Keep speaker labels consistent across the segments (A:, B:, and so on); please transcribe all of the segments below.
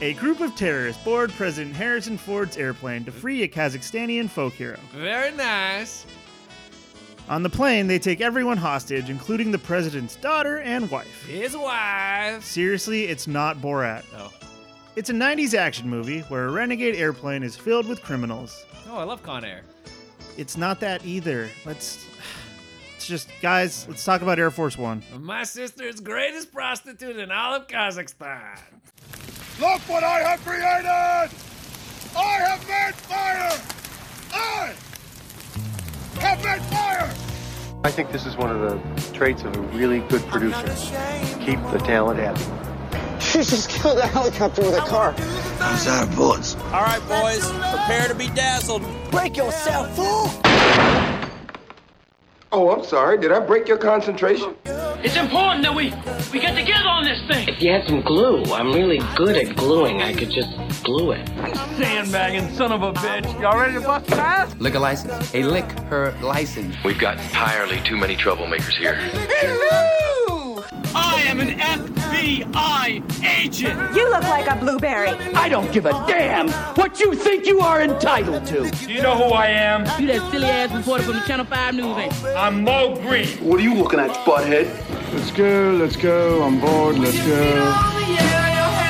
A: A group of terrorists board President Harrison Ford's airplane to free a Kazakhstanian folk hero.
B: Very nice.
A: On the plane, they take everyone hostage, including the president's daughter and wife.
B: His wife.
A: Seriously, it's not Borat.
B: Oh.
A: It's a 90s action movie where a renegade airplane is filled with criminals.
B: Oh, I love Con Air.
A: It's not that either. Let's. It's just, guys, let's talk about Air Force One.
B: My sister's greatest prostitute in all of Kazakhstan.
C: Look what I have created! I have made fire! I have made fire!
D: I think this is one of the traits of a really good producer. Keep the talent happy.
E: You just killed a helicopter with a car.
F: All right, boys, prepare to be dazzled.
E: Break yourself, fool!
D: Oh, I'm sorry. Did I break your concentration?
G: It's important that we we get together on this thing.
H: If you had some glue, I'm really good at gluing. I could just glue it.
G: Sandbagging son of a bitch. Y'all ready to bust ass?
I: Lick a license. A lick her license.
J: We've got entirely too many troublemakers here.
G: I am an FBI agent.
K: You look like a blueberry.
I: I don't give a damn what you think you are entitled to.
G: Do you know who I am?
H: You that silly ass reporter from the Channel 5 News ain't.
G: I'm Mo Green.
D: What are you looking at, butthead?
C: Let's go, let's go, I'm bored, let's go.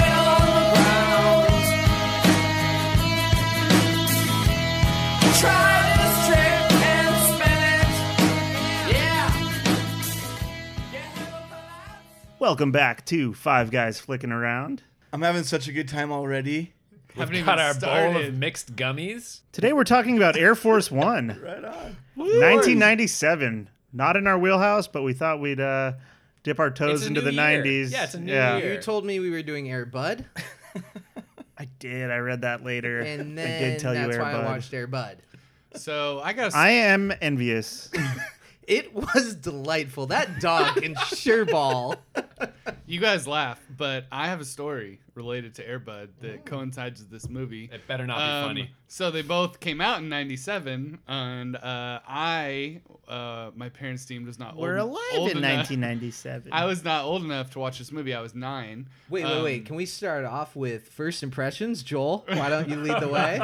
A: Welcome back to Five Guys Flicking Around.
L: I'm having such a good time already.
B: Haven't even got our bowl of mixed gummies.
A: Today we're talking about Air Force One. right on. 1997. Not in our wheelhouse, but we thought we'd uh, dip our toes
B: It's a
A: into
B: new
A: the
B: year.
A: 90s.
B: Yeah, it's a new year.
F: You told me we were doing Air Bud,
A: I did. I read that later.
F: and
A: I
F: then
A: did tell
F: that's
A: you
F: why
A: Air Bud.
F: I watched Air Bud.
B: So I got.
A: I am envious.
F: It was delightful. That dog and Sherball.
M: You guys laugh, but I have a story related to Airbud that coincides with this movie.
B: It better not be
M: Um,
B: funny.
M: So they both came out in '97, and uh, I, uh, my parents deemed was not
A: We're
M: old,
A: alive
M: old
A: in
M: enough.
A: 1997.
M: I was not old enough to watch this movie. I was nine.
F: Wait, wait,
M: Um,
F: wait. Can we start off with first impressions, Joel? Why don't you lead the way?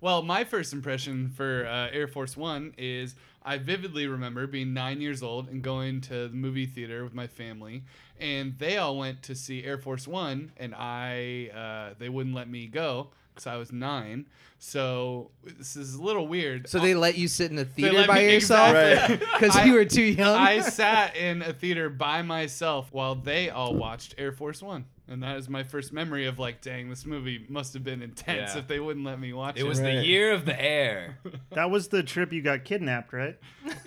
M: Well, my first impression for uh, Air Force One is I vividly remember being nine years old and going to the movie theater with my family, and they all went to see Air Force One, and I uh, they wouldn't let me go because I was nine. So this is a little weird.
F: So they let you sit in the theater
M: let
F: by
M: me-
F: yourself
M: exactly.
F: because
M: I-
F: you were too young.
M: I sat in a theater by myself while they all watched Air Force One. And that is my first memory of like, dang, this movie must have been intense
B: Yeah.
M: if they wouldn't let me watch it.
B: It was the year of the air.
A: that was the trip you got kidnapped, right?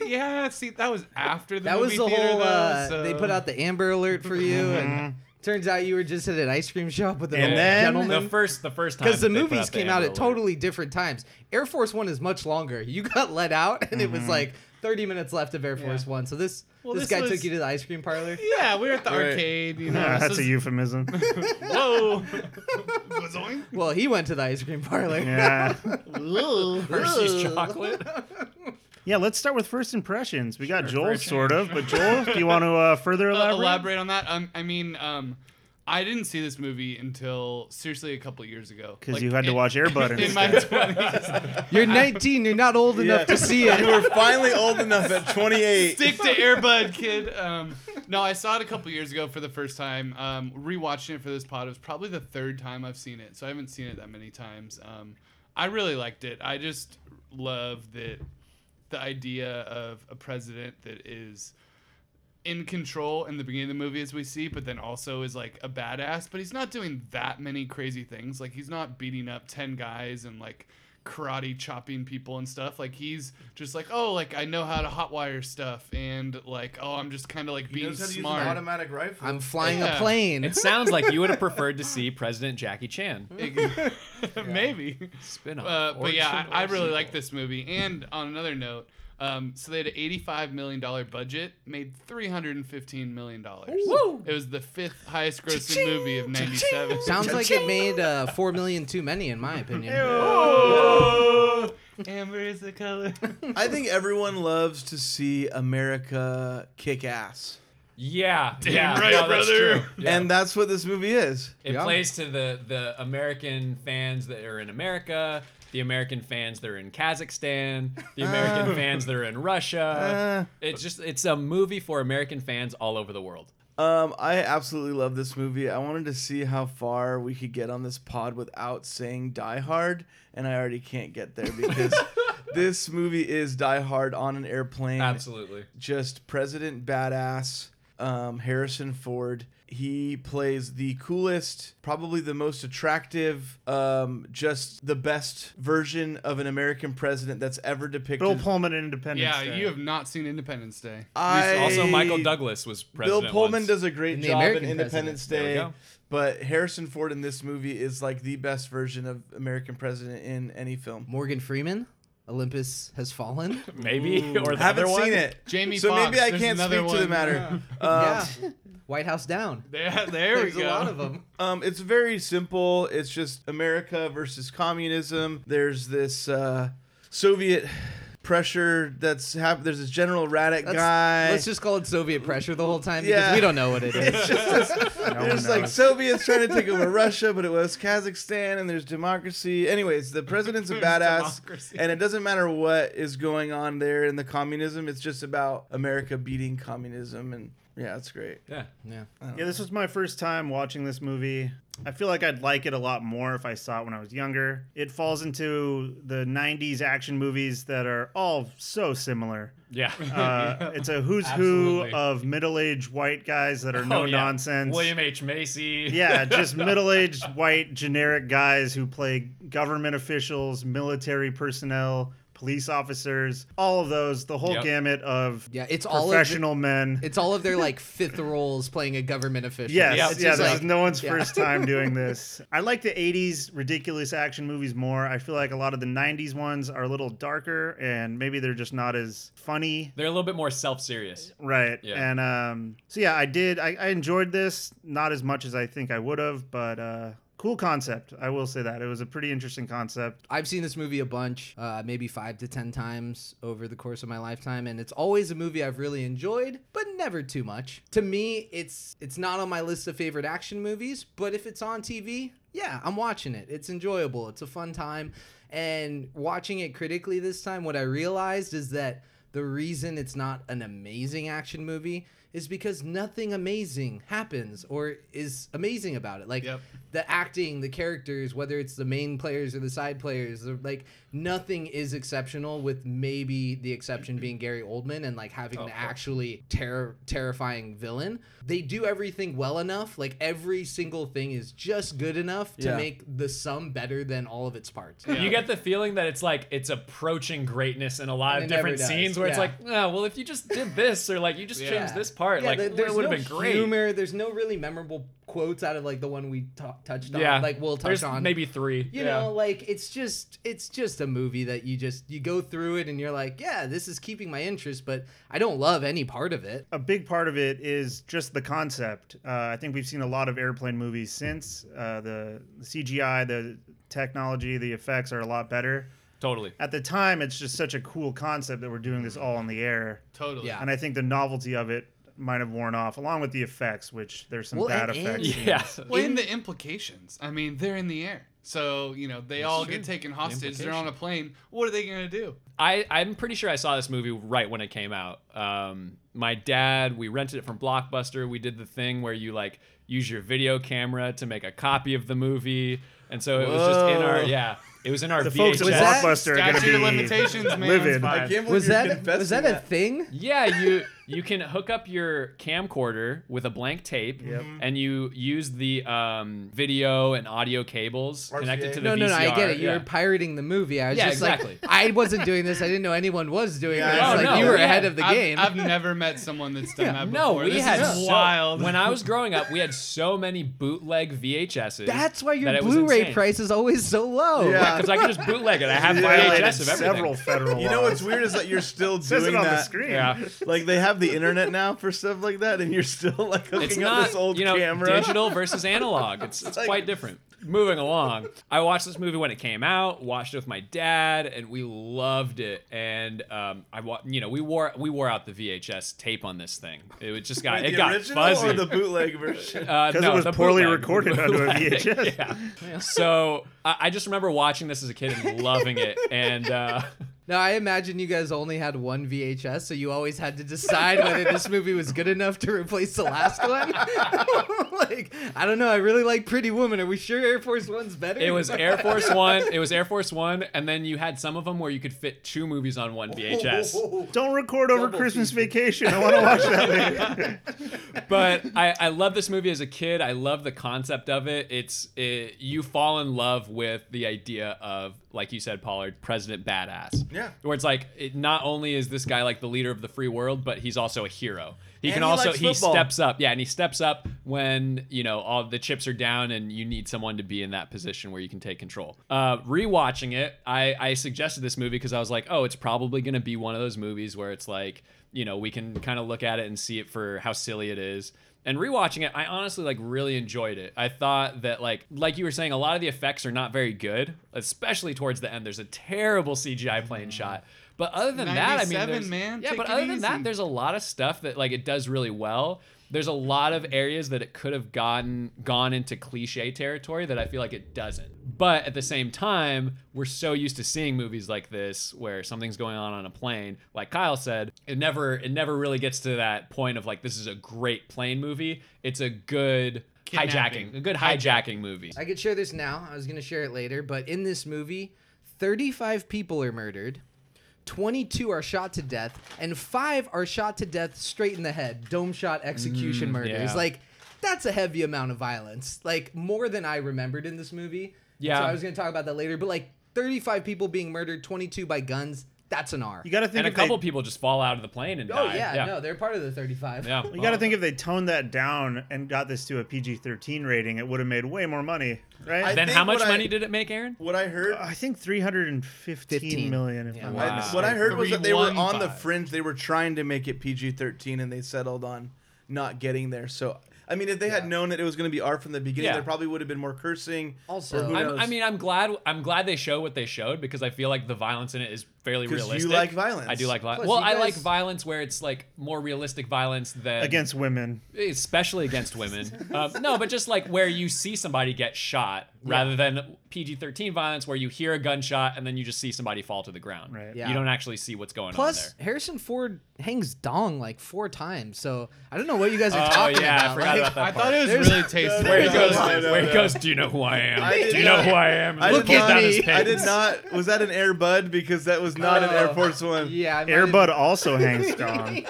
M: Yeah, see, that was after the
F: that was
M: movie
F: the
M: theater,
F: whole.
M: though,
F: uh,
M: so- Mm-hmm.
F: They put out the Amber Alert for you, and turns out you were just at an ice cream shop with an
A: And
F: old
A: then-
F: gentleman.
B: the first, the first time.
F: because the
B: that they put
F: movies
B: out the
F: came out at
B: Amber Alert.
F: totally different times. Air Force One is much longer. You got let out, and it was like 30 minutes left of Air Force One. So this
M: Well,
F: this,
M: this
F: guy
M: was-
F: took you to the ice cream parlor.
M: Yeah, we were at the
L: Right.
M: arcade. You know,
A: Ah,
M: this
A: that's a
M: was-
A: euphemism.
M: Whoa.
F: Well, he went to the ice cream parlor.
A: yeah.
B: Hershey's chocolate.
A: Yeah, let's start with first impressions. We got Joel, sort of. But Joel, do you want to uh, further
M: Uh,
A: elaborate?
M: elaborate on that. Um, I mean, um, I didn't see this movie until seriously a couple years ago.
A: Because
M: Like,
A: you had to
M: in-
A: watch Air Bud
M: in my
A: instead.
M: twenties.
F: You're 19. You're not old enough to see it.
L: You were finally old enough at 28.
M: Stick to Airbud, kid. Um, no, I saw it a couple years ago for the first time. Um, rewatching it for this pod, it was probably the third time I've seen it, so I haven't seen it that many times. Um, I really liked it. I just love that the idea of a president that is in control in the beginning of the movie as we see, but then also is like a badass, but he's not doing that many crazy things. Like he's not beating up 10 guys and like karate chopping people and stuff. Like he's just like, "Oh, like I know how to hotwire stuff." And like, "Oh, I'm just kind of like being smart."
L: automatic rifle.
F: I'm flying a
M: Yeah.
F: plane.
B: It sounds like you would have preferred to see President Jackie Chan.
M: Maybe.
B: Spin off.
M: Uh, but yeah, I, I really like this movie. And on another note, um, so they had an eighty-five million dollar budget, made three hundred and fifteen million dollars.
F: Woo!
M: It was the fifth highest-grossing movie of '97.
F: Sounds like it made uh, four million too many, in my opinion.
M: Oh! Amber is the color.
L: I think everyone loves to see America kick ass.
K: Yeah,
M: Damn
K: yeah,
M: right,
K: no, that's
M: brother.
K: true. Yeah.
L: And that's what this movie is.
K: It plays to the the American fans that are in America, the American fans that are in Kazakhstan, the American
L: Uh.
K: fans that are in Russia.
F: Uh.
K: it's just it's a movie for American fans all over the world.
L: Um, I absolutely love this movie. I wanted to see how far we could get on this pod without saying Die Hard, and I already can't get there because this movie is Die Hard on an airplane.
K: Absolutely.
L: Just President Badass, um, Harrison Ford. He plays the coolest, probably the most attractive, um, just the best version of an American president that's ever depicted.
A: Bill Pullman in Independence
M: Yeah,
A: Day.
M: you have not seen Independence Day.
L: I, Bill Pullman
M: once.
L: does a great
M: In the
L: job
M: American
L: in Independence
M: President. There we
L: Day,
M: go.
L: but Harrison Ford in this movie is like the best version of American president in any film.
F: Morgan Freeman, Olympus has fallen.
K: Maybe,
L: Ooh. or the Haven't other one. seen it. Jamie So maybe Foxx, I there's can't another speak to the one. matter.
F: Yeah.
L: Um,
F: White House down.
M: Yeah, there
F: There's a lot of them.
L: Um, it's very simple. It's just America versus communism. There's this uh, Soviet pressure that's happened. There's this General Radek
F: That's-
L: guy.
F: Let's just call it Soviet pressure the whole time because we don't know what it is.
L: It's just this- there's like Soviets trying to take over Russia, but it was Kazakhstan, and there's democracy. Anyways, the president's a
M: There's
L: badass,
M: democracy.
L: and it doesn't matter what is going on there in the communism. It's just about America beating communism, and yeah, it's great.
K: Yeah,
F: yeah.
A: Yeah, this was my first time watching this movie. I feel like I'd like it a lot more if I saw it when I was younger. It falls into the 90s action movies that are all so similar.
K: Yeah.
A: Uh, it's a who's
K: Absolutely.
A: who of middle aged white guys that are no
K: Oh, yeah.
A: nonsense.
K: William H Macy.
A: yeah, just middle aged white generic guys who play government officials, military personnel, police officers, all of those, the whole
F: Yep.
A: gamut of
F: yeah, it's all of the-
A: professional men.
F: It's all of their like fifth roles playing a government official.
A: Yes,
F: It's
A: yeah,
F: just
A: this
F: like-
A: is no one's
F: yeah.
A: first time doing this. I like the 80s ridiculous action movies more. I feel like a lot of the 90s ones are a little darker and maybe they're just not as funny.
K: They're a little bit more self serious.
A: Right.
K: Yeah.
A: And um, so, yeah, I did. I, I enjoyed this, not as much as I think I would have, but uh, cool concept. I will say that. It was a pretty interesting concept.
F: I've seen this movie a bunch, uh, maybe five to ten times over the course of my lifetime, and it's always a movie I've really enjoyed, but never too much. To me, it's it's not on my list of favorite action movies, but if it's on TV, yeah, I'm watching it. It's enjoyable. It's a fun time, and watching it critically this time, what I realized is that the reason it's not an amazing action movie is because nothing amazing happens or is amazing about it. Like the acting, the characters, whether it's the main players or the side players, the- like nothing is exceptional. With maybe the exception being Gary Oldman and like having an actually terror terrifying villain. They do everything well enough. Like every single thing is just good enough to
K: Yeah.
F: make the sum better than all of its parts.
K: You get the feeling that it's like it's approaching greatness in a lot
F: And
K: of
F: it never
K: different
F: does,
K: scenes where it's
F: yeah.
K: like, oh, well, if you just did this or like you just changed this part,
F: Yeah,
K: like
F: there-
K: it would have
F: no
K: been great.
F: Humor. There's no really memorable quotes out of like the one we ta- touched on.
K: Yeah,
F: like we'll touch
K: there's
F: on
K: maybe three.
F: You
K: Yeah.
F: know, like it's just it's just a movie that you just you go through it and you're like, yeah, this is keeping my interest, but I don't love any part of it.
A: A big part of it is just the concept. Uh, I think we've seen a lot of airplane movies since. Uh, the CGI, the technology, the effects are a lot better.
K: Totally.
A: At the time, it's just such a cool concept that we're doing this all in the air.
M: Totally. Yeah.
A: And I think the novelty of it might have worn off, along with the effects, which there's some bad effects. in this.
M: Well, and the implications. I mean, they're in the air. So, you know, they
K: That's
M: all
K: true.
M: get taken
K: The
M: hostage. They're on a
K: implication.
M: plane. What are they going to do?
K: I, I'm pretty sure I saw this movie right when it came out. Um, my dad, we rented it from Blockbuster. We did the thing where you like use your video camera to make a copy of the movie, and so it was just in our
F: Whoa.
K: yeah, it was in our
A: The
K: VHS.
A: folks at Was that- Blockbuster are gonna Statute of be limitations, man. livid. I can't believe
F: Was
A: you're
F: that was that a thing?
K: Yeah, you you can hook up your camcorder with a blank tape, and you use the um, video and audio cables connected to the
F: no,
K: VCR.
F: no, no, I get it. You
K: yeah.
F: were pirating the movie. I was
K: Yeah,
F: just
K: exactly.
F: like, I wasn't doing this. I didn't know anyone was doing this.
M: Oh,
F: like
M: no.
F: you were ahead of the
M: I've-
F: game.
M: I've never met someone that's done that before.
K: No, we
M: This
K: had
M: is
K: so-
M: wild.
K: when I was growing up, we had so many bootleg VHSs.
F: That's why
K: that
F: your
K: it was
F: Blu-ray
K: insane.
F: price is always so low.
K: Yeah, because I can just bootleg it. I have
L: Yeah.
K: VHS of everything.
A: several federal
L: You know
A: laws.
L: what's weird is that you're still
A: It says it
L: doing
A: on the
L: that.
A: screen. Yeah.
L: Like they have the internet now for stuff like that, and you're still like hooking
K: It's
L: up
K: not
L: this old
K: you know
L: camera.
K: digital versus analog. It's it's quite different. Moving along, I watched this movie when it came out. Watched it with my dad, and we loved it. And um, I wa- you know we wore we wore out the VHS VHS tape on this thing. It was just got
L: Wait,
K: it
L: the
K: got
L: original or
K: fuzzy.
L: the bootleg version?
K: Uh,
L: 'Cause
K: no,
L: it was
K: the
L: poorly
K: bootleg.
L: recorded onto a
K: Bootleg,
L: VHS.
K: Yeah. so I, I just remember watching this as a kid and loving it. And uh,
F: Now I imagine you guys only had one VHS, so you always had to decide whether this movie was good enough to replace the last one. like, I don't know. I really like Pretty Woman. Are we sure Air Force One's better?
K: it was Air Force One. It was Air Force One, and then you had some of them where you could fit two movies on one VHS.
A: Don't record over Christmas vacation. I want to watch that later.
K: but I, I love this movie as a kid. I love the concept of it. It's it, you fall in love with the idea of, like you said, Pollard, President Badass.
L: Yeah.
K: Where it's like, it, not only is this guy like the leader of the free world, but he's also a hero. He
L: And
K: can
L: he
K: also
L: likes
K: he
L: football.
K: steps up, yeah, and he steps up when you know all the chips are down and you need someone to be in that position where you can take control. Uh, rewatching it, I, I suggested this movie because I was like, oh, it's probably going to be one of those movies where it's like you know we can kind of look at it and see it for how silly it is and rewatching it i honestly like really enjoyed it i thought that like like you were saying a lot of the effects are not very good especially towards the end there's a terrible cgi plane shot but other than that i mean
M: 97,
K: there's-
M: Mm. man.
K: yeah
M: Take
K: but
M: it
K: other than
M: easy.
K: that there's a lot of stuff that like it does really well there's a lot of areas that it could have gotten gone into cliche territory that i feel like it doesn't but at the same time we're so used to seeing movies like this where something's going on on a plane like kyle said it never it never really gets to that point of like this is a great plane movie it's a good
F: Kidnapping.
K: hijacking a good hijacking movie
F: I could share this now. I was going to share it later, but in this movie, 35 people are murdered, 22 are shot to death, and 5 are shot to death straight in the head, dome shot execution
N: Mm,
F: murders.
N: yeah.
F: Like that's a heavy amount of violence. Like more than I remembered in this movie.
K: Yeah.
F: So I was going to talk about that later, but like 35 people being murdered, 22 by guns, that's an R.
A: You got to think
K: and a
A: if they-
K: couple people just fall out of the plane and
F: Oh
K: die
F: yeah, no, they're part of the 35.
K: Yeah.
A: You got to think if they toned that down and got this to a PG 13 rating, it would have made way more money, right?
L: I Then how think much what I- money
K: did it make, Aaron?
L: What I heard,
A: I think 315 million. If I'm not
L: I-
K: Ah,
A: mistaken.
L: What I heard was that they were on the fringe. They were trying to make it PG 13 and they settled on not getting there. So, I mean, if they had known that it was going to be R from the beginning,
K: Yeah.
L: there probably would have been more cursing.
F: Also,
L: who
K: I'm-
L: knows?
K: I mean, I'm glad. I'm glad they show what they showed because I feel like the violence in it is fairly
L: 'Cause you
K: realistic.
L: like violence.
K: I do like violence.
L: Plus,
K: Well,
L: you
K: I like
L: guys-
K: violence where it's like more realistic violence than
A: Against women.
K: especially against women. um, no, but just like where you see somebody get shot rather than PG-13 violence where you hear a gunshot and then you just see somebody fall to the ground. Right.
F: Yeah.
K: You don't actually see what's going on there.
F: Plus, Harrison Ford hangs dong like four times, so I don't know what you guys are
K: Oh,
F: talking
K: yeah, I
F: about.
K: forgot
F: Like,
K: about that I thought part. it was really tasty. Where he goes- where he goes, "Do you know who I am? I Do you know who I am?"
L: I
K: Look
L: did
K: at
L: not- e,
K: his
L: I did
K: pants.
L: not. Was that an Air Bud? Because that was not an Air
F: Oh,
L: Force One.
F: Yeah,
A: Air Bud also hangs down.
F: he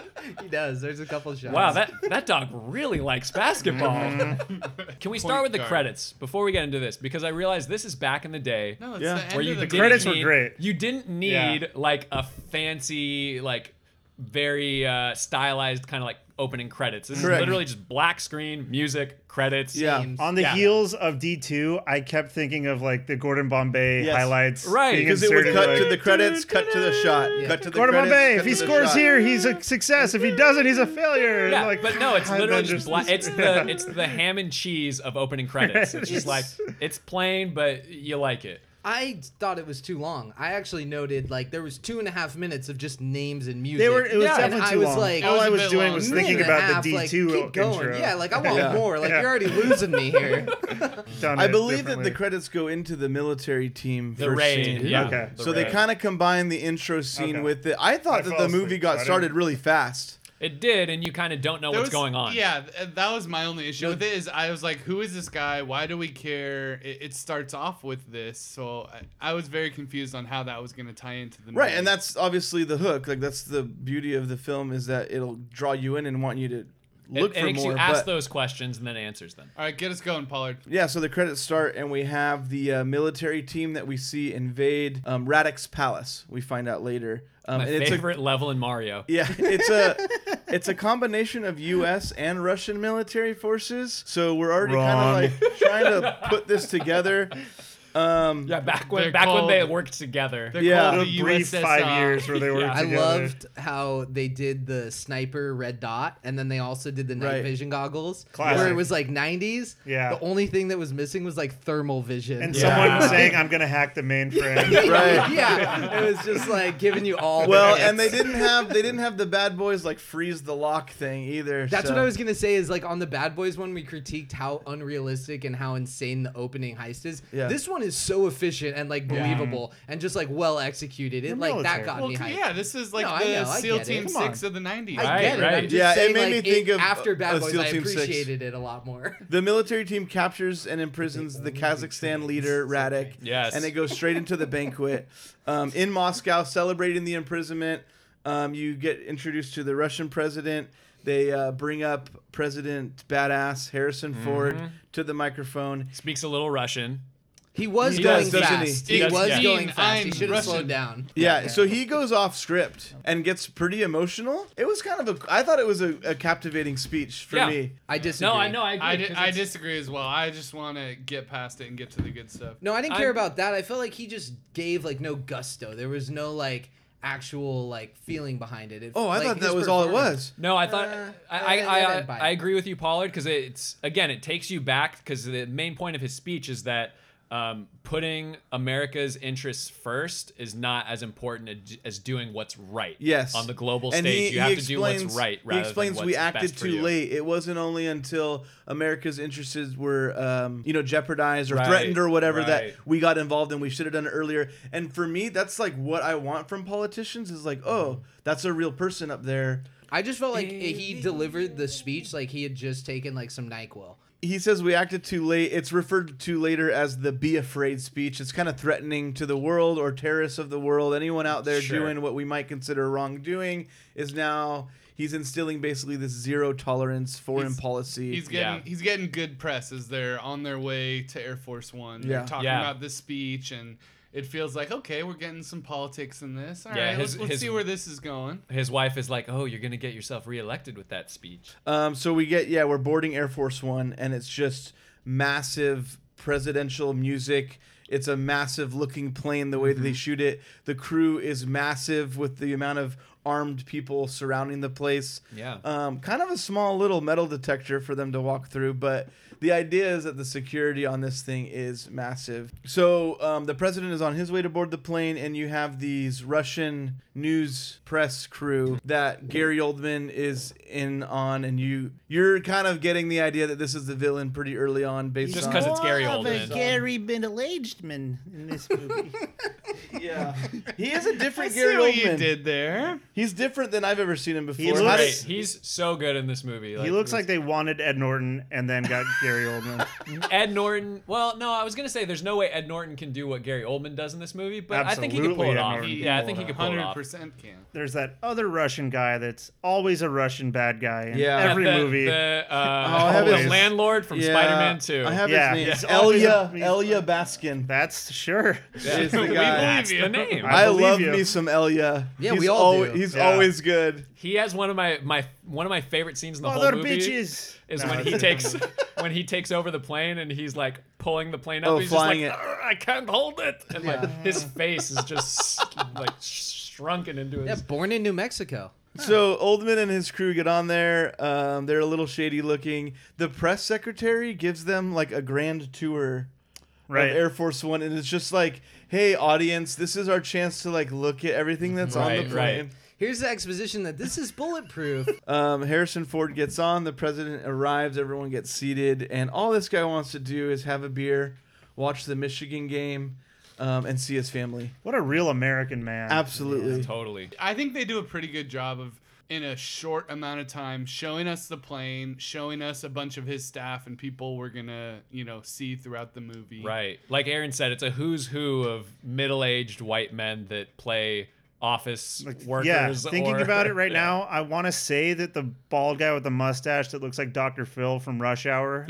F: does. There's a couple shots.
K: Wow, that, that dog really likes basketball.
A: Mm-hmm.
K: Can we start
F: Point
K: with the
F: guard.
K: credits before we get into this? Because I realize this is back in the day.
M: No, it's Yeah. the end of the
K: didn't
A: credits were
K: need-
A: great.
K: You didn't need
A: Yeah.
K: like a fancy, like very uh, stylized kind of like opening credits. This
A: Correct.
K: is literally just black screen, music, credits.
A: On the
K: Yeah.
A: heels of D2, I kept thinking of like the Gordon Bombay
K: Yes.
A: highlights.
K: Right.
A: being
L: Because it would
A: inserted,
L: cut
A: like,
L: to the credits, cut to the shot, cut to the
A: Gordon
L: credits.
A: Bombay,
L: cut
A: if he
L: to the
A: scores
L: shot.
A: here, he's a success. If he doesn't, he's a failure.
K: Yeah,
A: Like,
K: but no, it's
A: and
K: literally
A: then
K: just black. It's the it's the ham and cheese of opening credits. It's just like it's plain, but you like it.
F: I thought it was too long. I actually noted like there was two and a half minutes of just names and music.
A: They were. It was
F: And
A: definitely
F: I
A: too
F: was
A: long.
F: Like,
A: All I was doing was
F: minute
A: thinking
F: and a
A: about the
F: half, like,
A: D2
F: keep going.
A: intro.
F: Yeah, like I want
L: Yeah.
F: more. Like
L: Yeah.
F: you're already losing me here.
A: Done
L: I
A: it
L: believe that the
A: differently.
L: credits go into the military team
A: The
L: first
A: raid,
L: scene.
A: yeah. Okay.
L: So
A: The
L: they
A: raid.
L: kind of combine the intro scene
A: Okay.
L: with it. I thought
A: I
L: that
A: fall
L: the
A: asleep,
L: movie
A: so I
L: got
A: didn't-
L: started really fast.
K: It did, and you kind of don't know
M: There
K: what's
M: was-
K: going on.
M: Yeah, th- that was my only issue with it. Is I was like, who is this guy? Why do we care? It, it starts off with this, so I, I was very confused on how that was going to tie into the
L: Right,
M: movie.
K: Mm-hmm.
L: and that's obviously the hook. Like that's the beauty of the film is that it'll draw you in and want you to
K: It-
L: look
K: it,
L: for
K: makes
L: more.
K: you ask
L: but-
K: those questions and then answers them.
M: All right, get us going, Pollard.
L: Yeah, so the credits start, and we have the uh, military team that we see invade um, Radix Palace. We find out later. Um,
K: My
L: and it's a-
K: favorite level in Mario.
L: Yeah, it's a it's a combination of U.S. and Russian military forces. So we're already kind
K: Wrong.
L: of like trying to put this together. Um,
K: yeah, back when back when they worked together.
A: the brief five years where they were
F: I
A: together.
F: loved how they did the sniper red dot, and then they also did the night
A: Right.
F: vision goggles, where
A: Classic.
F: it was like 90s.
A: Yeah.
F: The only thing that was missing was like thermal vision.
A: and someone saying, "I'm gonna hack the mainframe."
F: right. Yeah. It was just like giving you all. the
L: well,
F: hits.
L: and they didn't have they didn't have the bad boys like freeze the lock thing either.
F: That's
L: so-
F: what I was gonna say. Is like on the Bad Boys one, we critiqued how unrealistic and how insane the opening heist is.
L: Yeah.
F: This one is so efficient and like
L: Yeah.
F: believable and just like well executed. It
M: They're
F: like that
M: military.
F: got
M: Well,
F: me
M: c-
F: hyped.
M: yeah, this is like
F: No, I
M: the
F: know, I
M: SEAL
F: get it.
M: Team
F: Come on.
M: Six of the '90s.
F: I get it. I'm just
L: Yeah, it
F: saying,
L: made
F: like,
L: me think of,
F: after Bad
L: uh,
F: Boys.
L: SEAL
F: I
L: Team Six.
F: appreciated it a lot more.
L: The military team captures and imprisons the Kazakhstan leader Radek.
K: Yes.
L: and it goes straight into the banquet um, in Moscow, celebrating the imprisonment. Um, you get introduced to the Russian president. They uh, bring up President Badass Harrison
F: Mm-hmm.
L: Ford
K: Mhm.
L: to the microphone.
K: Speaks a little Russian.
F: He was
L: He
F: going
L: does, doesn't he?
F: fast.
L: He
F: He,
L: does,
F: was
L: yeah.
F: going fast.
L: I'm
F: he should have
L: Russian.
F: slowed down.
L: Yeah, so he goes off script and gets pretty emotional. It was kind of a. I thought it was a, a captivating speech for
K: Yeah.
L: me.
F: I disagree.
M: I, di- I disagree as well. I just want to get past it and get to the good stuff.
F: No, I didn't care about that. I felt like he just gave like no gusto. There was no like actual like feeling behind it. It-
L: Oh,
F: like, his performance-
K: No, I thought I, I,
F: I- I
K: I,
F: didn't buy it.
K: I agree with you, Pollard, because it's again it takes you back because the main point of his speech is that um, putting America's interests first is not as important as- as doing what's right.
L: Yes.
K: on the global stage, you have to do what's right. Rather
L: he explains
K: than what's
L: we acted
K: best for
L: too
K: you.
L: late. It wasn't only until America's interests were, um, you know, jeopardized or
K: Right,
L: threatened or whatever
K: right.
L: that we got involved and we should have done it earlier. And for me, that's like what I want from politicians is like, oh, that's a real person up there.
F: I just felt like he delivered the speech like he had just taken like some NyQuil.
L: He says we acted too late. It's referred to later as the "be afraid" speech. It's kind of threatening to the world or terrorists of the world. Anyone out there
K: Sure.
L: doing what we might consider wrongdoing is now. He's instilling basically this zero tolerance foreign
M: He's-
L: policy.
M: He's getting he's getting good press as they're on their way to Air Force One.
L: Yeah.
M: They're talking
L: Yeah.
M: about this speech and it feels like okay, we're getting some politics in this. All
K: Yeah,
M: right,
K: his-
M: let's, let's
K: his-
M: see where this is going.
K: His wife is like, "Oh, you're gonna get yourself reelected with that speech."
L: Um, so we get yeah, we're boarding Air Force One, and it's just massive presidential music. It's a massive looking plane the way that they shoot it. The crew is massive with the amount of armed people surrounding the place.
K: Yeah.
L: Um, kind of a small little metal detector for them to walk through, but the idea is that the security on this thing is massive. So um, the president is on his way to board the plane, and you have these Russian news press crew that Gary Oldman is in on, and you you're kind of getting the idea that this is the villain pretty early on, based on
A: Gary middle-aged man in this movie.
L: yeah, he is a different
A: I see
L: Gary
A: what
L: Oldman.
A: you
M: did there.
L: He's different than I've ever seen him before.
A: He
L: How
A: looks-
L: did-
K: Great. He's so good in this movie.
A: he looks like they wanted Ed Norton and then got Gary Oldman.
K: Ed Norton. Well, no, I was gonna say there's no way Ed Norton can do what Gary Oldman does in this movie, but I think he could pull
A: Absolutely,
K: it
A: Ed
K: off.
A: Norton can
K: yeah, I
A: pull
K: think
A: it
K: he could
A: off.
K: pull it off.
M: 100% can.
A: There's that other Russian guy that's always a Russian bad guy in
L: Yeah.
A: every
K: The-
A: movie.
K: the, uh, the
A: Always.
K: landlord from
L: Yeah,
K: Spider-Man 2.
L: I have
A: Yeah,
L: his
A: he's
L: name.
A: always
L: Elia
A: a-
L: Elia Baskin.
A: That's sure.
L: Is the
K: Oh, We believe
L: guy.
K: That's you. the name.
L: I,
K: I believe
L: love
K: you.
L: me some Elia.
K: Yeah,
L: he's
K: we all
L: alwa-
K: do.
L: He's
K: Yeah.
L: always good.
K: He has one of my my one of my favorite scenes in the
A: Mother
K: whole movie.
A: bitches.
K: Is
A: No,
K: when he
A: that's
K: takes when he takes over the plane and he's like pulling the plane up.
L: Oh,
K: he's
L: flying
K: just
L: it.
K: like, "Arr, I can't hold it, and
L: Yeah.
K: like his face is just like sh- shrunken into his.
F: Yeah, born in New Mexico.
L: So Oldman and his crew get on there. Um, they're a little shady looking. The press secretary gives them like a grand tour
A: Right.
L: of Air Force One, and it's just like, "Hey, audience, this is our chance to like look at everything that's on the plane."
F: Here's the exposition that this is bulletproof.
L: Um, Harrison Ford gets on, the president arrives, everyone gets seated, and all this guy wants to do is have a beer, watch the Michigan game, um, and see his family.
A: What a real American man.
L: Absolutely.
K: totally.
M: I think they do a pretty good job of in a short amount of time showing us the plane, showing us a bunch of his staff and people we're gonna you know see throughout the movie.
K: Right. Like Aaron said, it's a who's who of middle aged white men that play office workers.
A: yeah, thinking
K: or-
A: about it right now, I want to say that the bald guy with the mustache that looks like Dr. Phil from Rush Hour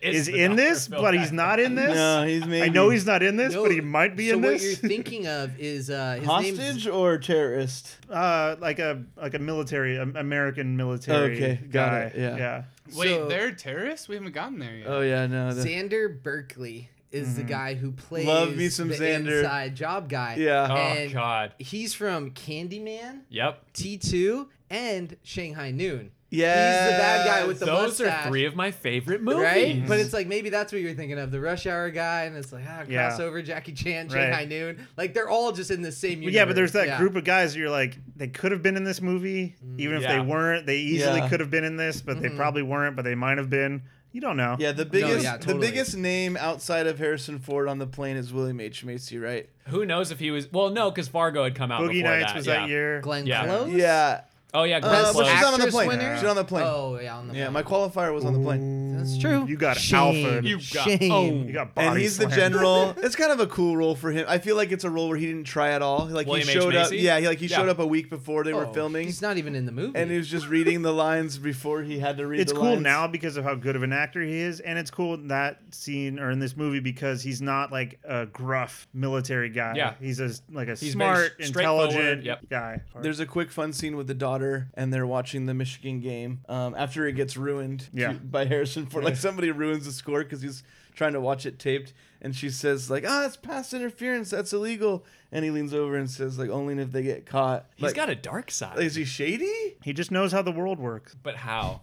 K: It's
A: is
K: the
A: in
K: Dr.
A: this,
K: Phil
A: but
K: guy.
A: he's not in this.
L: No, he's
A: I
L: maybe-
A: know he's not in this,
F: No,
A: but he might be
F: so
A: in
F: what
A: this.
F: you're thinking of is uh, his name's
L: Hostage or terrorist?
A: uh, like a like a military, um, American military.
L: Okay, got
A: guy.
L: it, yeah.
A: yeah.
M: Oh, Wait, they're terrorists? We haven't gotten there yet.
L: Oh yeah, no. the-
F: Xander Berkeley is the guy who plays
L: Love me some
F: the
L: Xander.
F: inside job guy.
L: Yeah. Oh,
F: And
K: God.
F: He's from Candyman,
K: Yep.
F: T2, and Shanghai Noon. He's the
K: Yeah.
F: bad guy with the
K: Those
F: mustache.
K: are three of my favorite movies.
F: Right? But it's like maybe that's what you're thinking of the Rush Hour guy, and it's like, ah,
A: Yeah.
F: crossover, Jackie Chan,
A: Right.
F: Shanghai Noon. Like they're all just in the same
A: Well,
F: universe.
A: yeah, but there's that
F: Yeah.
A: group of guys that you're like, they could have been in this movie, even if
F: Yeah.
A: they weren't. They easily
L: Mm, Yeah.
A: could have been in this, but they
L: Mhm.
A: probably weren't, but they might have been. You don't know.
L: Yeah, the biggest the biggest name outside of Harrison Ford on the plane is William H Macy, right?
K: Who knows if he was? Well, no, because Fargo had come out.
L: Boogie
K: before
L: Nights
K: that.
L: was
K: yeah.
L: that year.
F: Glenn
K: yeah.
F: Close?
L: Yeah.
K: Oh yeah, Glenn
L: Uh, but
K: Close.
L: she's not on the
F: Actress
L: plane.
F: winner?
L: She's on the plane.
F: Oh, yeah, on the
L: Yeah, my qualifier was on the plane.
F: That's true.
A: You got
L: Shame.
A: alpha.
L: You
A: got
L: oh,
A: You got body
L: and he's the
A: slammed.
L: general. It's kind of a cool role for him. I feel like it's a role where he didn't try at all. Like
K: William
L: he
K: H.
L: showed up.
K: Macy?
L: Yeah, he, like he
K: Yeah.
L: showed up a week before they were filming.
F: Oh. He's not even in the movie.
L: Oh. and he was just reading the lines before he had to read.
A: it's
L: the
A: cool
L: lines.
A: now because of how good of an actor he is, and it's cool in that scene or in this movie because he's not like a gruff military guy.
L: Yeah.
A: he's a like a
L: He's very
A: smart,
L: straightforward,
A: intelligent
L: yep.
A: guy.
L: There's a quick fun scene with the daughter, and they're watching the Michigan game um, after it gets ruined
A: Yeah.
L: to- by Harrison Ford. Like somebody ruins the score because he's trying to watch it taped, and she says like, "Ah, it's past interference. That's illegal." And he leans over and says like, "Only if they get caught."
K: He's got a dark side.
L: Is he shady?
A: He just knows how the world works.
K: But how?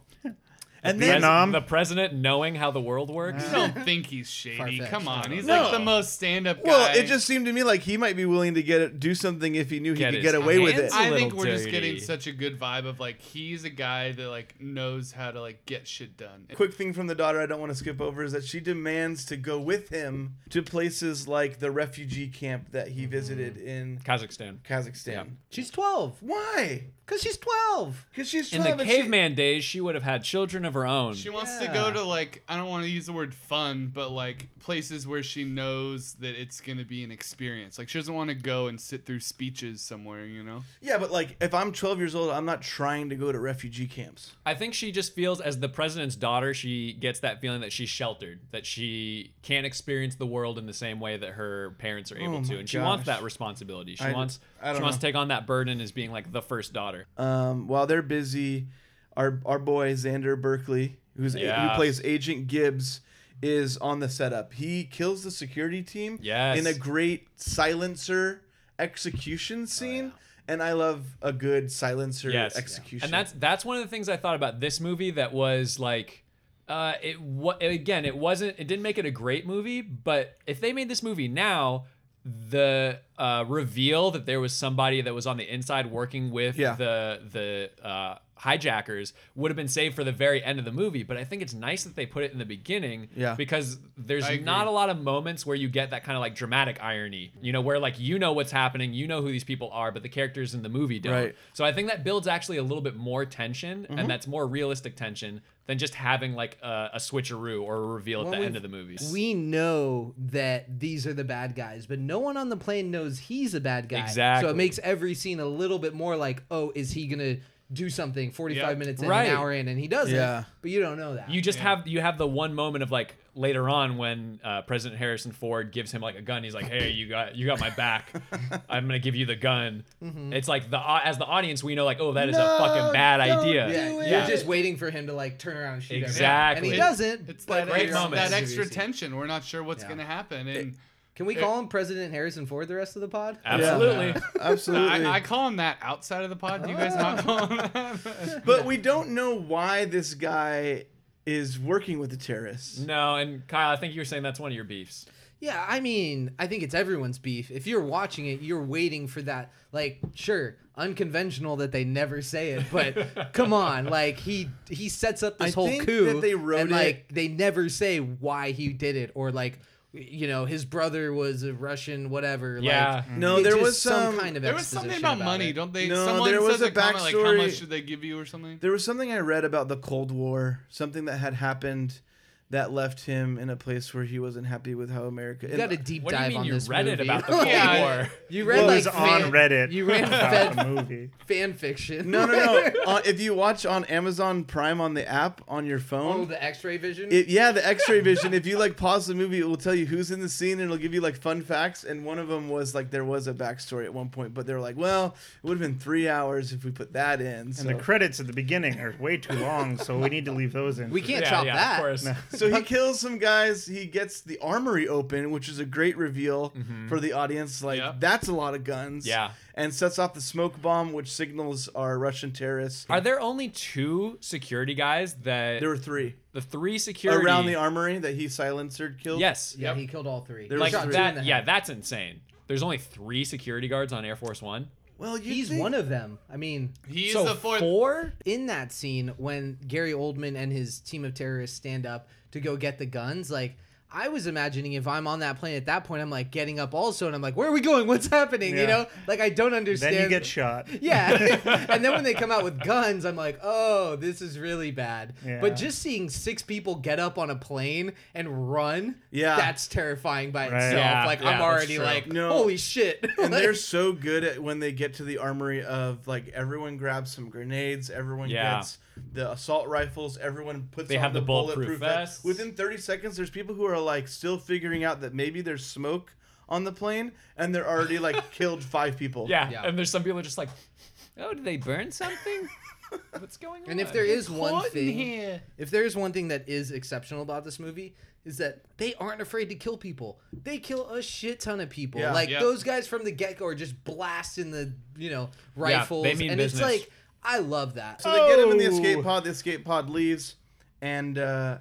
L: And
K: the
L: then-
K: Vietnam. The president knowing how the world works.
M: I don't think he's shady.
K: Far-fetched.
M: Come on, he's
K: No.
M: like the most stand-up guy.
L: Well, it just seemed to me like he might be willing to get it, do something if he knew he
K: Get
L: could
K: his
L: get away with it.
K: hands
M: I think we're just getting such a good vibe of like he's a guy that like knows how to like get shit done.
L: Quick thing from the daughter I don't want to skip over is that she demands to go with him to places like the refugee camp that
K: Mm-hmm.
L: he visited in
K: Kazakhstan.
L: Kazakhstan.
F: She's 12.
L: Why?
F: Because she's 12.
L: Because she's
K: In the caveman days, she would have had children of her own.
M: She wants to go to like I don't want to use the word fun, but like places where she knows that it's gonna be an experience. Like she doesn't want to go and sit through speeches somewhere, you know.
L: Yeah, but like if I'm 12 years old, I'm not trying to go to refugee camps.
K: I think she just feels, as the president's daughter, she gets that feeling that she's sheltered, that she can't experience the world in the same way that her parents are able
L: Oh
K: to,
L: my
K: and she wants
L: gosh.
K: that responsibility. She
L: I-
K: wants,
L: I don't
K: she wants
L: know.
K: to take on that burden as being like the first daughter.
L: Um, while they're busy, our our boy Xander Berkeley, who's
K: Yeah.
L: who plays Agent Gibbs, is on the setup. He kills the security team
K: Yes. Oh,
L: in a great silencer execution scene, and I love a good silencer
K: Yes.
L: execution.
K: And that's that's one of the things I thought about this movie that was like uh it what again, it wasn't it didn't make it a great movie, but if they made this movie now, the uh reveal that there was somebody that was on the inside working with
L: Yeah.
K: the the uh hijackers would have been saved for the very end of the movie but i think it's nice that they put it in the beginning
L: Yeah.
K: because there's
L: I agree.
K: not a lot of moments where you get that kind of like dramatic irony you know where like you know what's happening you know who these people are but the characters in the movie don't
L: Right.
K: so I think that builds actually a little bit more tension,
L: Mhm.
F: Mm-hmm.
K: and that's more realistic tension than just having like a, a switcheroo or a reveal at
F: Well,
K: the end
F: we've-
K: of the movie.
F: We know that these are the bad guys, but no one on the plane knows he's a bad guy. So
K: Exactly.
F: it makes every scene a little bit more like, oh, is he gonna do something 45
K: Yep.
F: minutes in,
K: Right.
F: an hour in, and he doesn't.
K: Yeah.
F: But you don't know that.
K: You just have you have the one moment of like later on when uh, President Harrison Ford gives him like a gun. He's like, "Hey, you got you got my back. I'm gonna give you the gun."
F: Mhm.
K: It's like the au- as the audience we know like, "Oh, that is
F: No,
K: a fucking bad
F: don't
K: idea."
F: do it.
K: yeah.
F: You're just waiting for him to like turn around and shoot everyone.
K: Exactly.
F: And he
K: It-
F: doesn't.
M: It's
F: but
M: that,
F: later
M: ex-
F: on,
M: that
F: that's what
M: extra
F: you see.
M: tension. We're not sure what's
F: Yeah.
M: gonna happen. And
F: Can we
M: it-
F: call him President Harrison Ford the rest of the pod?
L: Absolutely. Absolutely.
M: I, I call him that outside of the pod. Do you guys not call him that?
L: but we don't know why this guy is working with the terrorists.
K: No, and Kyle, I think you were saying that's one of your beefs.
F: Yeah, I mean, I think it's everyone's beef. If you're watching it, you're waiting for that. Like, sure, unconventional that they never say it, but come on, like he he sets up this
L: I
F: whole
L: think
F: coup,
L: that they wrote
F: and
L: it-
F: like they never say why he did it, or like you know his brother was a Russian, whatever. like,
K: Mm-hmm.
L: no,
F: it's
L: there
F: just
L: was um, some,
F: kind of
M: there was something
F: exposition
M: about, money,
F: it.
M: don't they?
L: No,
M: Someone
L: there was
M: says
L: a
M: comment like, "How
L: backstory-
M: much should they give you?" or something.
L: There was something I read about the Cold War, something that had happened that left him in a place where he wasn't happy with how America.
F: You got a deep
K: What do you
F: dive
K: mean
F: on
K: you
F: this
K: read it
F: movie.
K: about the Cold Yeah. War?
F: you read
L: Well,
F: like
L: it was on Reddit
F: You read fan,
L: about the
A: movie.
F: fan fiction.
L: No, no, no. uh, if you watch on Amazon Prime on the app on your phone,
F: Oh, the X-ray vision.
L: it, yeah, the X-ray vision. If you like pause the movie, it will tell you who's in the scene and it'll give you like fun facts. And one of them was like there was a backstory at one point, but they were like, well, it would have been three hours if we put that in. So.
A: And the credits at the beginning are way too long, so we need to leave those in.
F: We can't chop that.
A: No.
L: so he kills some guys. He gets the armory open, which is a great reveal
K: Mhm.
L: for the audience. Like that's a lot of guns.
K: Yeah.
L: and sets off the smoke bomb, which signals our Russian terrorists
K: Are there only two security guys that
L: There were three.
K: The three security
L: around the armory that he silencered killed.
K: Yes.
F: Yeah, he killed all three.
L: There
K: like
L: was three.
K: that. Yeah, that's insane. There's only three security guards on Air Force One.
L: Well,
F: he's one of them. I mean,
K: He's So the fourth-
F: Four in that scene when Gary Oldman and his team of terrorists stand up to go get the guns. Like, I was imagining if I'm on that plane at that point, I'm like getting up also, and I'm like, where are we going? What's happening?
A: Yeah.
F: You know, like I don't understand.
A: Then you get shot.
F: Yeah. and then when they come out with guns, I'm like, oh, this is really bad.
A: Yeah.
F: But just seeing six people get up on a plane and run,
L: Yeah.
F: that's terrifying by
L: Right.
F: itself.
L: Yeah,
F: like
L: yeah,
F: I'm
L: that's
F: already
L: true.
F: like,
L: No.
F: holy shit.
L: and
F: Like-
L: they're so good at when they get to the armory of like everyone grabs some grenades, everyone
K: Yeah.
L: gets the assault rifles, everyone puts
K: They
L: on
K: have
L: the,
K: the bulletproof
L: vest.
K: vests.
L: Within 30 seconds, there's people who are like still figuring out that maybe there's smoke on the plane, and they're already like killed five people.
K: Yeah. And there's some people just like, oh, did they burn something? What's going on?
F: And if there is one
K: Caught in
F: thing,
K: here.
F: if there is one thing that is exceptional about this movie, is that they aren't afraid to kill people. They kill a shit ton of people.
K: Yeah.
F: Like
K: Yeah.
F: those guys from the get go are just blasting the you know
L: Yeah,
F: rifles,
L: they mean
F: and
L: business.
F: it's like I love that.
L: So they get him in the escape pod. The escape pod leaves, and uh,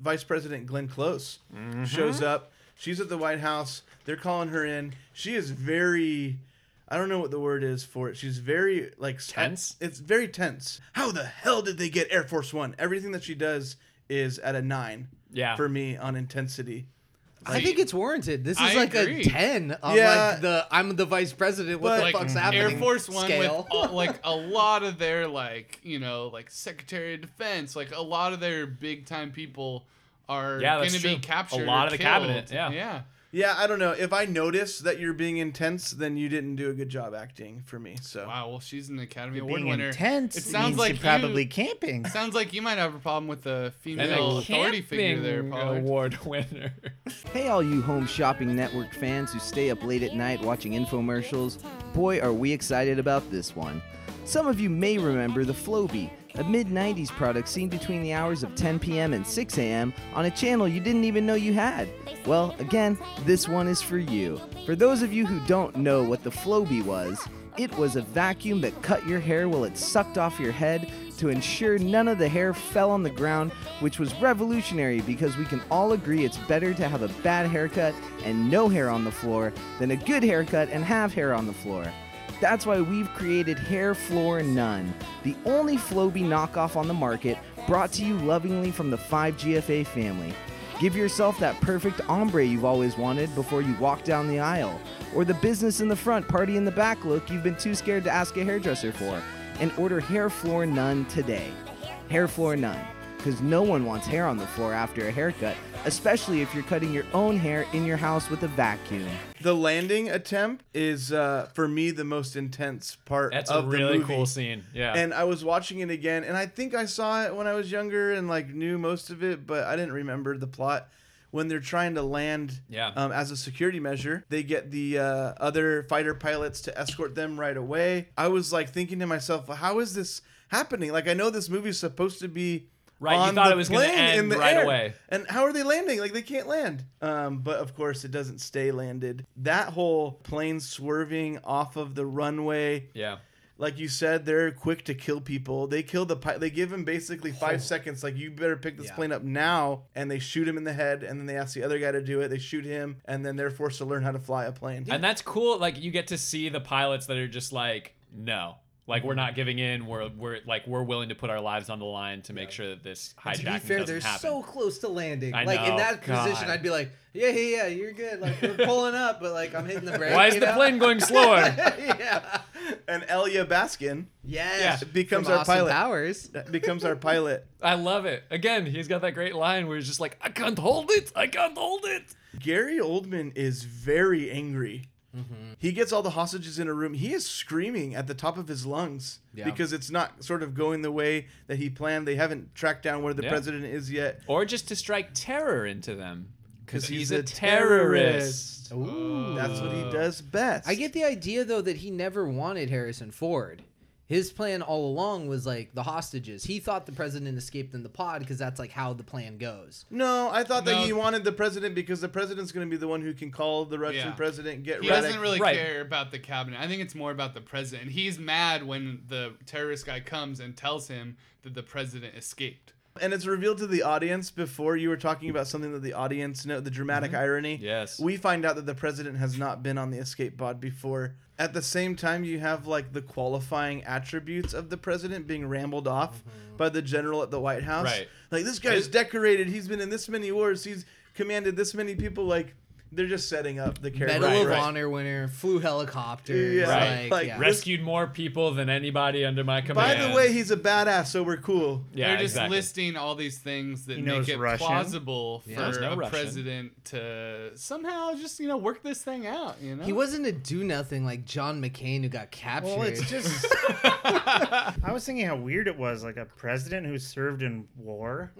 L: Vice President Glenn Close shows up. She's at the White House. They're calling her in. She is very. I don't know what the word is for it. She's very like tense. It's very tense. How the hell did they get Air Force One? Everything that she does is at a nine.
K: Yeah.
L: For me on intensity.
F: I think it's warranted. This is
L: I
F: like
L: agree.
F: a ten on
L: Yeah.
F: like the I'm the vice president. What the
M: like,
K: Mm-hmm.
F: fuck's happening?
M: Air Force One
F: scale.
M: with all, like a lot of their like you know like Secretary of Defense, like a lot of their big time people are
K: Yeah,
M: going
K: that's
M: to
K: true.
M: be
K: A
M: captured.
K: lot
M: or
K: of the
M: killed.
K: cabinet, yeah.
M: yeah.
L: Yeah, I don't know. If I notice that you're being intense, then you didn't do a good job acting for me. So
M: Wow, well, she's an Academy
L: You're
M: Award
L: being
M: winner.
L: intense
M: It sounds
L: means
M: like
L: you're probably
M: you,
A: camping.
M: Sounds like you might have a problem with the female authority figure there, Pollard.
K: award winner.
N: Hey, all you Home Shopping Network fans who stay up late at night watching infomercials, boy, are we excited about this one. Some of you may remember the Floby, a mid 90s product seen between the hours of 10 p.m. and 6 a.m. on a channel you didn't even know you had. Well, again, this one is for you. For those of you who don't know what the Floby was, it was a vacuum that cut your hair while it sucked off your head to ensure none of the hair fell on the ground, which was revolutionary because we can all agree it's better to have a bad haircut and no hair on the floor than a good haircut and have hair on the floor. That's why we've created Hair Floor None, the only Floby knockoff on the market, brought to you lovingly from the 5GFA family. Give yourself that perfect ombre you've always wanted before you walk down the aisle, or the business in the front, party in the back look you've been too scared to ask a hairdresser for, and order Hair Floor None today. Hair Floor None, because no one wants hair on the floor after a haircut, especially if you're cutting your own hair in your house with a vacuum.
L: The landing attempt is uh, for me the most intense part
K: That's a
L: of the
K: really
L: movie.
K: cool scene. Yeah.
L: And I was watching it again and I think I saw it when I was younger and like knew most of it, but I didn't remember the plot when they're trying to land
K: Yeah.
L: um, as a security measure. They get the uh, other fighter pilots to escort them right away. I was like thinking to myself, how is this happening? Like I know this movie's supposed to be
K: Right, you
L: on
K: thought
L: the
K: it was gonna
L: plane in
K: end
L: the
K: right
L: air.
K: away.
L: And how are they landing? Like they can't land. Um, but of course, it doesn't stay landed. That whole plane swerving off of the runway.
K: Yeah.
L: Like you said, they're quick to kill people. They kill the pilot. They give him basically five seconds. Like you better pick this plane up now, and they shoot him in the head, and then they ask the other guy to do it. They shoot him, and then they're forced to learn how to fly a plane.
K: And that's cool. Like you get to see the pilots that are just like, no, like we're not giving in. We're we're like we're willing to put our lives on the line to make sure that this hijacking
F: And to be fair,
K: doesn't
F: they're
K: happen.
F: so close to landing.
K: I
F: like in
K: know,
F: that position,
K: God.
F: I'd be like, yeah, yeah, yeah, you're good. Like we're pulling up, but like I'm hitting the brake.
K: Why is
F: you
K: the
F: know?
K: plane going slower?
F: yeah.
L: And Elia Baskin,
F: Yes,
L: yeah, becomes
F: from
L: our
F: Austin
L: pilot.
F: Powers
L: becomes our pilot.
K: I love it. Again, he's got that great line where he's just like, I can't hold it. I can't hold it.
L: Gary Oldman is very angry. He gets all the hostages in a room. He is screaming at the top of his lungs
K: Yeah.
L: because it's not sort of going the way that he planned. They haven't tracked down where the
K: Yeah.
L: president is yet.
K: Or just to strike terror into them. Because he's, a, terrorist.
L: terrorist. Ooh. That's what he does best.
F: I get the idea though that he never wanted Harrison Ford. His plan all along was like the hostages. He thought the president escaped in the pod because that's like how the plan goes.
L: No, I thought that
F: No.
L: he wanted the president because the president's going to be the one who can call the Russian
M: Yeah.
L: president. Get
M: he
L: Radek-
M: doesn't really care about the cabinet. I think it's more about the president. He's mad when the terrorist guy comes and tells him that the president escaped.
L: And it's revealed to the audience before you were talking about something that the audience know the dramatic irony.
K: Yes.
L: We find out that the president has not been on the escape pod before. At the same time, you have like the qualifying attributes of the president being rambled off by the general at the White House.
K: Right.
L: Like this guy's decorated. He's been in this many wars. He's commanded this many people. Like they're just setting up the character.
F: Medal of Honor winner, flew helicopters.
K: right.
F: Like, yeah.
K: rescued more people than anybody under my
L: By
K: command.
L: the way, he's a badass, so we're cool.
K: Yeah,
M: They're just
K: exactly.
M: listing all these things that
K: He
M: make
K: knows
M: it
K: Russian.
M: plausible
K: Yeah.
M: for
K: Knows no
M: a
K: Russian.
M: president to somehow just you know work this thing out. You know,
F: He wasn't a do nothing like John McCain who got captured.
L: Oh,
A: Well, it's just. I was thinking how weird it was, like a president who served in war.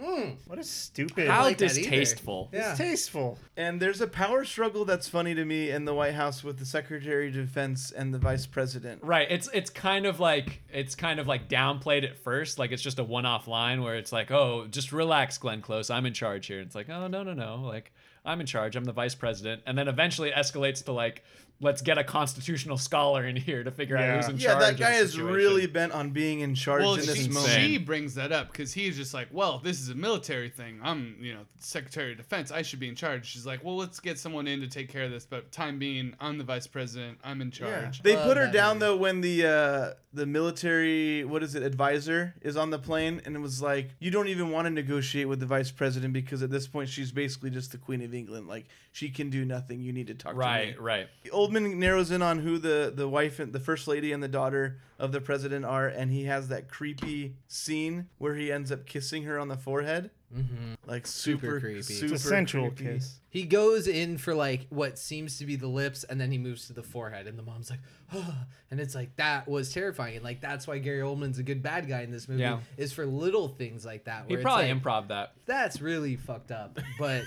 A: What a stupid.
L: How I like that either. distasteful. Yeah.
A: Distasteful.
L: And there's a power struggle that's funny to me in the White House with the Secretary of Defense and the Vice President.
K: Right. It's it's kind of like it's kind of like downplayed at first, like it's just a one-off line where it's like, "Oh, just relax, Glenn Close. I'm in charge here." And it's like, "Oh, no, no, no. Like I'm in charge. I'm the vice president." And then eventually it escalates to like, "Let's get a constitutional scholar in here to figure out who's in
L: yeah
K: charge."
L: that
K: of
L: guy
K: the
L: is
K: situation."
L: really bent on being in charge
M: Well,
L: in this
M: she,
L: moment.
M: she brings that up because he's just like, well, this is a military thing. I'm, you know, Secretary of Defense. I should be in charge. She's like, well, let's get someone in to take care of this. But time being, I'm the vice president. I'm in
L: Yeah.
M: charge.
L: They put her down though when the uh, the military what is it advisor is on the plane and it was like you don't even want to negotiate with the vice president because at this point she's basically just the queen of England like she can do nothing you need to talk to me
K: Right, right.
L: Oldman narrows in on who the the wife and the first lady and the daughter of the president are, and he has that creepy scene where he ends up kissing her on the forehead,
F: Mhm.
L: like Mm-hmm. super, creepy, super creepy.
F: He goes in for like what seems to be the lips, and then he moves to the forehead, and the mom's like, "Oh," and it's like that was terrifying, and like that's why Gary Oldman's a good bad guy in this movie
K: Yeah.
F: is for little things like that.
K: He
F: where it's
K: probably
F: like,
K: improv that.
F: That's really fucked up, but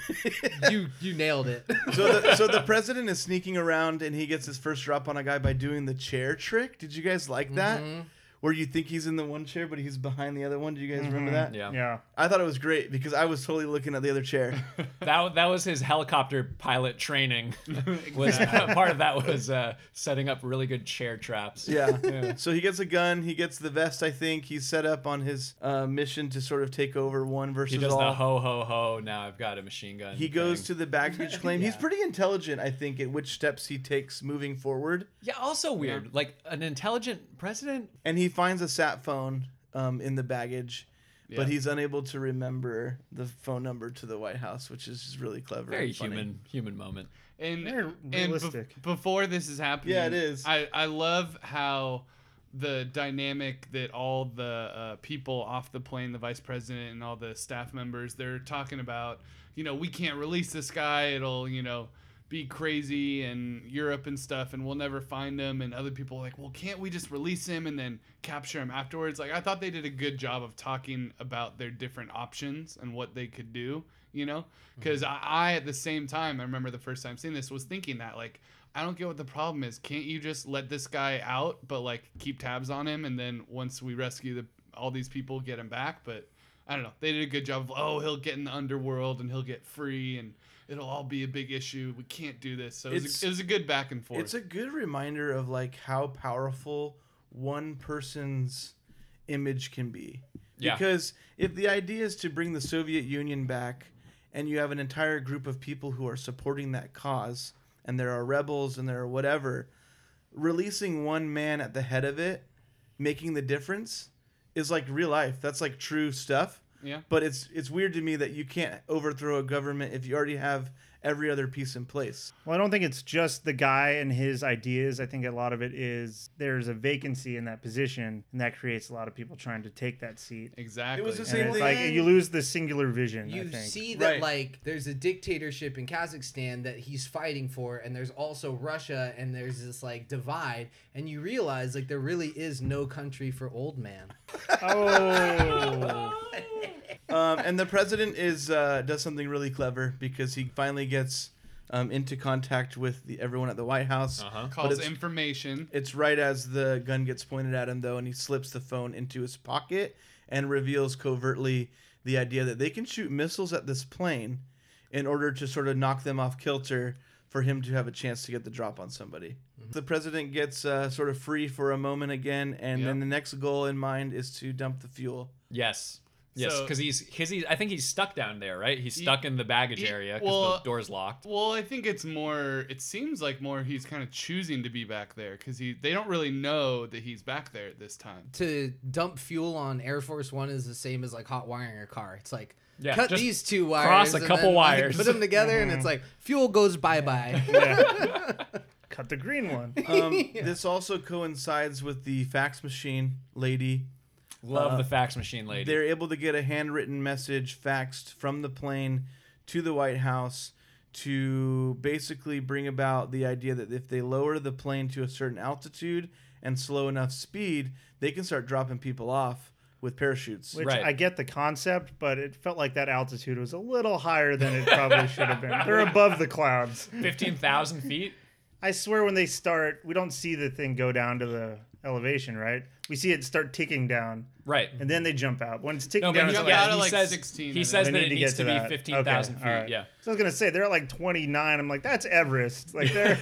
F: you you nailed it.
L: So the, so the president is sneaking around, and he gets his first drop on a guy by doing the chair trick. Did you guys like that?
F: Mhm.
L: Where you think he's in the one chair, but he's behind the other one. Do you guys remember
K: Mhm.
L: that?
K: Yeah. Yeah.
L: I thought it was great because I was totally looking at the other chair.
K: That that was his helicopter pilot training. was part of that was uh, setting up really good chair traps.
L: Yeah. So he gets a gun. He gets the vest. I think he's set up on his uh, mission to sort of take over one versus
K: He does
L: all.
K: the ho ho ho. Now I've got a machine gun.
L: he goes to the baggage claim. He's pretty intelligent, I think, at which steps he takes moving forward.
K: Yeah, also weird. Like an intelligent president.
L: And he finds a sat phone um, in the baggage,
K: Yeah.
L: but he's unable to remember the phone number to the White House, which is just really clever.
K: Very
L: and funny.
K: human human moment.
M: And,
L: They're
M: and bef-
L: realistic.
M: before this is happening,
L: Yeah, it is.
M: I, I love how the dynamic that all the uh, people off the plane, the vice president and all the staff members, they're talking about, you know, we can't release this guy. It'll, you know, be crazy and Europe and stuff, and we'll never find him. And other people are like, well, can't we just release him and then capture him afterwards? Like, I thought they did a good job of talking about their different options and what they could do, you know? Because
L: Mm-hmm.
M: I, I, at the same time, I remember the first time seeing this, was thinking that, like, I don't get what the problem is. Can't you just let this guy out, but like keep tabs on him, and then once we rescue the all these people, get him back? But I don't know. They did a good job of oh, he'll get in the underworld and he'll get free, and it'll all be a big issue. We can't do this. So it was,
L: It's-
M: a, it was a good back and forth.
L: It's a good reminder of like how powerful one person's image can be.
M: Yeah.
L: Because if the idea is to bring the Soviet Union back and you have an entire group of people who are supporting that cause and there are rebels and there are whatever, releasing one man at the head of it, making the difference is like real life. That's like true stuff.
M: Yeah.
L: But it's it's weird to me that you can't overthrow a government if you already have every other piece in place.
A: Well, I don't think it's just the guy and his ideas. I think a lot of it is there's a vacancy in that position, and that creates a lot of people trying to take that seat.
M: Exactly.
L: It was the
A: And
L: same
A: it's
L: thing-
A: like you lose the singular vision. I
F: you
A: think.
F: see that
L: Right.
F: like there's a dictatorship in Kazakhstan that he's fighting for, and there's also Russia, and there's this like divide, and you realize like there really is no country for old man.
A: Oh.
L: um, and the president is uh, does something really clever because he finally gets um, into contact with the everyone at the White House.
M: Uh-huh.
L: But
M: Calls
L: it's-
M: information.
L: It's right as the gun gets pointed at him, though, and he slips the phone into his pocket and reveals covertly the idea that they can shoot missiles at this plane in order to sort of knock them off kilter for him to have a chance to get the drop on somebody. The president gets uh, sort of free for a moment again, and then the next goal in mind is to dump the fuel.
K: Yes. Yes,
L: So-
K: because he's, his, he's I think he's stuck down there, right? He's stuck in the baggage
M: He-
K: area because
M: well-
K: the door's locked.
M: Well, I think it's more. It seems like more he's kind of choosing to be back there because he they don't really know that he's back there at this time.
F: to dump fuel on Air Force One is the same as like hot wiring a car. It's like
M: Yeah,
F: cut
M: just
F: these two wires,
K: cross a
F: and
K: couple
F: then, like,
K: wires.
F: put them together, and
A: Mm-hmm.
K: Mhm.
F: it's like fuel goes bye bye.
A: Cut the green one.
L: Um, This also coincides with the fax machine lady.
K: Love the fax machine lady.
L: They're able to get a handwritten message faxed from the plane to the White House to basically bring about the idea that if they lower the plane to a certain altitude and slow enough speed, they can start dropping people off with parachutes.
A: Which I get the concept, but it felt like that altitude was a little higher than it probably should have been. They're above the clouds.
K: 15,000 feet?
A: I swear when they start, we don't see the thing go down to the elevation, right? We see it start ticking down.
K: Right.
A: And then they jump out. When it's ticking
K: No, but
A: down,
K: he
A: it's
K: jumped out at He like says- 16, he I says
A: They
K: that
A: need
K: it
A: to
K: needs
A: get
K: to be
A: that.
K: 15,000
A: all
K: feet, yeah.
A: So I was going to say, they're at like 29. I'm like, that's Everest. Like, they're.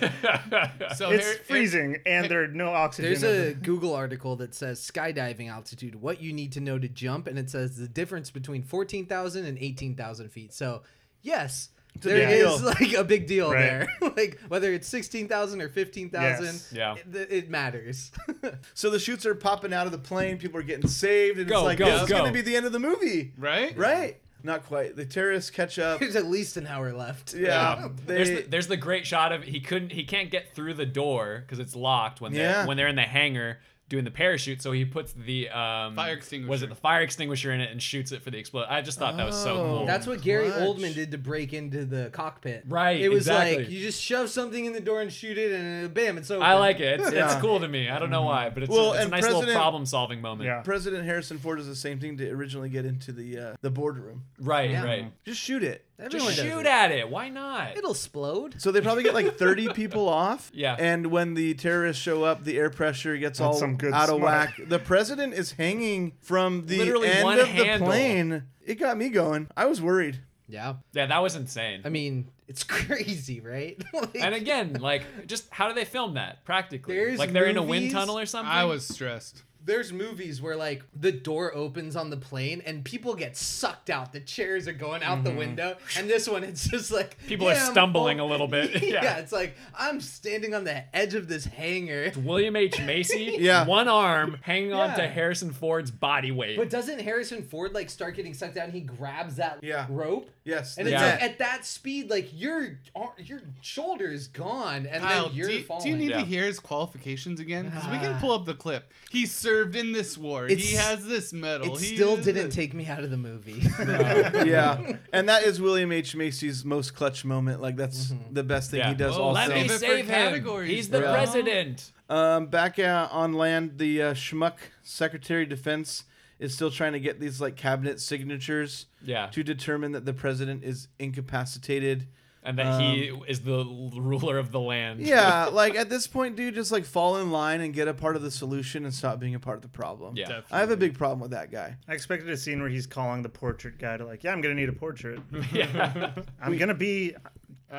M: So
A: it's
M: here-
A: freezing, and there's no oxygen.
F: There's
A: in the-
F: a Google article that says skydiving altitude, what you need to know to jump, and it says the difference between 14,000 and 18,usand feet. So, yes,
L: a
F: there
L: big
F: is
L: deal.
F: like a big deal
L: Right.
F: there. like whether it's 16,000 or 15,000,
L: Yes. Yeah.
F: it, it matters.
L: So the shoots are popping out of the plane. People are getting saved, and
F: Go,
L: it's like
F: go,
L: this is
F: go.
L: going to be the end of the movie,
M: right?
L: Right? Not quite. The terrorists catch up.
F: There's at least an hour left. Oh.
L: Yeah,
K: there's,
L: they-
K: the, there's the great shot of he couldn't he can't get through the door because it's locked when they're
L: Yeah.
K: when they're in the hangar doing the parachute so he puts the um fire extinguisher was it the fire extinguisher in it and shoots it for the explode I just thought that was so cool
F: That's what Gary
K: Clutch.
F: Oldman did to break into the cockpit.
K: Right,
F: It was like
K: exactly.
F: you just shove something in the door and shoot it, and uh, bam, it's over.
K: I like it it's, it's
L: Yeah.
K: cool to me I don't know why but it's, a,
L: Well,
K: it's a
L: and
K: nice little
L: President-
K: problem solving moment
L: President Harrison Ford does the same thing to originally get into the uh, the boardroom.
K: Right, Yeah. right.
L: Just shoot it.
K: Everyone Just does shoot it. at it. Why not?
F: It'll explode.
L: So they probably get like 30 people off.
K: Yeah.
L: And when the terrorists show up, the air pressure gets
K: That's
L: all
K: some good
L: out of
K: smart.
L: whack. The president is hanging from the
K: Literally
L: end
K: one
L: of
K: handle.
L: the plane. It got me going. I was worried.
F: Yeah.
K: yeah that was insane
F: I mean, it's crazy, right?
K: and again like just how do they film that practically
F: There's
K: like they're in a wind
F: movies-
K: tunnel or something
M: I was stressed.
F: There's movies where like the door opens on the plane and people get sucked out. The chairs are going out the
K: Mhm.
F: window, and this one it's just like
K: people
F: yeah,
K: are
F: I'm
K: stumbling a
F: all-
K: little bit
F: yeah. it's like I'm standing on the edge of this hangar.
K: William H. Macy,
F: Yeah.
K: one arm hanging on to
F: Yeah.
K: Harrison Ford's body weight.
F: But doesn't Harrison Ford like start getting sucked out? And he grabs that rope.
L: Yes,
F: and it's
K: yeah.
F: like at that speed, like your ar- your shoulder is gone, and
M: Kyle,
F: then you're
M: do, you-
F: falling.
M: do you need to hear his qualifications again? 'Cause we can pull up the clip. He served in this war.
F: It's-
M: he has this medal.
F: It
M: He
F: still
M: is
F: didn't
M: this-
F: take me out of the movie.
L: yeah. And that is William H. Macy's most clutch moment. Like that's the best thing he does
K: Oh, let
L: also.
K: me save him.
M: categories,
K: He's the
L: bro.
K: president.
L: Um, back uh, on land, the uh, schmuck Secretary of Defense is still trying to get these like cabinet signatures
K: Yeah.
L: to determine that the president is incapacitated
K: And that he
A: Um,
K: is the l- ruler of the land.
L: yeah, like at this point, dude, just like fall in line and get a part of the solution and stop being a part of the problem.
K: Yeah.
L: I have a big problem with that guy.
A: I expected a scene where he's calling the portrait guy to like, yeah, I'm gonna need a portrait. yeah, I'm gonna be.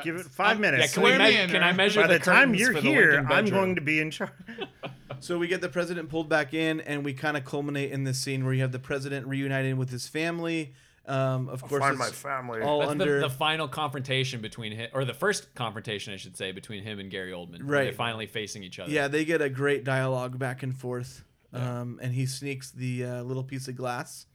A: Give
K: Uh,
A: it five
L: I'm-
A: minutes.
L: yeah, can we Square me me- in, can I right? measure
A: By
L: the
A: the, time
L: curtains
A: you're
L: for the
A: here,
L: Lincoln
A: I'm
L: bedroom?
A: going to be in charge.
L: So we get the president pulled back in, and we kind of culminate in this scene where you have the president reuniting with his family. Um, of course, it's All
K: That's the-
L: under
K: the, final confrontation between him, or the first confrontation, I should say, between him and Gary Oldman. where
L: Right.
K: They're finally facing each other.
L: Yeah, they get a great dialogue back and forth. Um, and he sneaks the uh, little piece of glass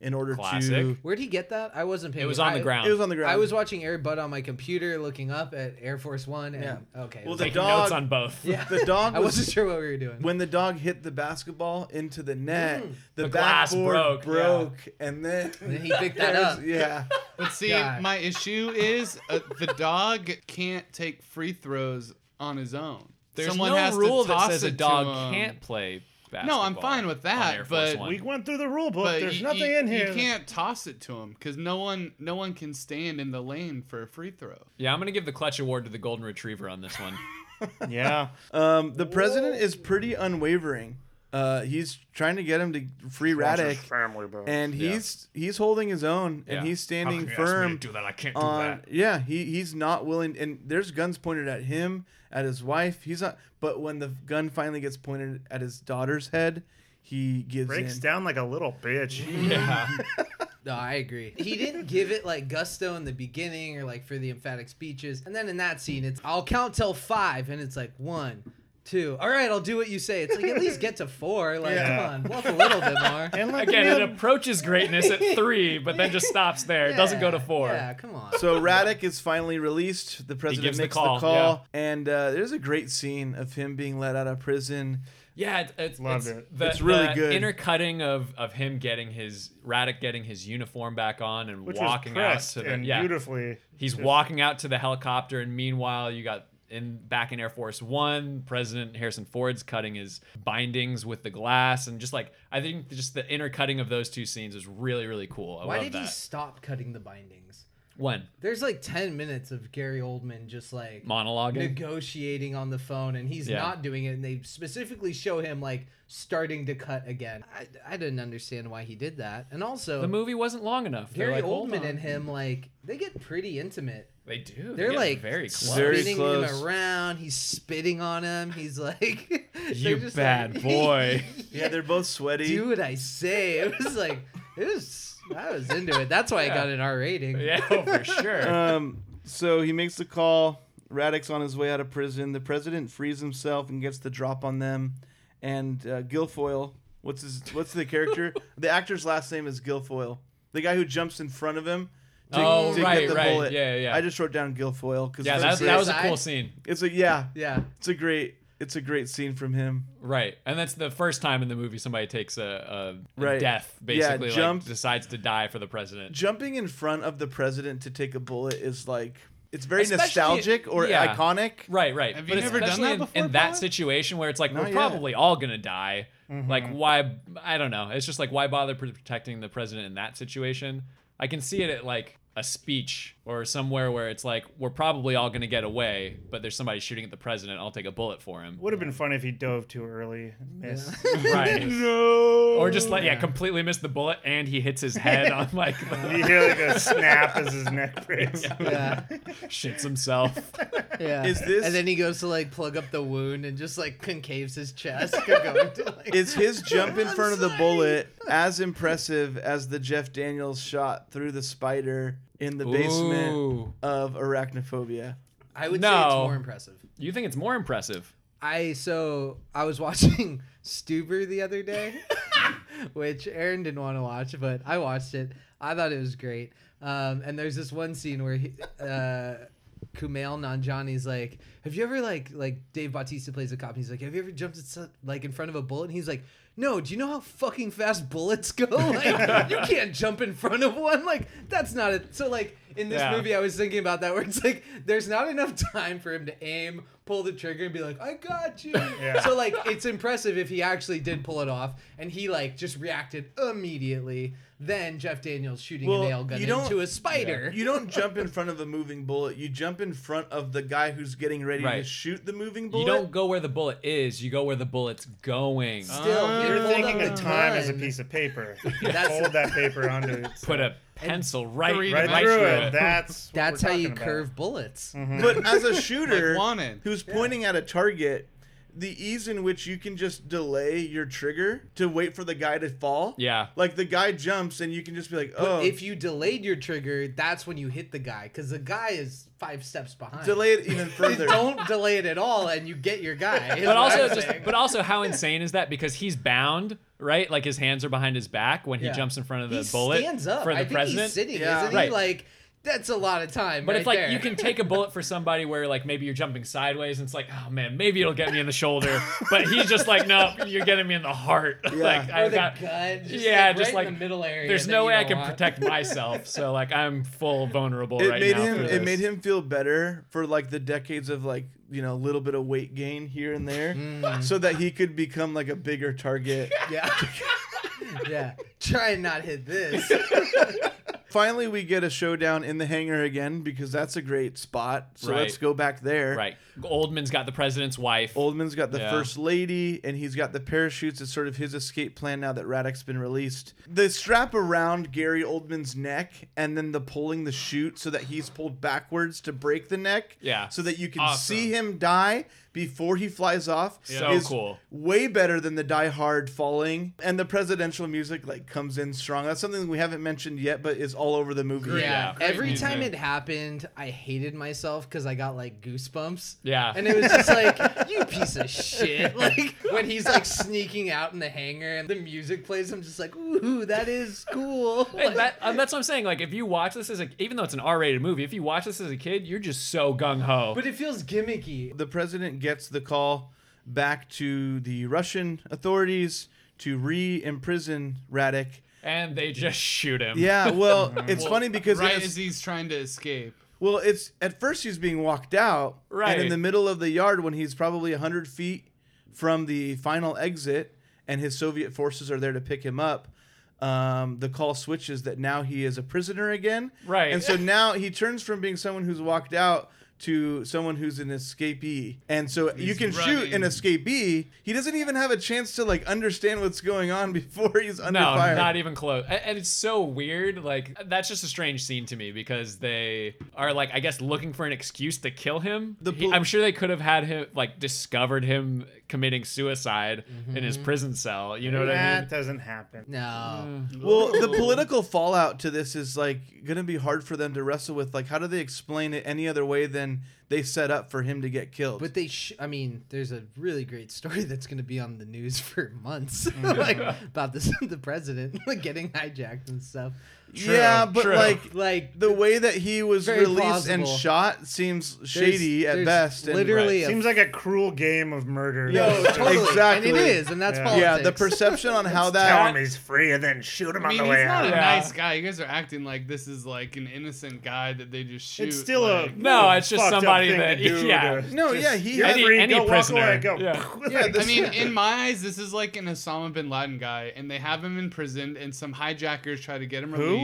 L: in order to.
F: Where'd he get that? I wasn't paying.
L: It was on the
F: I-
L: ground. It was on the ground.
F: I
K: Um,
F: was watching Air Bud on my computer, looking up at Air Force One. And,
L: Yeah.
F: Okay.
L: Well,
F: it
L: the
F: was-
L: dog Yeah. The dog.
F: I
L: was-
F: wasn't sure what we were doing.
L: When the dog hit the basketball into the net,
F: Mm.
L: the,
F: The glass
L: backboard
F: broke,
L: broke,
F: yeah.
L: and then
F: And then he picked that
L: there's-
F: up.
L: Yeah.
M: But see,
L: God.
M: my issue is uh, the dog can't take free throws on his own.
K: There's
M: Someone
K: no
M: has to
K: rule that
M: toss
K: says
M: it
K: a
M: to
K: dog
M: him.
K: can't play basketball.
M: No, I'm fine with
K: on Air
M: that,
K: Force
M: but
K: One.
A: went through the rule book.
M: but
A: There's
M: you-
A: nothing
M: you-
A: in here.
M: You can't toss it to him because no one, no one can stand in the lane for a free throw.
K: yeah, I'm gonna give the clutch award to the golden retriever on this one.
A: yeah.
L: Um, the president is pretty unwavering. Uh, he's trying to get him to free
K: Wants his
L: Radek,
K: family back.
L: and
K: Yeah.
L: he's he's holding his own,
K: Yeah.
L: and he's standing
K: How can you ask me to
L: firm.
K: do that? I can't do
L: on-
K: that.
L: Yeah, he, he's not willing, and there's guns pointed at him, at his wife. He's not. But when the gun finally gets pointed at his daughter's head, he gives
A: Breaks
L: in.
A: down like a little bitch.
L: Yeah.
F: No, I agree. He didn't give it like gusto in the beginning or like for the emphatic speeches. And then in that scene, it's I'll count till five, and it's like one, two. All right, I'll do what you say. It's like at least get to four. Like
K: Yeah.
F: come on, bluff a little bit more.
K: Again, it approaches greatness at three, but then just stops there. It doesn't go to four.
F: Yeah, come on.
L: So Radek is finally released. The president
K: gives the
L: makes
K: call,
L: and uh, there's a great scene of him being let out of prison.
K: Yeah, it, it's
L: Loved
K: it's
L: it.
K: The,
L: It's really
K: the
L: good.
K: Intercutting of of him getting his Radek getting his uniform back on and
A: Which was
K: walking out
A: pressed
K: to the
A: and
K: yeah.
A: beautifully
K: He's
A: just-
K: walking out to the helicopter, and meanwhile, you got in back in Air Force One. President Harrison Ford's cutting his bindings with the glass, and just like I think just the intercutting of those two scenes is really really cool. I
F: Why
K: love
F: did
K: that.
F: he stop cutting the bindings?
K: when
F: There's like 10 minutes of Gary Oldman just like
K: Monologuing?
F: negotiating on the phone, and he's
K: Yeah.
F: not doing it. And they specifically show him like starting to cut again. I, I didn't understand why he did that. And also,
K: the movie wasn't long enough. They're
F: Gary
K: like, "Hold
F: Oldman
K: on."
F: and him, like, they get pretty intimate.
K: They do. They
F: They're
K: get
F: like
K: very close. Very
F: spinning
K: close.
F: him around. He's spitting on him. He's like, they're
K: You
F: just
K: bad
F: like-
K: boy.
L: yeah, they're both sweaty.
F: Do what I say. It was like, it was. I was into it. That's why I got
L: Yeah.
F: an R rating.
K: Yeah, oh, for sure.
L: Um, so he makes the call. Radek's on his way out of prison. The president frees himself and gets the drop on them. And uh, Guilfoyle, what's his? What's the character? the actor's last name is Guilfoyle. The guy who jumps in front of him. To,
K: Oh,
L: to
K: right,
L: get the
K: right.
L: bullet.
K: Yeah, yeah.
L: I just wrote down Guilfoyle because
K: Yeah, that- that was a cool scene.
L: It's a yeah,
F: yeah.
L: It's a great, it's a great scene from him.
K: Right, and that's the first time in the movie somebody takes a, a
L: Right.
K: death,
L: Yeah,
K: basically, like,
L: jump-
K: decides to die for the president.
L: Jumping in front of the president to take a bullet is like it's very
K: Especially-
L: nostalgic or
K: yeah.
L: iconic.
K: Right, right.
L: Have
K: But
L: you ever done
K: especially
L: that
K: in,
L: before,
K: In that situation where it's like
L: Not
K: we're
L: yet.
K: probably all gonna die.
L: Mhm.
K: Like why? I don't know. It's just like why bother pr- protecting the president in that situation? I can see it at like a speech or somewhere where it's like we're probably all gonna get away, but there's somebody shooting at the president. I'll take a bullet for him.
A: Would have been funny if he dove too early and missed.
K: Right.
A: no.
K: Or just like yeah, completely missed the bullet and he hits his head on like. the-
A: You hear like a snap as his neck breaks.
K: Yeah. Shits himself.
F: Yeah.
L: Is this-
F: And then he goes to like plug up the wound and just like concaves his chest. going to, like-
L: Is his jump in front of the bullet as impressive as the Jeff Daniels shot through the spider in the basement
K: Ooh.
L: of arachnophobia?
F: I would
K: no.
F: say it's more impressive.
K: You think it's more impressive?
F: I so I was watching Stuber the other day, which Aaron didn't want to watch, but I watched it. I thought it was great. Um, and there's this one scene where he, uh, Kumail Nanjiani's like, "Have you ever like like Dave Bautista plays a cop? And he's like, Have you ever jumped at, so- like in front of a bullet?" And he's like, "No. Do you know how fucking fast bullets go? Like, you can't jump in front of one. Like that's not it." So like in this
K: Yeah.
F: movie. I was thinking about that where it's like there's not enough time for him to aim, pull the trigger, and be like, I got you.
K: Yeah.
F: So like it's impressive if he actually did pull it off and he like just reacted immediately. Then Jeff Daniels shooting a nail gun into a spider.
L: You don't jump in front of a moving bullet. You jump in front of the guy who's getting ready to
K: Right.
L: shoot the moving bullet.
K: You don't go where the bullet is, you go where the bullet's going.
L: Uh,
A: you're
F: hold
A: thinking
F: up
A: the
F: the
A: time as a
F: gun.
A: piece of paper. You
F: That's-
A: fold that paper onto it.
K: Put a pencil right,
A: three
K: right,
A: dimensions.
K: through
A: Through
K: it.
A: it. That's what
F: That's
A: we're
F: how you
A: talking about. Uh-huh.
F: curve bullets.
L: But as a shooter who's pointing at a target, the ease in which you can just delay your trigger to wait for the guy to fall.
K: Yeah.
L: Like the guy jumps and you can just be like, oh.
F: But if you delayed your trigger, that's when you hit the guy because the guy is five steps behind.
L: Delay it even further.
F: Don't delay it at all, and you get your guy. is
K: But
F: what
K: also
F: I'm
K: just
F: saying.
K: but also how insane is that? Because he's bound, right? Like his hands are behind his back when
F: Yeah.
K: he jumps in front of the
F: he
K: bullet
F: stands up.
K: for the
F: I think
K: president.
F: he's sitting, isn't he?
K: Right.
F: Like that's a lot of time.
K: But
F: right
K: it's like
F: there.
K: you can take a bullet for somebody where like maybe you're jumping sideways and it's like, oh man, maybe it'll get me in the shoulder. But he's just like, no, you're getting me in the heart. like
F: Or
K: I've
F: the
K: got
F: gut, just,
K: yeah,
F: like,
K: just
F: right
K: like
F: in the middle area
K: There's
F: that
K: no
F: you
K: way I
F: don't
K: can
F: want.
K: protect myself. So like I'm full vulnerable
L: it
K: right
L: made
K: now.
L: him
K: for
L: it
K: this.
L: made him feel better for like the decades of like you know, a little bit of weight gain here and there,
K: Mm.
L: so that he could become like a bigger target.
F: Yeah. yeah. Try and not hit this.
L: Finally, we get a showdown in the hangar again because that's a great spot. So
K: Right.
L: let's go back there.
K: Right. Oldman's got the president's wife.
L: Oldman's got the
K: Yeah.
L: first lady, and he's got the parachutes. It's sort of his escape plan now that Radek's been released. The strap around Gary Oldman's neck, and then the pulling the chute so that he's pulled backwards to break the neck.
K: Yeah.
L: So that you can
K: Awesome.
L: see him die before he flies off.
K: So
L: is
K: cool.
L: Way better than the Die Hard falling. And the presidential music like comes in strong. That's something we haven't mentioned yet, but is all over the movie.
F: Every time it happened, I hated myself because I got like goosebumps.
L: Yeah.
F: And it was just like, you piece of shit. Like when he's like sneaking out in the hangar and the music plays, I'm just like, ooh, that is cool.
K: Hey, that- uh, that's what I'm saying. Like, if you watch this as a, even though it's an R-rated movie, if you watch this as a kid, you're just so gung ho.
F: But it feels gimmicky.
L: The president gets the call back to the Russian authorities to re imprison Radek.
K: And they just shoot him.
L: Yeah, well, it's funny because in
M: right
L: a-
M: as he's trying to escape,
L: Well, it's at first he's being walked out, And in
M: Right.
L: the middle of the yard, when he's probably hundred feet from the final exit, and his Soviet forces are there to pick him up, um, the call switches that now he is a prisoner again,
K: Right.
L: And so now he turns from being someone who's walked out to someone who's an escapee, and so you
M: He's
L: can shoot an
M: running.
L: escapee. He doesn't even have a chance to like understand what's going on before he's under
K: no,
L: fire.
K: not even close. A- And it's so weird. Like that's just a strange scene to me because they are like, I guess, looking for an excuse to kill him. He- I'm sure they could have had him like discovered him committing suicide in his
A: Mhm.
K: prison cell. You know what
A: that
K: I mean?
A: doesn't happen.
F: No.
K: Mm.
L: Well, the political fallout to this is like going to be hard for them to wrestle with. Like, how do they explain it any other way than they set up for him to get killed?
F: But they, sh- I mean, there's a really great story that's going to be on the news for months, like about this the president like getting hijacked and stuff.
L: yeah, but like,
F: like
L: the way that he was
F: Very
L: released and
F: plausible.
L: shot seems shady at best. And
A: seems like a cruel game of murder.
L: Yeah,
A: That's-
L: totally. And
F: it is, and that's
A: yeah.
L: Yeah, the perception on how
A: Let's Tell him
L: that
A: he's free and then shoot him
M: I mean,
A: on
M: he's
A: the way
M: not
A: out.
M: a nice guy. You guys are acting like this is like an innocent guy that they just shoot.
A: It's still
M: like,
A: a really fucked up thing to do to just- you're free, go walk away, go.
M: I mean, in my eyes, this is like an Osama bin Laden guy, and they have him imprisoned, and some hijackers try to get him
A: Who?
M: released.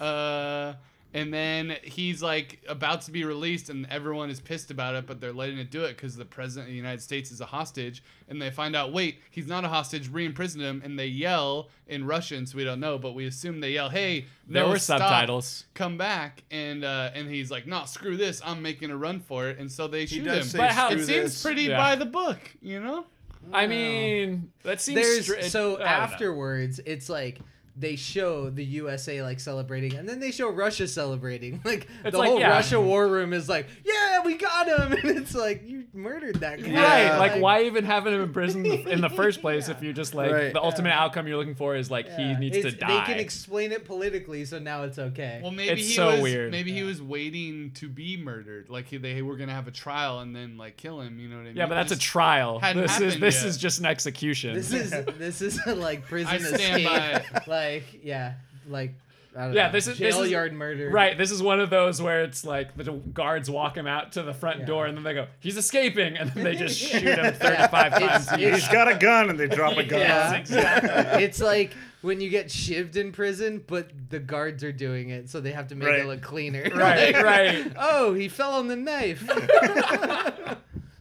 M: Uh, and then he's like about to be released, and everyone is pissed about it, but they're letting it do it because the president of the United States is a hostage. And they find out, wait, he's not a hostage. Re-imprison him, and they yell in Russian, so we don't know, but we assume they yell, "Hey,
K: There
M: no,
K: were
M: stop,
K: subtitles.
M: Come back!" And uh, and he's like, "No, screw this. I'm making a run for it." And so they shoot
K: does
M: him.
K: say, But how-
M: it
K: "Screw
M: seems
K: this."
M: pretty
K: Yeah.
M: by the book, you know.
K: I mean, that seems
F: There's
K: str- I
F: so
K: don't know.
F: afterwards, it's like they show the USA like celebrating, and then they show Russia celebrating. Like
K: It's
F: the
K: like,
F: whole
K: yeah.
F: Russia war room is like, yeah, we got him, and it's like you murdered that guy.
K: Right, like why even having him in prison in the first place if you're just like
L: Right.
K: the ultimate outcome you're looking for is like he needs to
F: It's-
K: die.
F: They can explain it politically, so now it's okay.
M: Well, maybe
K: It's
M: he
K: so
M: was,
K: weird.
M: Maybe he was waiting to be murdered. Like he, they were gonna have a trial and then like kill him. You know what I mean?
K: yeah, but
M: It
K: that's a
M: just
K: trial.
M: hadn't
K: This is
M: happened
K: this
M: yet.
K: is just an execution.
F: This is this is like prison
M: I stand
F: escape.
M: by
F: Like yeah, like I don't
K: yeah,
F: know,
K: this is
F: jail
K: this is,
F: yard murder.
K: Right, this is one of those where it's like the guards walk him out to the front door and then they go, "He's escaping," and then they just shoot him 35 times.
A: He's got a gun and they drop a gun.
F: Yeah, exactly. it's like when you get shivved in prison, but the guards are doing it, so they have to make
A: Right.
F: it look cleaner.
K: Right,
F: Like,
K: right.
F: Oh, he fell on the knife.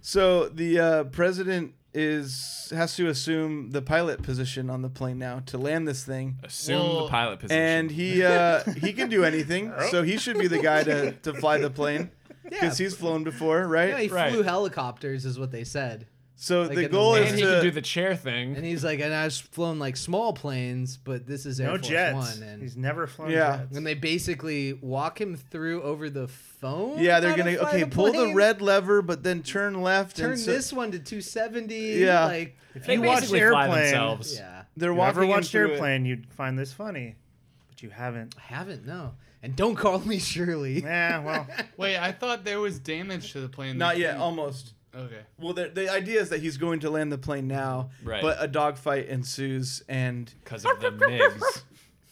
L: so the uh, president is has to assume the pilot position on the plane now to land this thing.
K: Assume the pilot position.
L: And he uh, he can do anything, so he should be the guy to, to fly the plane because he's flown before, right?
F: Yeah, he flew helicopters, is what they said.
L: So
F: Like
L: the
F: in the
L: goal
F: movie.
L: is
F: And
L: to
F: he can
K: do the chair thing,
F: And he's like, and I've flown like small planes, but this is Air
A: No
F: Force
A: jets.
F: One. And
A: He's never flown
L: Yeah.
A: jets.
F: And they basically walk him through over the phone.
L: Yeah, they're
F: how to
L: gonna
F: fly
L: okay
F: the
L: pull the
F: plane?
L: red lever, but then turn left.
F: Turn
L: and so-
F: this one to 270.
L: Yeah.
F: Like,
A: If
K: They
A: you watched
K: basically fly
A: Airplane,
K: themselves.
F: Yeah.
L: They're
A: If you ever
L: walking him
A: watched
L: through it.
A: Airplane, you'd find this funny, but you haven't.
F: haven't no. And don't call me Shirley.
A: Yeah, well,
M: Wait, I thought there was damage to the plane.
L: Not
M: They
L: yet, Um,
M: couldn't-
L: almost.
M: Okay.
L: Well, the, the idea is that he's going to land the plane now,
K: Right.
L: but a dogfight ensues, and
K: because of the MIGs.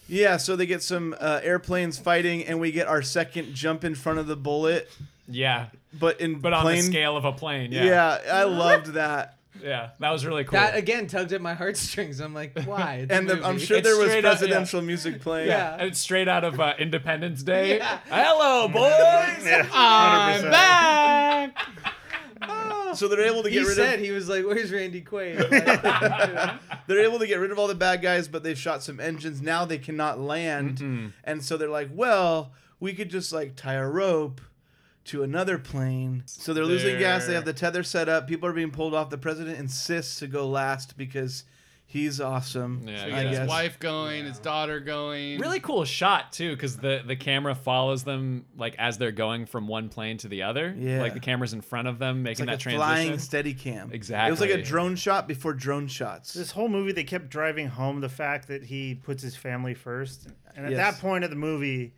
L: yeah, so they get some uh, airplanes fighting, and we get our second jump in front of the bullet
K: Yeah.
L: But in
K: but on the
L: plane-
K: scale of a plane. Yeah.
L: I loved that.
K: Yeah, that was really cool.
F: That again tugged at my heartstrings. I'm like, why? It's a
L: And the- I'm
F: movie.
L: sure there was
K: straight up- yeah.
L: presidential music playing.
K: yeah. and It's straight out of uh, Independence Day.
F: Yeah.
K: Hello, boys.
A: Yeah,
K: I'm
A: 100%.
K: back.
L: So they're able to get
F: he
L: rid
F: said
L: of
F: he was like, "Where's Randy Quaid?" Like,
L: they're able to get rid of all the bad guys, but they've shot some engines. Now they cannot land,
K: Mm-hmm.
L: and so they're like, well, we could just like tie a rope to another plane. So they're losing gas. They have the tether set up. People are being pulled off. The president insists to go last because he's awesome.
K: Yeah,
M: So he
L: I
M: got his
L: guess.
M: wife going, his daughter going.
K: Really cool shot too, because the the camera follows them like as they're going from one plane to the other.
L: Yeah.
K: like the camera's in front of them
L: It's
K: making
L: like a
K: that transition.
L: flying steady cam.
K: Exactly.
L: It was like a drone shot before drone shots.
A: This whole movie, they kept driving home the fact that he puts his family first, and at
L: Yes.
A: that point of the movie,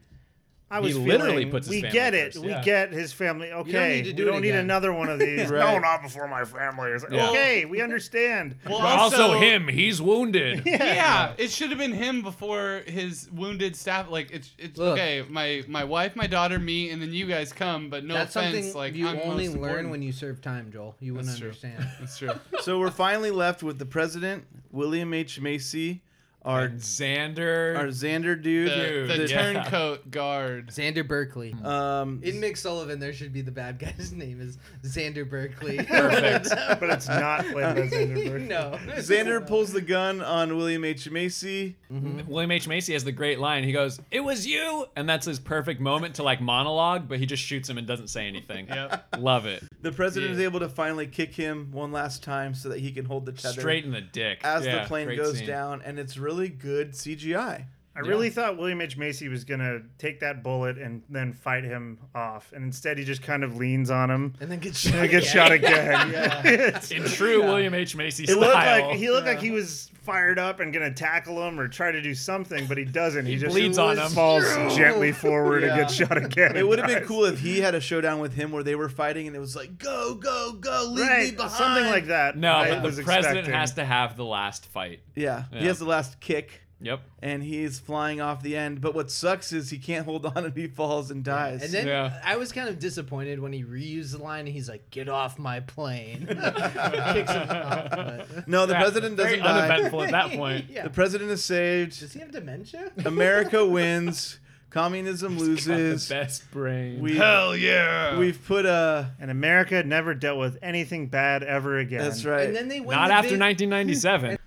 A: I
K: He
A: was
K: literally
A: feeling,
K: puts his
A: we
K: family
A: get it,
K: first,
A: we
K: yeah.
A: get his family. Okay,
F: need to do
A: we
F: it
A: don't need
F: again.
A: another one of these.
L: Right.
A: No, not before my family. It's like,
K: Yeah.
A: Okay, we understand.
M: Well,
K: But also, him, he's wounded.
M: Yeah. it should have been him before his wounded staff. Like it's it's
F: Look.
M: okay. My my wife, my daughter, me, and then you guys come. But no
F: That's
M: offense,
F: something
M: like
F: you
M: I'm
F: only
M: most
F: learn
M: important.
F: when you serve time, Joel. You wouldn't
M: That's true.
F: understand.
M: That's true.
L: so we're finally left with the president, William H. Macy, our
K: And Xander.
L: our Xander dude.
M: The, the
K: the- yeah.
M: turncoat guard.
F: Xander Berkeley.
L: Um,
F: In Mick Sullivan, there should be the bad guy's name is Xander Berkeley.
K: Perfect.
A: but it's not played by Xander Berkeley.
F: no.
L: Xander pulls the gun on William H. Macy.
K: William H Macy has the great line. He goes, "It was you," and that's his perfect moment to like monologue, but he just shoots him and doesn't say anything.
M: Yep.
K: Love it.
L: The president
M: Yeah.
L: is able to finally kick him one last time so that he can hold the tether
K: Straight in the dick.
L: as
K: Yeah,
L: the plane
K: great
L: goes
K: scene.
L: down, and it's really good CGI.
A: I really thought William H. Macy was going to take that bullet and then fight him off. And instead, he just kind of leans on him
F: and then gets
A: and
F: shot.
A: he gets shot again. It's-
K: In true William H Macy
A: it
K: style.
A: looked like he looked like he was fired up and going to tackle him or try to do something, but he doesn't. He,
K: He
A: just
K: bleeds on him.
A: falls gently forward and
L: Yeah.
A: gets shot again.
L: It would have been
A: Nice.
L: cool if he had a showdown with him where they were fighting and it was like, go, go, go, leave me
A: right?
L: behind.
A: Something like that.
K: No,
A: I
K: but
A: was
K: the president
A: expecting.
K: has to have the last fight.
L: Yeah,
K: Yeah.
L: he has the last kick
K: Yep.
L: and he's flying off the end. But what sucks is he can't hold on and he falls and dies.
F: And then
K: Yeah.
F: I was kind of disappointed when he reused the line and he's like, "Get off my plane!" Kicks him off, but-
L: no, the
K: Yeah,
L: president doesn't
K: very
L: die.
K: uneventful at that point.
F: yeah.
L: The president is saved.
F: Does he have dementia?
L: America wins. Communism
K: Got
L: loses.
K: the best brain.
L: We
M: Hell yeah.
L: we've put a.
A: And America never dealt with anything bad ever again.
L: That's right.
F: And then they win
K: Not
F: the
K: after
F: big-
K: 1997.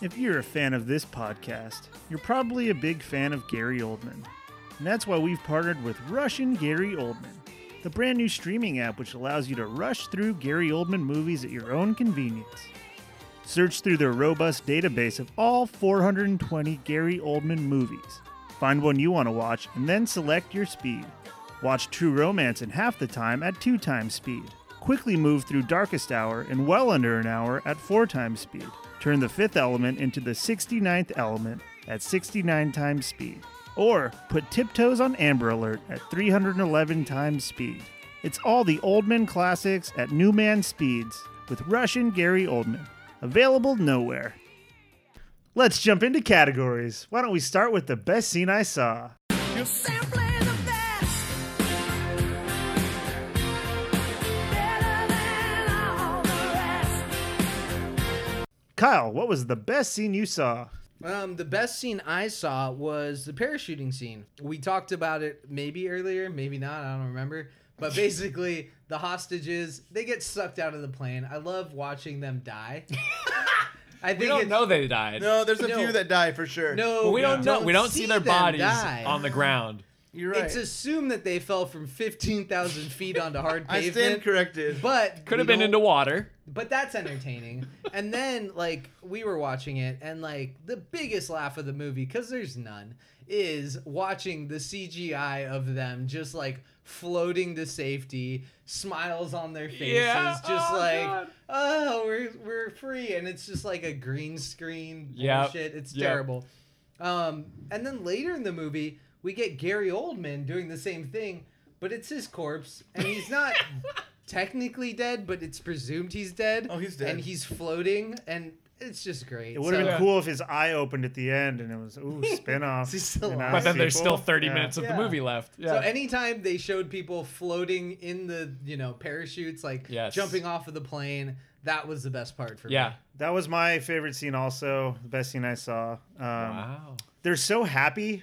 A: If you're a fan of this podcast, you're probably a big fan of Gary Oldman. And that's why we've partnered with Russian Gary Oldman, the brand new streaming app which allows you to rush through Gary Oldman movies at your own convenience. Search through their robust database of all 420 Gary Oldman movies. Find one you want to watch and then select your speed. Watch True Romance in half the time at two times speed. Quickly move through Darkest Hour in well under an hour at four times speed. Turn the fifth element into the 69th element at 69 times speed. Or put Tiptoes on Amber Alert at 311 times speed. It's all the Oldman classics at Newman speeds with Russian Gary Oldman. Available nowhere. Let's jump into categories. Why don't we start with the best scene I saw? Kyle, what was the best scene you saw?
F: Um, the best scene I saw was the parachuting scene. We talked about it maybe earlier, maybe not. I don't remember. But basically, the hostages they get sucked out of the plane. I love watching them die. I think
K: we don't
F: it's-
K: know they died.
L: no, there's a
F: No.
L: few that die for sure.
F: No,
K: But we don't know. We don't see, their
F: them
K: bodies
F: die.
K: on the ground.
L: you're right.
F: It's assumed that they fell from fifteen thousand feet onto hard
L: I
F: pavement.
L: stand corrected.
F: But
K: Could
F: we
K: have been
F: don't-
K: into water.
F: but that's entertaining. and then like we were watching it, and like the biggest laugh of the movie, because there's none, is watching the CGI of them just like floating to safety, smiles on their faces,
K: Yeah.
F: just
K: Oh,
F: like
K: God.
F: oh we're we're free, and it's just like a green screen
K: Yep.
F: bullshit. It's
K: Yep.
F: terrible. Um, and then later in the movie, we get Gary Oldman doing the same thing, but it's his corpse, and he's not technically dead, but it's presumed he's dead.
L: Oh, he's dead.
F: And he's floating, and It's just great.
A: It would have
F: So-
A: been cool if his eye opened at the end and it was ooh spinoff.
F: He's still
A: and
F: alive.
A: I
K: But then there's
A: sequel.
K: still 30 minutes of the movie left.
F: So anytime they showed people floating in the, you know, parachutes, like
A: Yes.
F: jumping off of the plane, that was the best part for me.
A: that was my favorite scene. Also, the best scene I saw. Um,
K: wow,
A: they're so happy.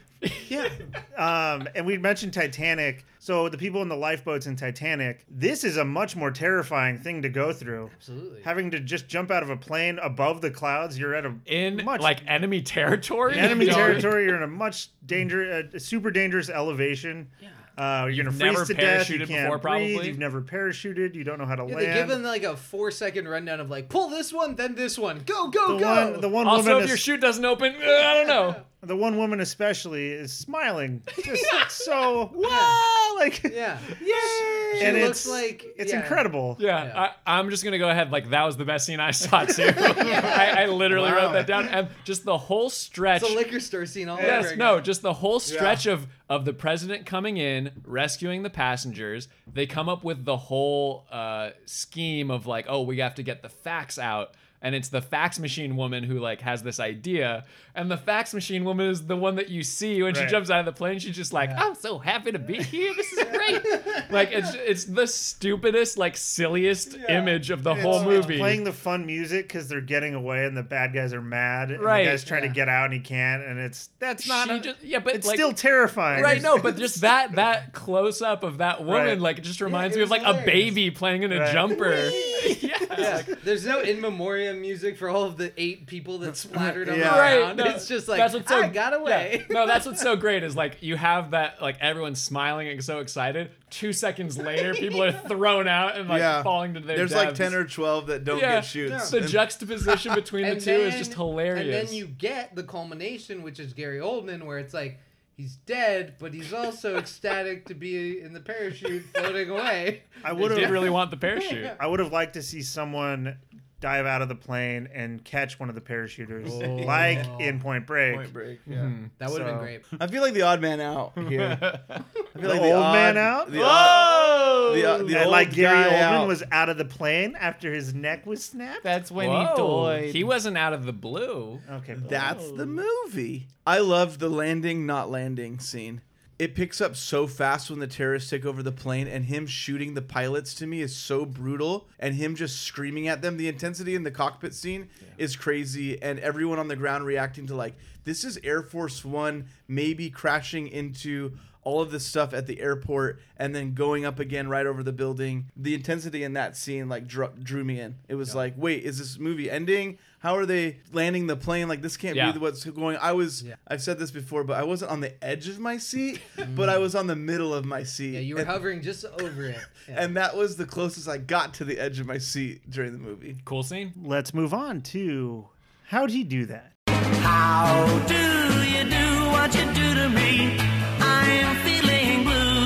A: yeah. Um, and we mentioned Titanic. So the people in the lifeboats in Titanic. This is a much more terrifying thing to go through.
F: Absolutely.
A: Having to just jump out of a plane above the clouds. You're at a
K: in like enemy territory.
A: enemy
K: You know?
A: territory. You're in a much danger, a super dangerous elevation. Yeah. Uh, you're
K: You've
A: gonna freeze
K: never
A: to death. You
K: parachuted
A: can't
K: before,
A: breathe.
K: probably.
A: You've never parachuted. You don't know how to
F: Yeah,
A: land.
F: they give them like a four second rundown of like pull this one, then this one, go go
A: The
F: go.
A: one- the one woman is-
K: chute doesn't open, uh, I don't know.
A: The one woman especially is smiling, just so wow, like
F: yeah,
A: yay!
K: She
A: and
K: looks
A: it's
F: like-
A: it's
F: yeah.
A: incredible.
K: Yeah, I, I'm just gonna go ahead. Like that was the best scene I saw too. I, I literally
F: Wow.
K: wrote that down, and just the whole stretch.
F: It's a liquor store scene all over
K: Yes,
F: again.
K: no, just the whole stretch of of the president coming in, rescuing the passengers. They come up with the whole uh, scheme of like, oh, we have to get the fax out. And it's the fax machine woman who like has this idea, and the fax machine woman is the one that you see when
O: Right.
K: she jumps out of the plane. She's just like, "I'm so happy to be here. This is great." like it's it's the stupidest, like silliest image of the
A: It's-
K: whole
A: it's
K: movie.
A: playing the fun music because they're getting away and the bad guys are mad. And
K: Right.
A: the guy's trying to get out and he can't, and it's that's not.
K: She
A: a-
K: just- yeah, but
A: it's
K: like-
A: still terrifying.
K: Right, no, but just that that close up of that woman,
A: Right.
K: like, it just
A: Yeah,
K: reminds
A: it
K: me of
A: was
K: like a
A: hilarious.
K: baby playing in a
A: Right.
K: jumper.
F: Yeah, there's no in memoriam music for all of the eight people that splattered on the
K: Right,
F: ground.
K: no,
F: it's just like
K: that's what's so,
F: I got away.
K: yeah. No, that's what's so great is like you have that like everyone's smiling and so excited. Two seconds later, people are thrown out and like
L: Yeah.
K: falling to their
L: There's like
K: deaths.
L: 10 or 12 that don't
K: Yeah.
L: get shoots.
K: The
L: And-
K: juxtaposition between the
F: And
K: two is just hilarious.
F: And then you get the culmination, which is Gary Oldman, where it's like he's dead, but he's also ecstatic to be in the parachute floating away.
A: I would
K: did
A: have
K: really want the parachute.
A: I would have liked to see someone dive out of the plane and catch one of the parachuters,
L: Oh.
A: like in Point Break.
L: Point Break, yeah.
F: That would have
A: So-
F: been great.
L: I feel like the odd man out here. I
A: The old man out.
L: The odd,
M: Oh!
L: the,
A: Whoa!
L: odd- the
A: And,
L: old
A: like Gary
L: guy
A: Oldman
L: out.
A: was out of the plane after his neck was snapped.
L: That's
K: Whoa, He wasn't out of the blue.
A: Okay,
L: That's the movie. I loved the landing, not landing scene. It picks up so fast when the terrorists take over the plane, and him shooting the pilots to me is so brutal, and him just screaming at them. The intensity in the cockpit scene is crazy, and everyone on the ground reacting to like this is Air Force One maybe crashing into all of this stuff at the airport and then going up again right over the building. The intensity in that scene like drew, drew me in. It was like, wait, is this movie ending? How are they landing the plane? Like this can't
K: Yeah.
L: be what's going. I was I've said this before, but I wasn't on the edge of my seat, but I was on the middle of my seat.
F: Mm. Yeah, you were
L: and,
F: hovering just over it. Yeah.
L: and that was the closest I got to the edge of my seat during the movie.
K: Cool scene.
A: Let's move on to how'd he do that?
P: How do you do what you do to me? I am feeling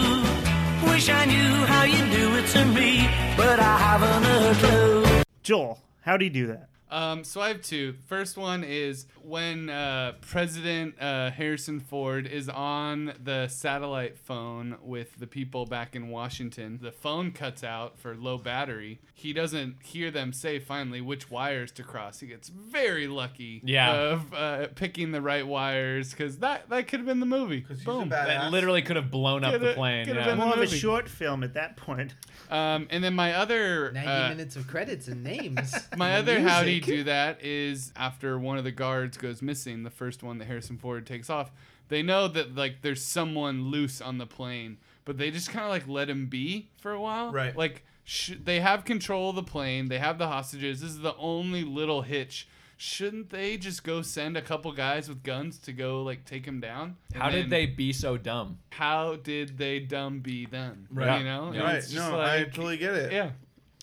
P: blue. Wish I knew how you do it to me, but I haven't a clue.
A: Joel, how'd he do that?
M: Um, so I have two. First one is when uh, President uh, Harrison Ford is on the satellite phone with the people back in Washington. The phone cuts out for low battery. He doesn't hear them say finally which wires to cross. He gets very lucky
K: Yeah.
M: of uh, picking the right wires because that that could have been the movie. Boom.
K: That literally could have blown up
M: Coulda-
K: the plane.
M: coulda
K: yeah.
M: been the
A: More of a
M: movie.
A: short film at that point.
M: Um, and then my other
F: 90
M: uh,
F: minutes of credits and names.
M: My
F: and
M: other how do you
F: music.
M: do that is after one of the guards goes missing, the first one that Harrison Ford takes off, they know that like there's someone loose on the plane, but they just kind of like let him be for a while.
L: Right.
M: Like sh- they have control of the plane, they have the hostages. This is the only little hitch. Shouldn't they just go send a couple guys with guns to go like take him down? And
K: How did
M: then
K: they be so dumb?
M: How did they dumb be them?
L: Right.
M: You know. And
L: Right.
M: it's just
L: No, I
M: like-
L: totally get it.
M: Yeah.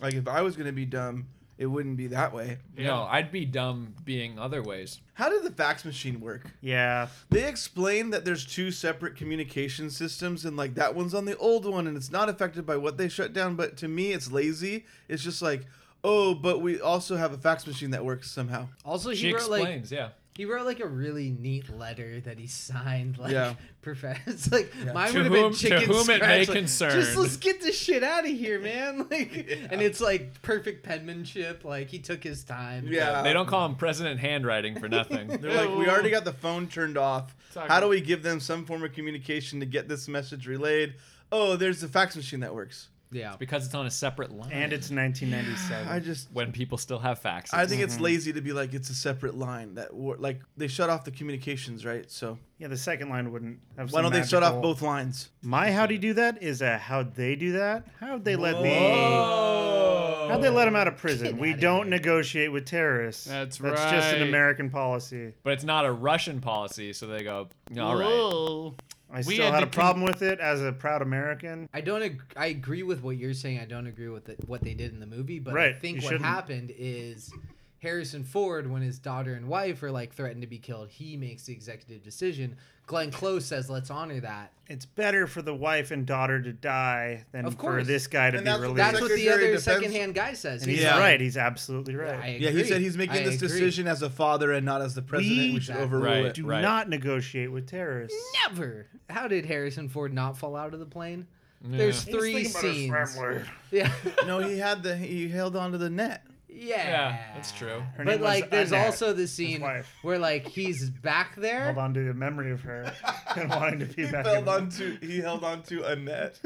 L: Like if I was gonna be dumb, it wouldn't be that way.
K: No, I'd be dumb being other ways.
L: How did the fax machine work?
A: Yeah.
L: They explain that there's two separate communication systems, and like that one's on the old one, and it's not affected by what they shut down. But to me, it's lazy. It's just like, oh, but we also have a fax machine that works somehow.
F: Also, he
K: She
F: wrote
K: explains,
F: like
K: yeah.
F: He wrote like a really neat letter that he signed, like
K: Yeah.
F: profess. Like
K: Yeah.
F: mine
K: To
F: would have been
K: whom- to
F: chicken
K: whom it may
F: scratch, like, Just
K: concern."
F: let's get this shit out of here, man. Like, and it's like perfect penmanship. Like he took his time.
K: They don't call him president handwriting for nothing.
L: They're like, we already got the phone turned off.
K: Sorry.
L: How do we give them some form of communication to get this message relayed? Oh, there's the fax machine that works.
F: Yeah.
K: because it's on a separate line.
L: And
A: it's 1997.
L: I just
K: when people still have faxes.
L: I think
A: Mm-hmm.
L: it's lazy to be like it's a separate line that wor- like they shut off the communications, right? So
A: Yeah, the second line wouldn't have.
L: why
A: some
L: don't they shut off
A: magical-
L: both lines?
A: My how'd he do that is a how'd they do that? How'd they let
M: Oh.
A: me? How'd they let him out of prison? we don't negotiate with terrorists.
K: That's
A: That's just an
K: right.
A: American policy.
K: But it's not a Russian policy, so they go, all right.
A: I still had a problem with it as a proud American.
F: I don't. Ag- I agree with what you're saying. I don't agree with the, what they did in the movie, but I
A: Right,
F: think
A: you
F: what
A: shouldn't.
F: happened is Harrison Ford, when his daughter and wife are like threatened to be killed, he makes the executive decision. Glenn Close says, "Let's honor that."
A: It's better for the wife and daughter to die than
F: Of
A: for
F: course.
A: this guy to
F: And
A: be
F: that's what
A: released.
F: the That's what the Secretary other of Defense- secondhand guy says.
A: And he's
L: Yeah.
A: right. He's absolutely right.
L: Yeah, he said he's making this decision as a father and not as the president. We, should overrule it.
A: Do not negotiate with terrorists.
F: Never. How did Harrison Ford not fall out of the plane?
A: Yeah.
F: There's
A: He was
F: three
A: thinking about his
F: scenes.
A: family.
F: Yeah.
L: no, he had the he held onto the net.
F: Yeah. Yeah,
K: that's true.
F: but like, there's also the
A: His
F: scene
A: wife.
F: where like he's back there.
A: Held on to the memory of her and wanting to be
L: he
A: back.
L: held
A: in-
L: onto he held onto a net.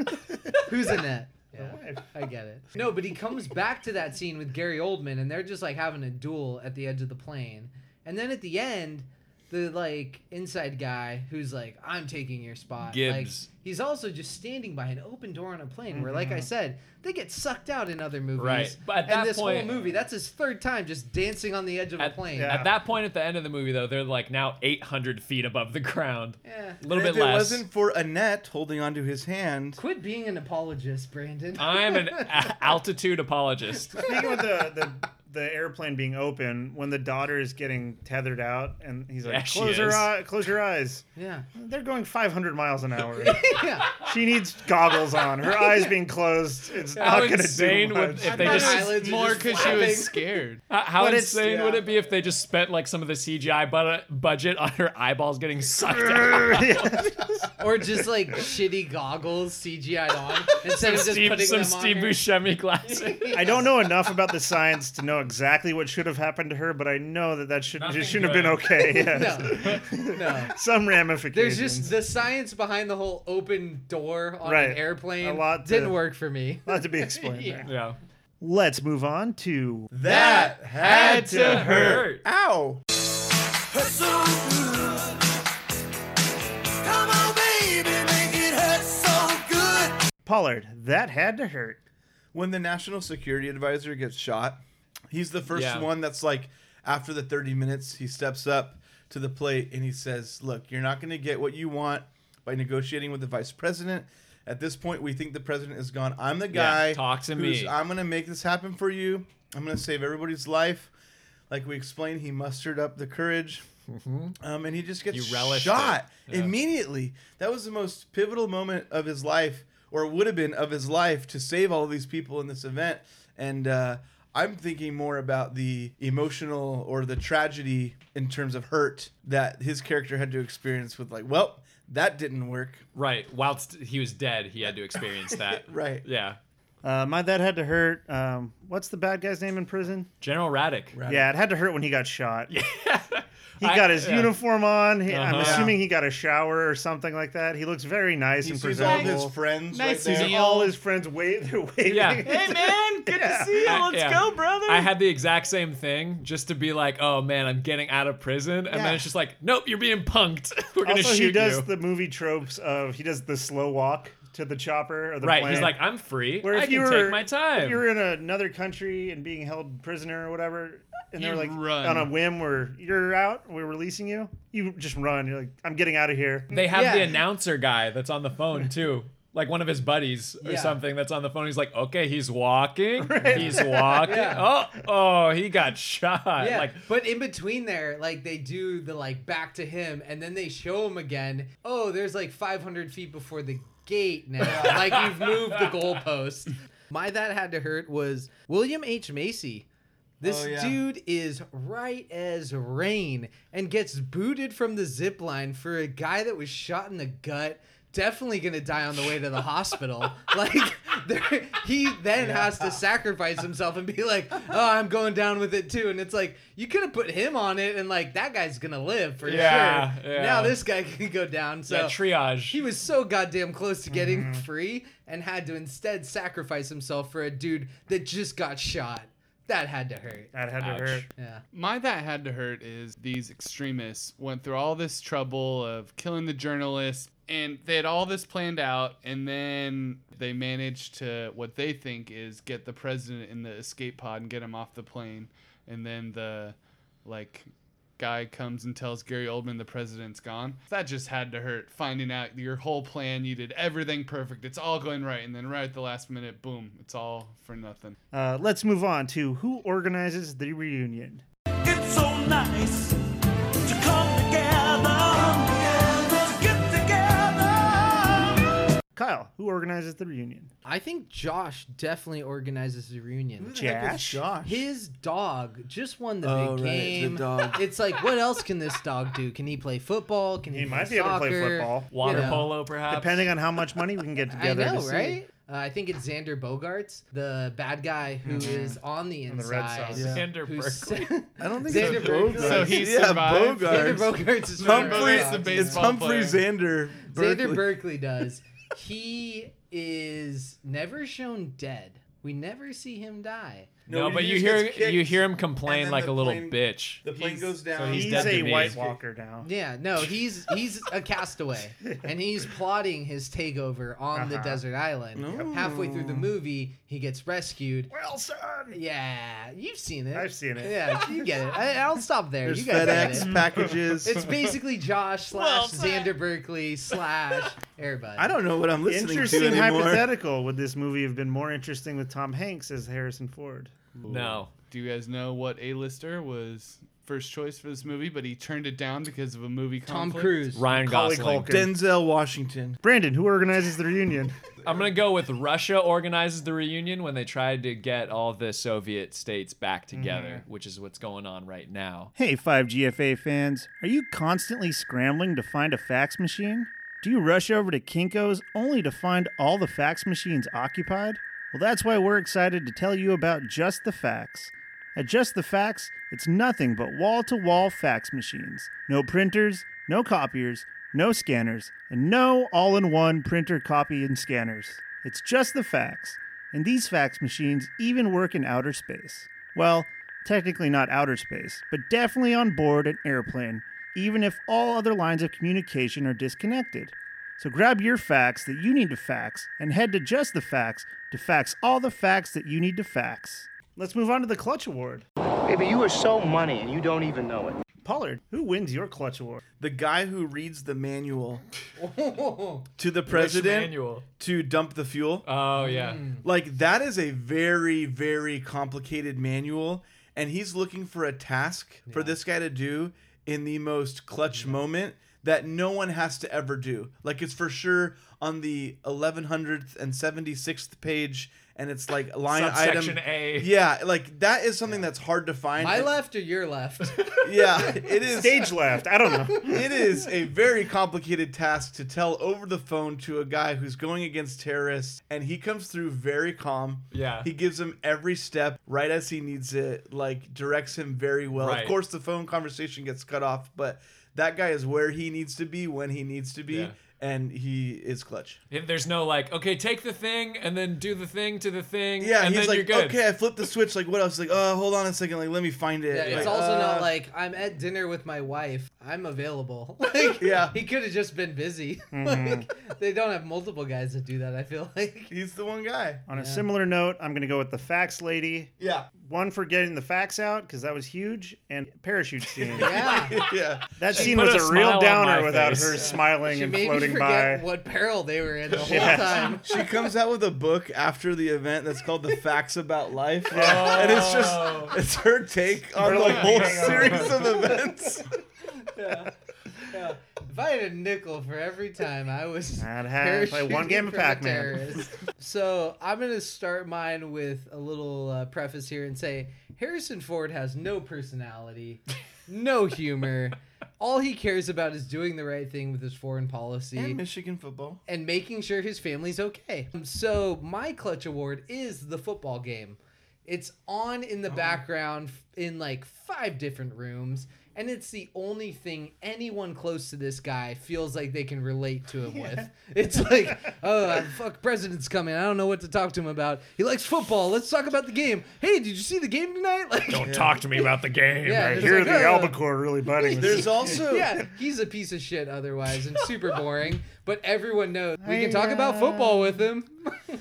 F: Who's Annette? Yeah, I get it. No, but he comes back to that scene with Gary Oldman, and they're just like having a duel at the edge of the plane. And then at the end, the like inside guy who's like, "I'm taking your spot."
K: Gibbs. Mm-hmm.
F: Like, he's also just standing by an open door on a plane, where, like I said, they get sucked out in other movies.
K: Right, but at
F: and
K: that
F: this
K: point-
F: whole movie, that's his third time just dancing on the edge of a
K: At,
F: plane.
K: at that point, at the end of the movie, though, they're like now 800 feet above the ground.
F: Yeah.
K: A little
L: And
K: bit
L: if it
K: less.
L: wasn't for Annette holding onto his hand,
F: Quit being an apologist, Brandon.
K: I'm an a- altitude apologist.
A: Speaking of the, the the airplane being open, when the daughter is getting tethered out, and he's like,
K: Yeah, she
A: "Close her
K: is.
A: eye, close your eyes."
F: Yeah.
A: They're going 500 miles an hour.
F: yeah.
A: She needs goggles on. Her eyes being closed, it's not
K: How
A: going to do
K: insane
A: much.
K: would- if they just
M: more 'cause she was scared.
K: How, Uh, how
A: But it's-
K: insane would
A: yeah.
K: it be if they just spent like some of the CGI bu- budget on her eyeballs getting sucked out?
A: Yeah.
F: or just like shitty goggles CGI'd on instead of just
K: Steve-
F: putting
K: some
F: them on
K: Steve
F: her.
K: Buscemi glasses.
A: I don't know enough about the science to know exactly what should have happened to her, but I know that that should, it shouldn't have been okay. Yeah.
F: No.
A: Some ramifications.
F: There's just the science behind the whole open door on
A: Right.
F: an airplane.
A: A lot to-
F: didn't work for me.
A: a lot to be explained
F: Yeah.
A: there.
K: Yeah.
A: Let's move on to
L: That
P: had to hurt.
L: Ow!
P: Hurt so good. Come on, baby, make it hurt so good.
A: Pollard, that had to hurt.
L: When the national security advisor gets shot, he's the first
K: Yeah.
L: one that's like, after the 30 minutes, he steps up to the plate and he says, Look, you're not going to get what you want by negotiating with the vice president. At this point, we think the president is gone. I'm the
K: Yeah,
L: guy.
K: talk to
L: who's-
K: me."
L: I'm going to make this happen for you. I'm going to save everybody's life. Like we explained, he mustered up the courage. Um, and he just gets
K: You relished
L: shot
K: it. Yeah.
L: immediately. That was the most pivotal moment of his life, or would have been of his life, to save all these people in this event. And uh, I'm thinking more about the emotional or the tragedy in terms of hurt that his character had to experience with, like, well, that didn't work.
K: Right. Whilst he was dead, he had to experience that.
L: Right.
K: Yeah.
A: Uh, my that had to hurt. Um, what's the bad guy's name in prison?
K: General Raddick.
A: Yeah, it had to hurt when he got shot. Yeah. He
K: I-
A: got his
K: yeah.
A: uniform on. He, I'm
K: Uh-huh.
A: assuming he got a shower or something like that. He looks very nice
L: He
A: and
L: sees all
A: presentable.
L: of his friends
A: Nice
L: right there.
A: Sees all his friends wave. They're waving.
K: Yeah.
A: Hey
K: man,
A: good
K: Yeah. I- yeah. I had the exact same thing just to be like, oh man, I'm getting out of prison. And
A: Yeah.
K: then it's just like, nope, you're being punked. We're going to
A: also,
K: shoot
A: he does
K: you.
A: the movie tropes of he does the slow walk to the chopper or the
K: right.
A: plane.
K: He's like, I'm free.
A: Where
K: I
A: if
K: can
A: you were,
K: take my time.
A: If you were in another country and being held prisoner or whatever, and they're
K: You
A: like
K: run.
A: on a whim, where you're out, we're releasing you. You just run. You're like, I'm getting out of here.
K: They have the announcer guy that's on the phone too. Like one of his buddies or
A: Yeah.
K: something that's on the phone. He's like, okay, he's walking. He's
F: Yeah.
K: walking. Oh, oh, he got shot.
F: Yeah,
K: Like,
F: but in between there, like they do the like back to him, and then they show him again. Oh, there's like 500 feet before the gate now. like you've moved the goalpost. My that had to hurt was William H Macy This
L: Oh, yeah.
F: dude is right as rain and gets booted from the zip line for a guy that was shot in the gut. Definitely gonna die on the way to the hospital. Like there, he then has to sacrifice himself and be like, "Oh, I'm going down with it too." And it's like you could have put him on it, and like that guy's gonna live for
K: Yeah,
F: sure.
K: yeah.
F: Now this guy can go down. So
K: That triage.
F: He was so goddamn close to getting
A: Mm-hmm.
F: free and had to instead sacrifice himself for a dude that just got shot. That had to hurt.
A: That had
M: to Ouch. hurt.
F: Yeah.
M: My that had to hurt is these extremists went through all this trouble of killing the journalists and they had all this planned out and then they managed to what they think is get the president in the escape pod and get him off the plane and then the like guy comes and tells Gary Oldman the president's gone. That just had to hurt finding out your whole plan, you did everything perfect. It's all going right and then right at the last minute, boom, it's all for nothing.
A: Uh, let's move on to who organizes the reunion.
P: It's so nice to come together, to get together.
A: Kyle, who organizes the reunion?
F: I think Josh definitely organizes the reunion.
A: the heck is Josh? Josh?
F: His dog just won the
L: Oh,
F: big
L: right, the
F: game.
L: dog.
F: It's like, what else can this dog do? Can he play football? Can he?
A: He
F: play
A: might be able to play
F: soccer?
A: football.
F: You know.
K: perhaps.
A: Depending on how much money we can get
F: I
A: together.
F: know,
A: to see.
F: right? Uh, I think it's Xander Bogarts, the bad guy who is
A: Mhm.
F: on the
A: On the Red
F: inside.
A: Sox. Yeah.
K: Xander
F: who's-
K: Berkeley.
L: I don't think
F: Xander
L: it's
F: Berkeley.
L: Bogarts.
M: So he
L: yeah,
M: survived?
L: Bogarts.
F: Xander Bogarts is from the
L: Humphrey,
F: Red Sox.
L: it's
M: Baseball
L: Humphrey
M: player.
L: Xander.
F: Xander
L: Berkeley.
F: Berkeley does. he is never shown dead. We never see him die.
K: No,
L: he
K: but you
L: just
K: hear
L: gets kicked,
K: you hear him
L: and
K: complain
L: then
K: like
L: the
K: a little
L: plane-
K: bitch.
L: The plane goes down.
K: he's
A: He's
K: dead to
A: a
K: me.
A: White Walker now.
F: Yeah, no, he's he's a castaway, and he's plotting his takeover on the
A: Uh-huh.
F: desert island.
L: No.
F: Halfway through the movie, he gets rescued.
A: Wilson!
F: Yeah, you've seen it.
A: I've seen it.
F: Yeah, you get it. I, I'll stop there.
L: There's
F: you guys get
L: FedEx
F: it.
L: packages.
F: It's basically Josh
B: Well
F: slash Xander Berkeley slash everybody.
L: I don't know what I'm listening to
A: Interesting
L: anymore.
A: hypothetical. Would this movie have been more interesting with Tom Hanks as Harrison Ford?
K: No.
M: Do you guys know what A-lister was first choice for this movie, but he turned it down because of a movie
F: Tom
M: conflict?
F: Cruise.
K: Ryan
A: Macaulay
K: Gosling.
A: Culkin.
L: Denzel Washington.
A: Brandon, who organizes the reunion?
K: I'm gonna go with Russia organizes the reunion when they tried to get all the Soviet states back together, which is what's going on right now.
A: Hey, 5GFA fans, are you constantly scrambling to find a fax machine? Do you rush over to Kinko's only to find all the fax machines occupied? Well, that's why we're excited to tell you about Just the Fax. At Just the Fax, it's nothing but wall to wall fax machines. No printers, no copiers, no scanners, and no all in one printer, copy, and scanners. It's just the fax. And these fax machines even work in outer space. Well, technically not outer space, but definitely on board an airplane, even if all other lines of communication are disconnected. So grab your facts that you need to fax and head to Just the Facts to fax all the facts that you need to fax. Let's move on to the Clutch Award.
E: Baby, you are so money and you don't even know it.
A: Pollard, who wins your Clutch Award?
L: The guy who reads the manual
F: know.
L: to the
K: Which
L: president
K: manual?
L: to dump the fuel.
K: Oh yeah.
L: Like that is a very very complicated manual and he's looking for a task for this guy to do in the most clutch moment that no one has to ever do. Like it's for sure on the 1100th and 76th page and it's like line
K: Subsection
L: item
K: A.
L: Yeah, like that is something that's hard to find.
F: My
L: It-
F: left or your left?
L: Yeah, it is
A: Stage left. I don't know.
L: it is a very complicated task to tell over the phone to a guy who's going against terrorists and he comes through very calm
K: Yeah.
L: he gives him every step right as he needs it like directs him very well
K: Right.
L: of course the phone conversation gets cut off but that guy is where he needs to be when he needs to be
K: Yeah.
L: and he is clutch
K: If There's no like, okay, take the thing and then do the thing to the thing.
L: yeah
K: and
L: he's
K: then you're
L: like
K: good.
L: okay i flipped the switch like what else like oh hold on a second like let me find it
F: Yeah, it's
L: Like,
F: also
L: uh,
F: not like I'm at dinner with my wife. I'm available. Like,
L: Yeah.
F: he could have just been busy.
A: Mm-hmm.
F: like, they don't have multiple guys that do that. I feel like.
L: he's the one guy
A: On a similar note, I'm going to go with the fax lady.
L: yeah
A: One for getting the facts out because that was huge, and parachute scene.
F: Yeah,
L: yeah
A: That
K: She
A: scene
K: put
A: was
K: a
A: a, real
K: smile on
A: downer
K: my
A: without
K: face.
A: her
K: Yeah.
A: smiling
F: she
A: and
F: made me
A: floating
F: forget
A: by.
F: what peril they were in the whole
A: Yeah.
F: time.
L: She comes out with a book after the event that's called "The Facts About Life," and it's just it's her take on
A: We're
L: the
A: like,
L: whole
A: "Hang on."
L: series of events.
F: Yeah. If I had a nickel for every time I was
A: I'd have- play one
F: parachuting
A: game of
F: from a
A: Pac-Man.
F: terrorist. so I'm gonna start mine with a little uh, preface here and say Harrison Ford has no personality, no humor. All he cares about is doing the right thing with his foreign policy
L: And Michigan football.
F: and making sure his family's okay. So my clutch award is the football game. It's on in
A: Oh.
F: the background f- in like five different rooms, and it's the only thing anyone close to this guy feels like they can relate to him with. It's like, oh uh, fuck, president's coming. I don't know what to talk to him about. He likes football. Let's talk about the game. Hey, did you see the game tonight? Like,
K: Don't talk to me about the game.
F: Yeah,
A: I
F: there's
A: hear
F: like,
A: the
F: uh,
A: albacore really budding.
L: There's also-
F: yeah, he's a piece of shit otherwise and super boring. But everyone knows we can talk about football with him.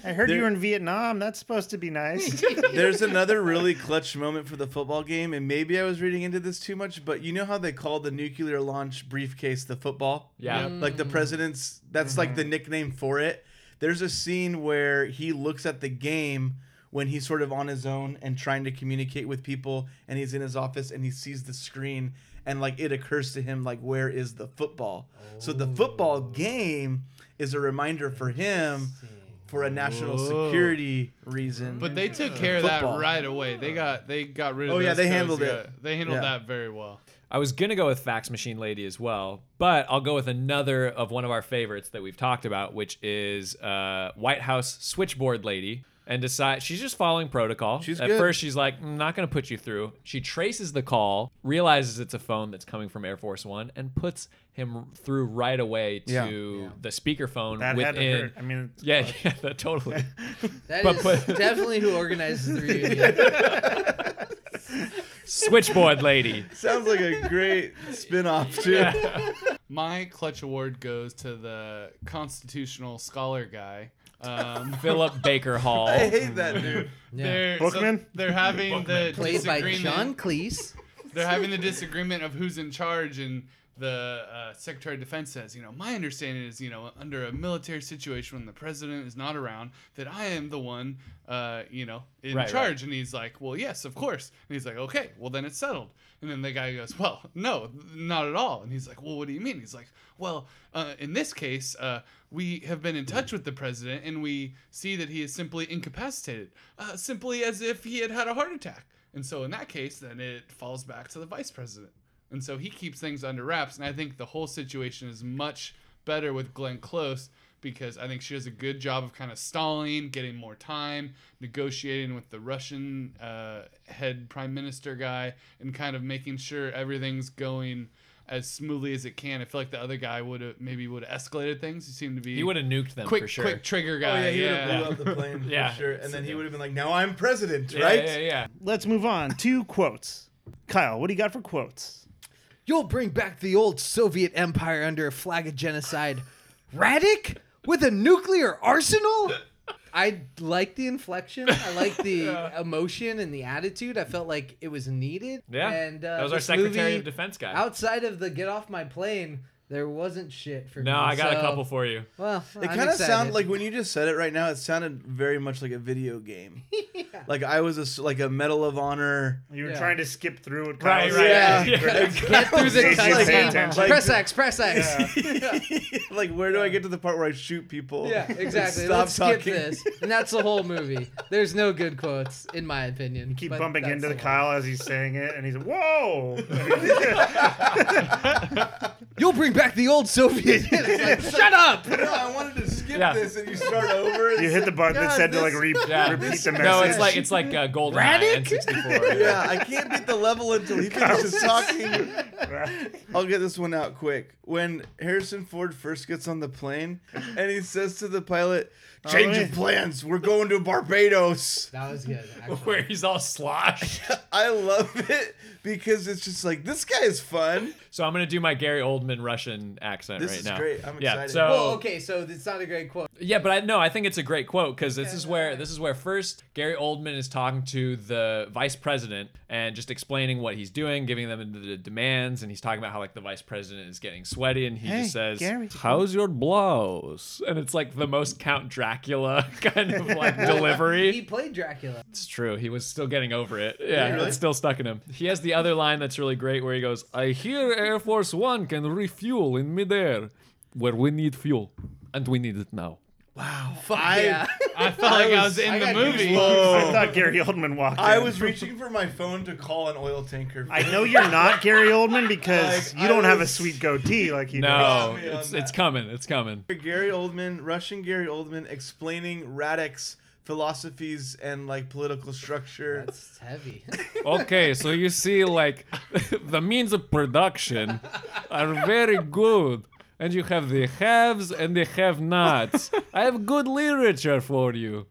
A: I heard you
L: There-
A: were in Vietnam. That's supposed to be nice.
L: There's another really clutch moment for the football game, and maybe I was reading into this too much, but you know how they call the nuclear launch briefcase the football?
K: Yeah. Yep.
L: Like the president's, that's like
M: Mm-hmm.
L: the nickname for it. There's a scene where he looks at the game when he's sort of on his own and trying to communicate with people, and he's in his office and he sees the screen, and like it occurs to him, like, where is the football? So the
M: Oh.
L: football game is a reminder for him for a national
M: Whoa.
L: security reason.
M: But they took care of
L: Football.
M: that right away. They got they got rid of.
L: Oh, yeah,
M: those
L: they
M: codes,
L: handled
M: yeah.
L: it.
M: They handled
L: Yeah.
M: that very well.
K: I was gonna go with Fax Machine Lady as well, but I'll go with another of one of our favorites that we've talked about, which is uh, White House Switchboard Lady. And decide she's just following protocol.
L: She's
K: At
L: good.
K: first, she's like, "I'm not gonna put you through." She traces the call, realizes it's a phone that's coming from Air Force One, and puts him through right away to
L: Yeah.
K: the speakerphone
A: That had to
K: within.
A: hurt. I mean,
K: yeah, yeah, that totally.
F: That
K: But
F: is
K: put-
F: definitely who organizes the reunion.
K: Switchboard Lady.
L: Sounds like a great spin-off too.
M: My clutch award goes to the constitutional scholar guy. Um,
K: Philip Baker Hall.
L: I hate that dude.
M: they're, so
A: Bookman?
M: they're having the
F: Played by
M: disagreement-
F: John Cleese.
M: they're having the disagreement of who's in charge and the uh, secretary of defense says you know my understanding is you know under a military situation when the president is not around that i am the one uh, you know in
K: Right,
M: charge and he's like well yes of course and he's like okay well then it's settled and then the guy goes well no not at all and he's like well what do you mean he's like well uh, in this case uh, we have been in touch with the president and we see that he is simply incapacitated uh, simply as if he had had a heart attack and so in that case, then it falls back to the vice president. And so he keeps things under wraps. And I think the whole situation is much better with Glenn Close because I think she does a good job of kind of stalling, getting more time, negotiating with the Russian uh, head prime minister guy, and kind of making sure everything's going as smoothly as it can. I feel like the other guy would have maybe would have escalated things. He seemed to be
K: He would have nuked them
M: quick,
K: for sure.
M: quick trigger
L: Oh
M: guy.
L: yeah, he
M: yeah.
L: would have blew up the plane
K: Yeah.
L: for sure, and then he would have been like, "Now I'm president,
K: Yeah,
L: right?"
K: Yeah, yeah.
A: Let's move on to quotes. Kyle, what do you got for quotes?
F: You'll bring back the old Soviet Empire under a flag of genocide. Radic? With a nuclear arsenal? I like the inflection. I like the emotion and the attitude. I felt like it was needed.
K: Yeah.
F: And uh,
K: That was our
F: this
K: Secretary
F: movie,
K: of Defense guy.
F: Outside of the get off my plane, there wasn't shit for me.
K: No, I got a
F: So,
K: couple for you.
F: Well,
L: It
F: kind of
L: sounded like when you just said it right now. It sounded very much like a video game. Like I was a s like a Medal of Honor.
A: You were
F: Yeah.
A: trying to skip through what Kyle
K: Right,
A: was
K: right.
A: saying.
K: Yeah.
F: Get through the
A: Like, pay
F: cutscene.
A: attention.
F: Press X, press X.
L: like where do I get to the part where I shoot people?
F: Yeah, exactly.
L: Stop
F: Let's skip
L: talking.
F: this. And that's the whole movie. There's no good quotes, in my opinion.
A: Keep
F: but
A: bumping
F: that's
A: into the
F: one.
A: Kyle as he's saying it, and he's like, "Whoa!"
F: You'll bring back the old Soviet. It's like, Shut up!
L: No, I wanted to skip
K: Yeah.
L: this, and you start over.
A: you hit the button that
L: God,
A: said to like
L: this-
A: re-
K: Yeah.
A: repeat the message.
K: No, it's like it's like uh, Golden and 64.
L: Yeah, I can't beat the level until he finishes talking. I'll get this one out quick. When Harrison Ford first gets on the plane and he says to the pilot, Change
A: Oh,
L: of
A: yeah.
L: plans. We're going to Barbados.
F: That was good. actually.
K: Where he's all sloshed.
L: I love it because it's just like, this guy is fun.
K: So I'm gonna do my Gary Oldman Russian accent
L: This
K: right
L: is
K: now.
L: great. I'm
K: yeah,
L: excited.
K: So
F: Well, okay, so it's not a great quote.
K: yeah, but I no, I think it's a great quote because this is where this is where first Gary Oldman is talking to the vice president and just explaining what he's doing, giving them the demands, and he's talking about how like the vice president is getting sweaty, and he
A: Hey,
K: just says,
A: Gary.
K: "How's your blows?" And it's like the most Count Dracula kind of like delivery.
F: He played Dracula.
K: It's true. He was still getting over it. Yeah,
L: really?
K: it's still stuck in him. He has the the other line that's really great where he goes, I hear Air Force One can refuel in midair where we need fuel, and we need it now.
M: Wow.
F: Fuck
M: I,
F: yeah.
M: I felt like I was in the movie.
A: I thought Gary Oldman walked
L: I
A: in.
L: was reaching for my phone to call an oil tanker.
A: I know you're not Gary Oldman because
L: Like,
A: you don't
L: I
A: have a
L: was-
A: sweet goatee like he
K: No,
A: does.
K: it's, it's coming. It's coming.
L: Gary Oldman, Russian Gary Oldman, explaining Radek's philosophies and like political structure.
F: That's heavy.
K: Okay, so you see, like, the means of production are very good. And you have the haves and the have nots. I have good literature for you.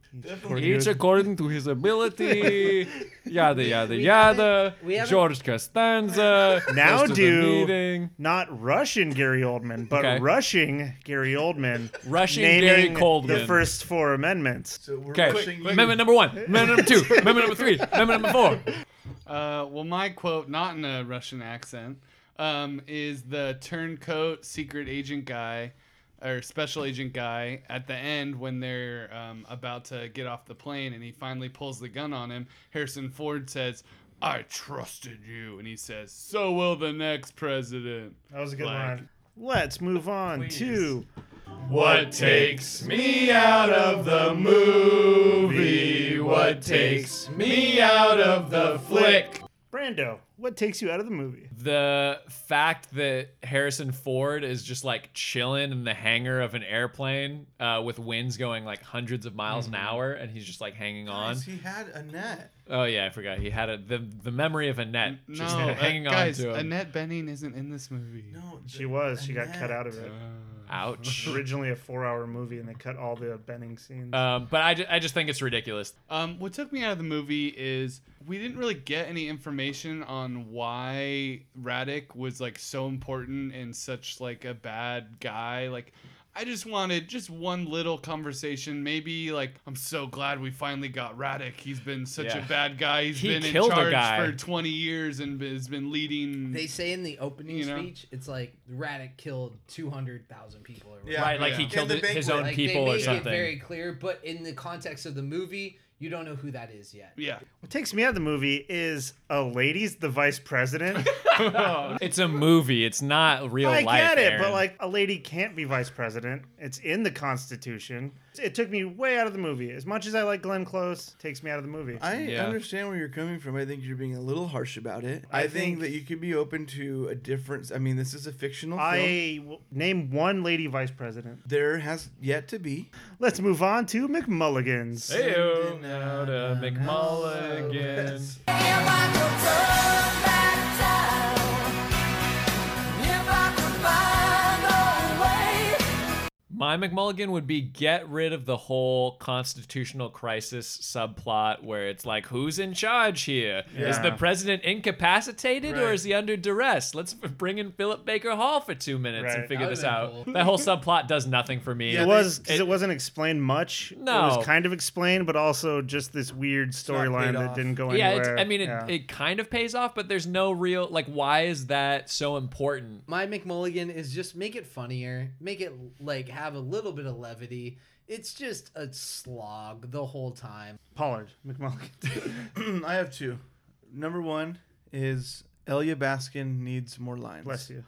K: Each according to his ability. Yada, yada,
A: We
K: yada.
A: haven't- we haven't-
K: George Costanza.
A: Now
K: goes to the meeting.
A: do not Russian Gary Oldman, but
K: Okay.
A: rushing Gary Oldman,
K: Rushing
A: naming
K: Gary Coldman.
A: the first four amendments. So
L: we're
K: Okay, amendment number one, amendment number two, amendment number three, amendment number four.
M: Uh, well, my quote, not in a Russian accent, um, is the turncoat secret agent guy or special agent guy at the end when they're um, about to get off the plane and he finally pulls the gun on him. Harrison Ford says, I trusted you. And he says, So will the next president.
A: That was a good line. Let's move on to
M: What takes me out of the movie?
K: What takes me out of the flick?
A: Brando, what takes you out of the movie?
K: The fact that Harrison Ford is just like chilling in the hangar of an airplane uh, with winds going like hundreds of miles an hour, and he's just like hanging on.
L: Guys, he had a net.
K: Oh yeah, I forgot he had a, the the memory of a net
M: No,
K: just
M: uh,
K: hanging
M: guys,
K: on to him.
M: Annette Benning isn't in this movie.
L: No,
A: She was. She got cut out of it.
K: Ouch.
A: Originally a four-hour movie, and they cut all the bending scenes.
K: Um, but I, ju- I just think it's ridiculous.
M: Um, what took me out of the movie is we didn't really get any information on why Radek was like so important and such like a bad guy. Like, I just wanted just one little conversation. Maybe like I'm so glad we finally got Radek. He's been such
K: Yeah.
M: a bad guy. He's
K: He
M: been in
K: killed a
M: charge
K: guy.
M: for 20 years and has been leading.
F: They say in the opening
M: You know?
F: speech, it's like Radek killed two hundred thousand people. Or whatever.
K: Yeah. Right, like he Yeah. killed In the his own
F: Like,
K: people or
F: they make
K: something.
F: It very clear, but in the context of the movie, you don't know who that is yet.
M: Yeah.
A: What takes me out of the movie is a lady's the vice president.
K: It's a movie. It's not real
A: I
K: life.
A: get it, but
K: Aaron.
A: like a lady can't be vice president. It's in the Constitution. It took me way out of the movie. As much as I like Glenn Close, it takes me out of the movie.
L: I understand where you're coming from. I think you're being a little harsh about it. I,
A: I
L: think,
A: think-
L: that you could be open to a difference. I mean, this is a fictional film.
A: I will name one lady vice president.
L: There has yet to be.
A: Let's move on to McMulligans.
K: Heyo, now to McMulligan. My McMulligan would be get rid of the whole constitutional crisis subplot where it's like, who's in charge here? Is the
M: Yeah.
K: president incapacitated or
M: Right.
K: is he under duress? Let's f- bring in Philip Baker Hall for two minutes and
A: Right.
K: figure
A: That
K: this
A: would've
K: out. That whole subplot does nothing for me.
A: it was because it, wasn't explained much.
K: No.
A: it was kind of explained, but also just this weird storyline
L: paid
A: that
L: off.
A: didn't go
K: yeah,
A: anywhere.
K: It's, I mean, it,
A: Yeah.
K: it kind of pays off, but there's no real like. Why is that so important?
F: My McMulligan is just make it funnier, make it like have a little bit of levity. It's just a slog the whole time.
A: Pollard McMulligan.
L: I have two. Number one is Elia Baskin needs more lines.
A: Bless you.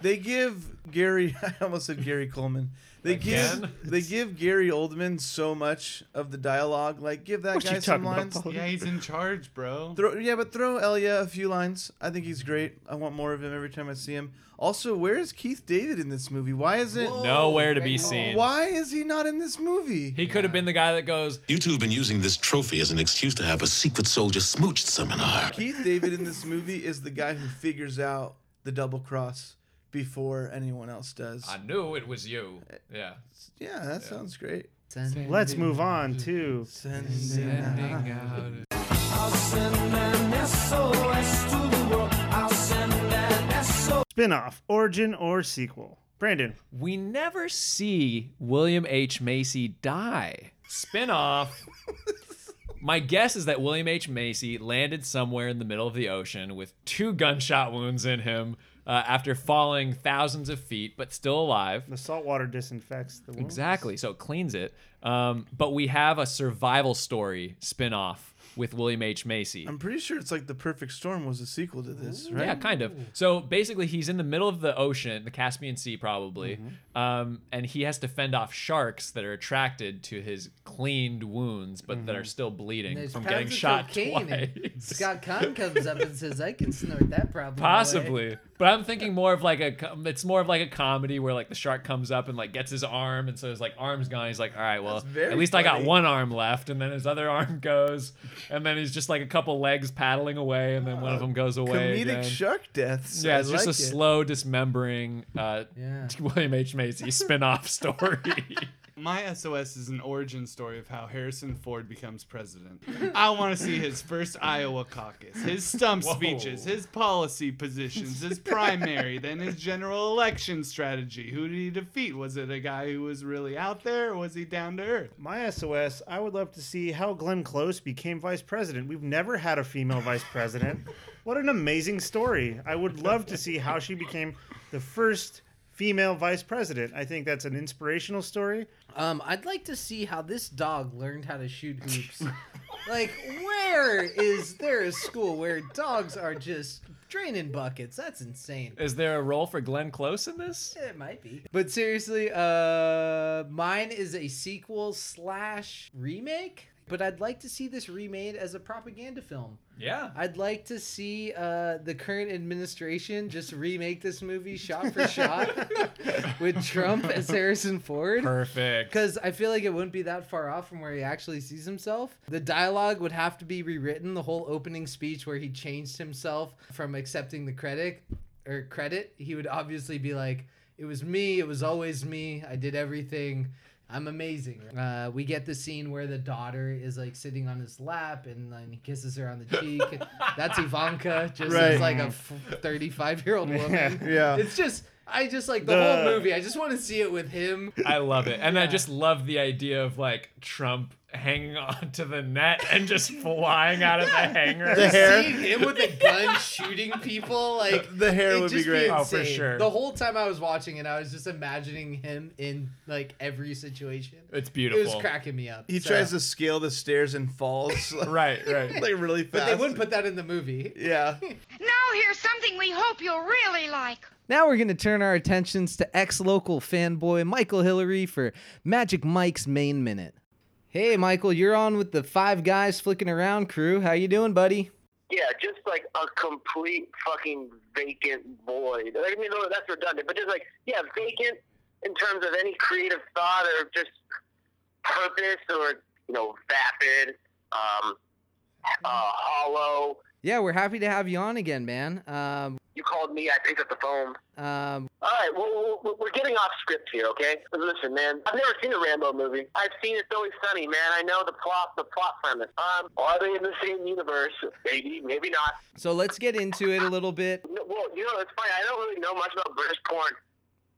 L: They give Gary. I almost said Gary Coleman. They
K: Again?
L: give they give Gary Oldman so much of the dialogue. Like give that
A: What you
L: guy some
A: talking about,
L: lines.
A: Paul?
M: Yeah, he's in charge, bro.
L: Throw, yeah, but throw Elia a few lines. I think he's great. I want more of him every time I see him. Also, where is Keith David in this movie? Why is it?
K: Nowhere to be seen.
L: Why is he not in this movie?
K: He could have been the guy that goes,
O: You two have been using this trophy as an excuse to have a secret soldier smooch seminar.
L: Keith David in this movie is the guy who figures out the double cross before anyone else does.
K: "I knew it was you." Yeah.
L: Yeah, that sounds great.
A: Let's move on to spin-off, origin or sequel. Brandon,
K: We never see William H. Macy die. Spinoff. My guess is that William H. Macy landed somewhere in the middle of the ocean with two gunshot wounds in him uh, after falling thousands of feet, but still alive.
A: the salt water disinfects the wound.
K: Exactly. So it cleans it. Um, but we have a survival story spin off with William H. Macy.
L: I'm pretty sure it's like the Perfect Storm was a sequel to this, right?
K: Yeah, kind of. So basically, he's in the middle of the ocean, the Caspian Sea, probably,
L: Mm-hmm.
K: um, and he has to fend off sharks that are attracted to his cleaned wounds, but
L: Mm-hmm.
K: that are still bleeding
F: There's
K: from
F: pounds
K: getting
F: of
K: shot
F: cocaine,
K: twice.
F: and Scott Kahn comes up and says, "I can snort that problem." away."
K: Possibly, but I'm thinking more of like a. com- It's more of like a comedy where like the shark comes up and like gets his arm, and so his like arm's gone. He's like, all right, well,
L: very
K: at least I got
L: funny.
K: one arm left, and then his other arm goes, and then he's just like a couple legs paddling away, and then one of them goes away.
L: Uh, Comedic
K: again.
L: shark deaths.
K: Yeah,
L: I
K: it's just
L: like
K: a
L: it.
K: slow dismembering uh,
F: yeah.
K: William H. Macy spin-off story.
M: My SOS is an origin story of how Harrison Ford becomes president. I want to see his first Iowa caucus, his stump
B: Whoa.
M: speeches, his policy positions, his primary, then his general election strategy. Who did he defeat? Was it a guy who was really out there, or was he down to earth?
A: My SOS, I would love to see how Glenn Close became vice president. We've never had a female vice president. What an amazing story. I would love to see how she became the first female vice president. I think that's an inspirational story.
F: Um, I'd like to see how this dog learned how to shoot hoops. like, where is there a school where dogs are just draining buckets? That's insane.
K: Is there a role for Glenn Close in this?
F: Eh, It might be. But seriously, uh, mine is a sequel slash remake. But I'd like to see this remade as a propaganda film.
K: Yeah.
F: I'd like to see uh, the current administration just remake this movie shot for shot with Trump as Harrison Ford.
K: Perfect.
F: Because I feel like it wouldn't be that far off from where he actually sees himself. The dialogue would have to be rewritten. The whole opening speech where he changed himself from accepting the credit or credit, he would obviously be like, "It was me. It was always me. I did everything. I'm amazing." Uh, we get the scene where the daughter is like sitting on his lap and then he kisses her on the cheek. That's Ivanka, just as
L: Right.
F: like a 35 year old woman.
L: Yeah.
F: it's just. I just like the,
K: The-
F: whole movie. I just want to see it with him.
K: I love it. And I just love the idea of like Trump hanging on to the net and just flying out of the hanger.
F: Just Seeing him with a gun shooting people, like
K: The hair
F: it'd
K: would be
F: just
K: great. Oh, for
F: insane.
K: sure.
F: The whole time I was watching it, I was just imagining him in like every situation.
K: It's
F: It was cracking me up.
L: He
F: so-
L: tries to scale the stairs and falls.
K: right, right.
L: Like really
F: but
L: fast.
F: they wouldn't put that in the movie.
L: Yeah.
Q: Now here's something we hope you'll really like.
F: Now we're going to turn our attentions to ex local fanboy Michael Hillary for Magic Mike's main minute. Hey, Michael, you're on with the Five Guys Flicking Around crew. How you doing, buddy?
R: Yeah, just like a complete fucking vacant void. Like, I mean, no, that's redundant, but just like, yeah, vacant in terms of any creative thought or just purpose or, you know, vapid, um, uh, hollow.
F: Yeah, we're happy to have you on again, man. Um,
R: You called me, I picked up the phone.
F: um,
R: All right, well, well, we're getting off script here, okay? But listen, man, I've never seen a Rambo movie. I've seen It's Always Sunny, man. I know the plot, the plot premise. Um, are they in the same universe? Maybe, maybe not.
F: so let's get into it a little bit.
R: No, well, you know, it's funny. I don't really know much about British porn.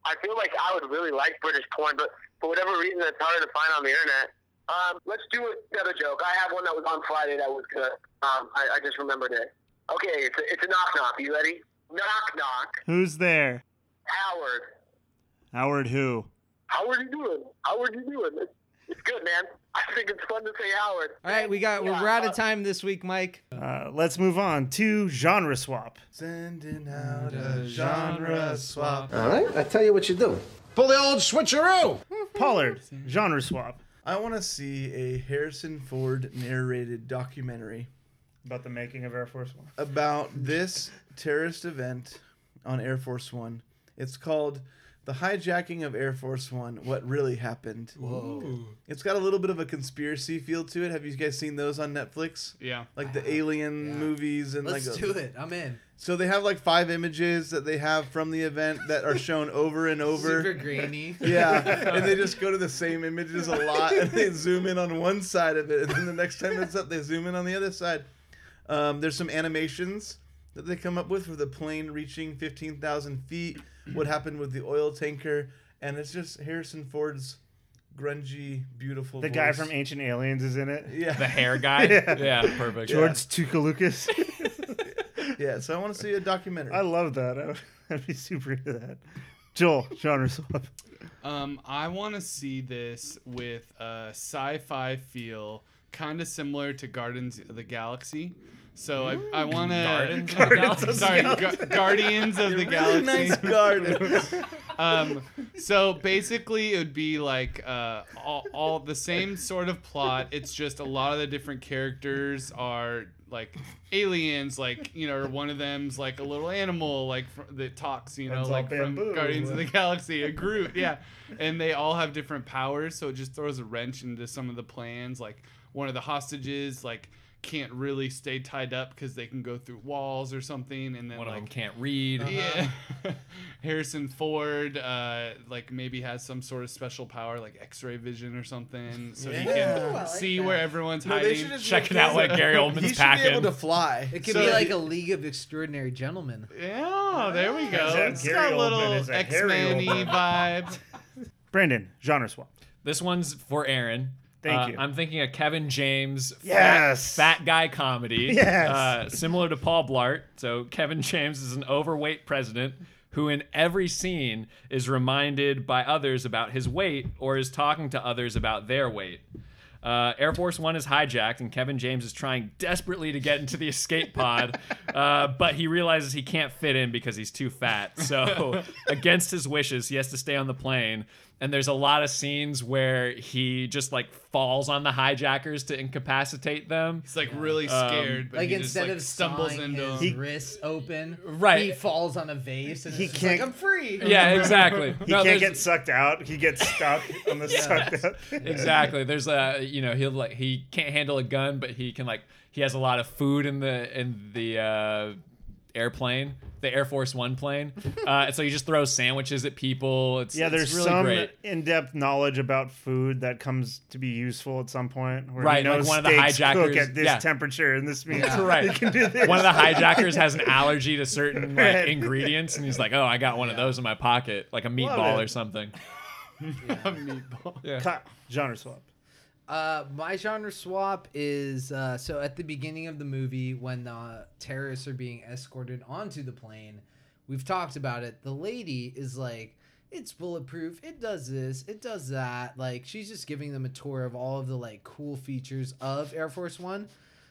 R: I feel like I would really like British porn, but for whatever reason, it's harder to find on the internet. Um, let's do another joke. I have one that was on Friday that was good. Um, I, I just remembered it. Okay, it's a, it's a knock knock. You ready? Knock knock.
A: Who's there?
R: Howard.
A: Howard who?
R: Howard, you doing? Howard, you doing? It's, it's good, man. I think it's fun to say Howard.
F: All right, we got we're out of time this week, Mike.
A: Uh, let's move on to genre swap.
L: Sending out a genre swap.
A: I tell you what you do. Pull the old switcheroo. Pollard, genre swap.
L: I want to see a Harrison Ford narrated documentary
A: About the making of Air Force One.
L: about this terrorist event on Air Force One. It's called The Hijacking of Air Force One What Really Happened.
M: Whoa. Ooh.
L: It's got a little bit of a conspiracy feel to it. Have you guys seen those on Netflix?
M: Yeah.
L: Like the alien movies and
F: Let's
L: like
F: do it. I'm in.
L: So they have like five images that they have from the event that are shown over and over.
F: Super grainy.
L: Yeah, and they just go to the same images a lot, and they zoom in on one side of it, and then the next time it's up, they zoom in on the other side. Um, there's some animations that they come up with for the plane reaching 15,000 feet, what happened with the oil tanker, and it's just Harrison Ford's grungy, beautiful.
A: The guy
L: voice.
A: from Ancient Aliens is in it.
L: Yeah.
K: The hair guy? Yeah, perfect.
A: George
K: Yeah.
A: Tuca Lucas.
L: yeah, so I want to see a documentary.
A: I love that. I would, I'd be super into that. Joel, genre swap.
M: Um, I want to see this with a sci-fi feel kind of similar to Guardians of the Galaxy. So I,
K: Ooh.
M: I want
K: Garden-
M: to
K: Gardens of the
M: sorry
K: Galaxy.
M: Gu- Guardians of the
K: Really
M: Galaxy.
K: nice garden.
M: um, so basically, it would be like uh, all, all the same sort of plot. It's just a lot of the different characters are like aliens, like you know, or one of them's like a little animal, like fr- that talks, you know,
L: That's all
M: like from
L: bamboo.
M: Guardians of the Galaxy, a Groot, yeah. And they all have different powers, so it just throws a wrench into some of the plans. Like one of the hostages, like can't really stay tied up because they can go through walls or something, and then
K: One of
M: like,
K: them can't read.
L: Uh-huh.
M: Yeah. Harrison Ford, uh, like maybe has some sort of special power, like X-ray vision or something, so he
L: Yeah.
M: can
L: Ooh, I like
M: see
L: that.
M: where everyone's
L: No, they
M: hiding.
L: should just Checking make out what his- Gary Oldman's He should be packing. able to fly.
F: It could
M: So-
F: be like a League of Extraordinary Gentlemen.
M: Yeah, there we go. It's
F: Gary
M: got a
F: Oldman
M: little
F: is a
M: X
F: hairy
M: Men
F: old man.
M: vibe.
A: Brandon, genre swap.
K: This one's for Aaron.
A: Thank
K: Uh,
A: you.
K: I'm thinking a Kevin James fat-
A: Yes.
K: fat, guy comedy.
A: Yes.
K: Uh, similar to Paul Blart. So Kevin James is an overweight president who in every scene is reminded by others about his weight or is talking to others about their weight. Uh, Air Force One is hijacked, and Kevin James is trying desperately to get into the escape pod, uh, but he realizes he can't fit in because he's too fat. So, against his wishes, he has to stay on the plane. And there's a lot of scenes where he just like falls on the hijackers to incapacitate them. He's
M: like really
L: Um,
M: scared, but
F: like instead of stumbles into his
K: He-
F: wrists open,
K: Right.
F: He falls on a vase and
K: He
F: he can't.
K: can't-
F: Like, I'm free.
A: He can't get sucked out. He gets stuck on the sucked out.
K: exactly. There's a you know he'll like he can't handle a gun, but he can like he has a lot of food in the in the uh, airplane, the Air Force One plane. Uh, and so you just throw sandwiches at people. It's
A: yeah,
K: it's
A: there's
K: really
A: some
K: great.
A: in-depth knowledge about food that comes to be useful at some point. Where
K: Right,
A: you know
K: like one of the
A: steaks cook
K: hijackers-
A: at this
K: yeah.
A: temperature, and this means they
K: Correct.
A: can do this.
K: One of the hijackers has an allergy to certain
A: Right.
K: like, ingredients, and he's like, "Oh, I got one of those in my pocket, like a meatball
A: it.
K: or something."
M: meatball.
K: Yeah.
A: Cut. genre swap.
F: Uh, my genre swap is uh, so at the beginning of the movie when the terrorists are being escorted onto the plane, we've talked about it. The lady is like, it's bulletproof. It does this. It does that. Like she's just giving them a tour of all of the like cool features of Air Force One.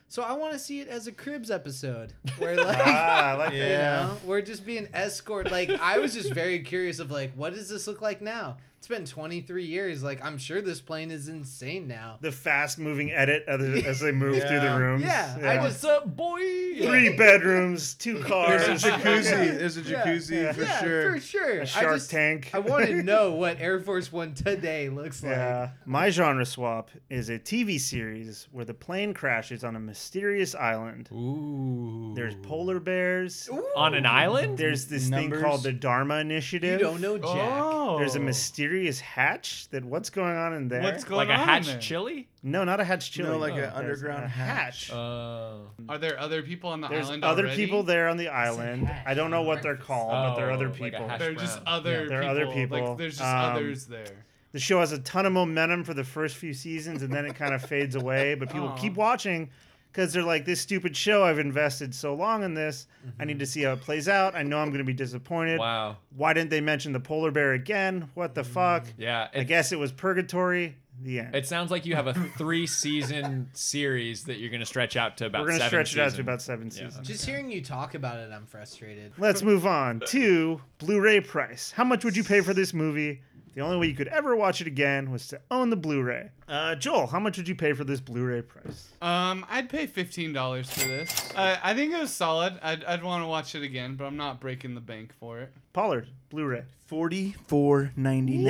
F: So I want to see it as a Cribs episode where like,
A: Ah, I like that.
F: you
A: Yeah.
F: know, we're just being escort. Like I was just very curious of like, what does this look like now? It's been 23 years. Like I'm sure this plane is insane now.
A: The fast-moving edit as, as they move through the rooms.
F: Yeah, I just up, boy?
A: uh, three bedrooms, two cars.
L: There's a jacuzzi. There's a jacuzzi for
F: yeah,
L: sure.
F: for sure.
A: A
F: I
A: shark
F: just-
A: tank.
F: I want to know what Air Force One today looks like.
A: Yeah. My genre swap is a TV series where the plane crashes on a mysterious island.
K: Ooh.
A: There's polar bears.
K: On
A: Oh.
K: an island?
A: There's this
K: Numbers.
A: thing called the Dharma Initiative.
F: You don't know Jack.
K: Oh.
A: There's a mysterious hatch that what's going on in there?
M: What's going
K: Like a
M: on
K: hatch
M: in there?
K: chili?
A: No, not a hatch chili. Oh,
L: No, like
A: There's
L: an underground
A: a
L: hatch.
K: Oh.
M: Are there other people on the
A: There's
M: island?
A: other
M: already?
A: people there on the island. I don't know what they're called, but there are other
K: Oh, like a
A: people.
K: hash
M: They're just other.
A: Yeah, there are other
M: people.
A: people.
M: Like, there's just
A: Um,
M: others there.
A: The show has a ton of momentum for the first few seasons, and then it kind of fades away. But people
M: Aw.
K: Oh.
A: keep watching because they're like, "This stupid show. I've invested so long in this. I need to see how it plays out. I know I'm going to be disappointed.
K: Mm-hmm. Wow.
A: Why didn't they mention the polar bear again? What the fuck?
K: Mm, Yeah,
A: I
K: it-
A: guess it was purgatory. The end.
K: It sounds like you have a three season series that you're going to stretch out to about
A: We're gonna
K: seven
A: stretch it out to
K: seasons.
A: about seven seasons.
F: Just hearing you talk about it, I'm frustrated.
A: Let's move on to Blu-ray price. How much would you pay for this movie? The only way you could ever watch it again was to own the Blu-ray. Uh, Joel, how much would you pay for this Blu-ray price?
M: Um, I'd pay fifteen dollars for this. I, I think it was solid. I'd, I'd want to watch it again, but I'm not breaking the bank for it.
A: Pollard, Blu-ray.
L: Forty-four ninety-nine.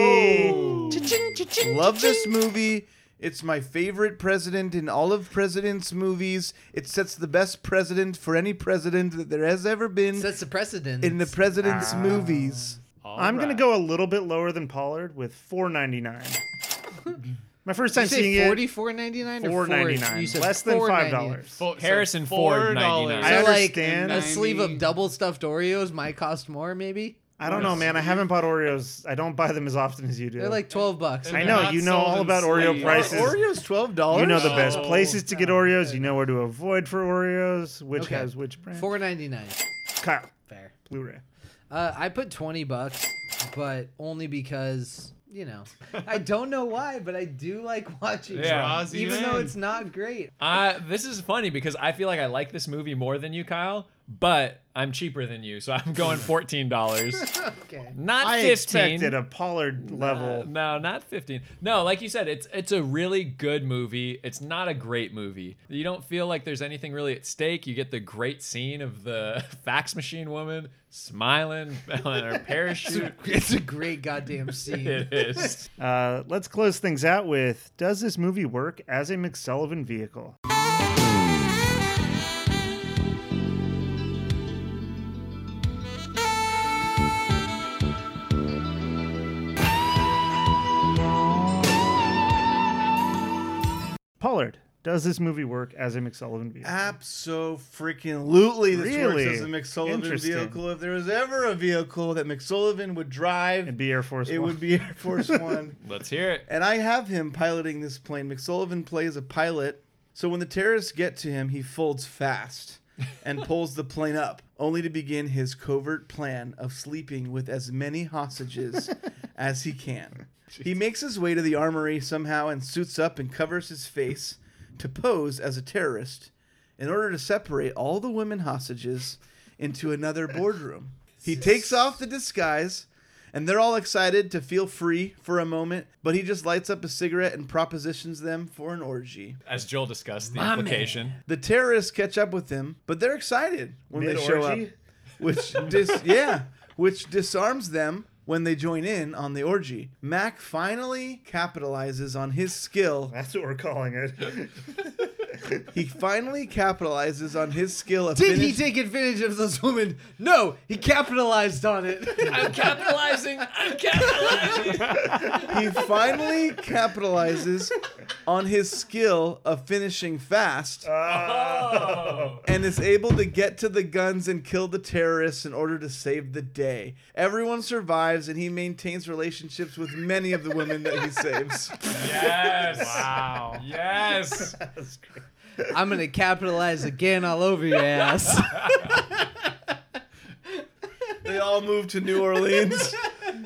A: Yahtzee.
L: Love this movie. It's my favorite president in all of presidents' movies. It sets the best president for any president that there has ever been.
F: Sets the precedent
L: in the president's
A: Ah.
L: movies.
A: I'm gonna go a little bit lower than Pollard with 4.99. My first time
F: Did you say
A: seeing it.
F: $44.99 or
A: Four ninety nine,
F: You said
A: less than five
F: $4.99.
A: dollars.
M: Four-
K: Harrison Ford,
A: $4.99. I
F: So, like
A: understand.
F: a sleeve of double stuffed Oreos might cost more, maybe.
A: I don't know, man. I haven't bought Oreos. I don't buy them as often as you do.
F: They're like twelve bucks.
A: I know you know all about Oreo prices.
L: Oreos twelve dollars.
A: You know the best places to get Oreos. You know where to avoid for Oreos. Which
F: Oh, Okay.
A: has which brand?
F: Four ninety nine.
A: Kyle.
F: Fair.
A: Blu-ray.
F: Uh, I put twenty bucks, but only because you know, I don't know why, but I do like watching
K: Yeah.
F: it,
K: Draws you
F: even though
K: in.
F: it's not great.
K: Uh, this is funny because I feel like I like this movie more than you, Kyle, but I'm cheaper than you, so I'm going fourteen dollars.
F: okay.
K: Not
A: I
K: 15.
A: expected a Pollard level.
K: No, not 15. No, like you said, it's it's a really good movie. It's not a great movie. You don't feel like there's anything really at stake. You get the great scene of the fax machine woman smiling on her parachute.
F: It's a great goddamn scene.
K: It is.
A: Uh, let's close things out with Does this movie work as a McSullivan vehicle? Pollard, does this movie work as a McSullivan vehicle?
L: Absolutely, this works
A: Really?
L: as a McSullivan
A: Interesting.
L: vehicle. If there was ever a vehicle that McSullivan would drive,
A: It'd be Air Force
L: it
A: One.
L: would be Air Force One.
K: Let's hear it.
L: And I have him piloting this plane. McSullivan plays a pilot, so when the terrorists get to him, he folds fast and pulls the plane up, only to begin his covert plan of sleeping with as many hostages as he can. He makes his way to the armory somehow and suits up and covers his face to pose as a terrorist in order to separate all the women hostages into another boardroom. He takes off the disguise and they're all excited to feel free for a moment, but he just lights up a cigarette and propositions them for an orgy.
K: As Joel discussed, the
L: My man.
K: implication.
L: The terrorists catch up with him, but they're excited when they show
K: Mid-orgy?
L: up, which dis- yeah, which disarms them when they join in on the orgy. Mac finally capitalizes on his skill.
A: That's what we're calling it.
L: he finally capitalizes on his skill of
F: Did he
L: finish-
F: take advantage of those women? No, he capitalized on it.
K: I'm capitalizing. I'm capitalizing.
L: he finally capitalizes on his skill of finishing fast and is able to get to the guns and kill the terrorists in order to save the day. Everyone survives and he maintains relationships with many of the women that he saves.
K: Yes. Wow. Yes.
F: I'm gonna capitalize again all over your ass.
L: They all move to New Orleans.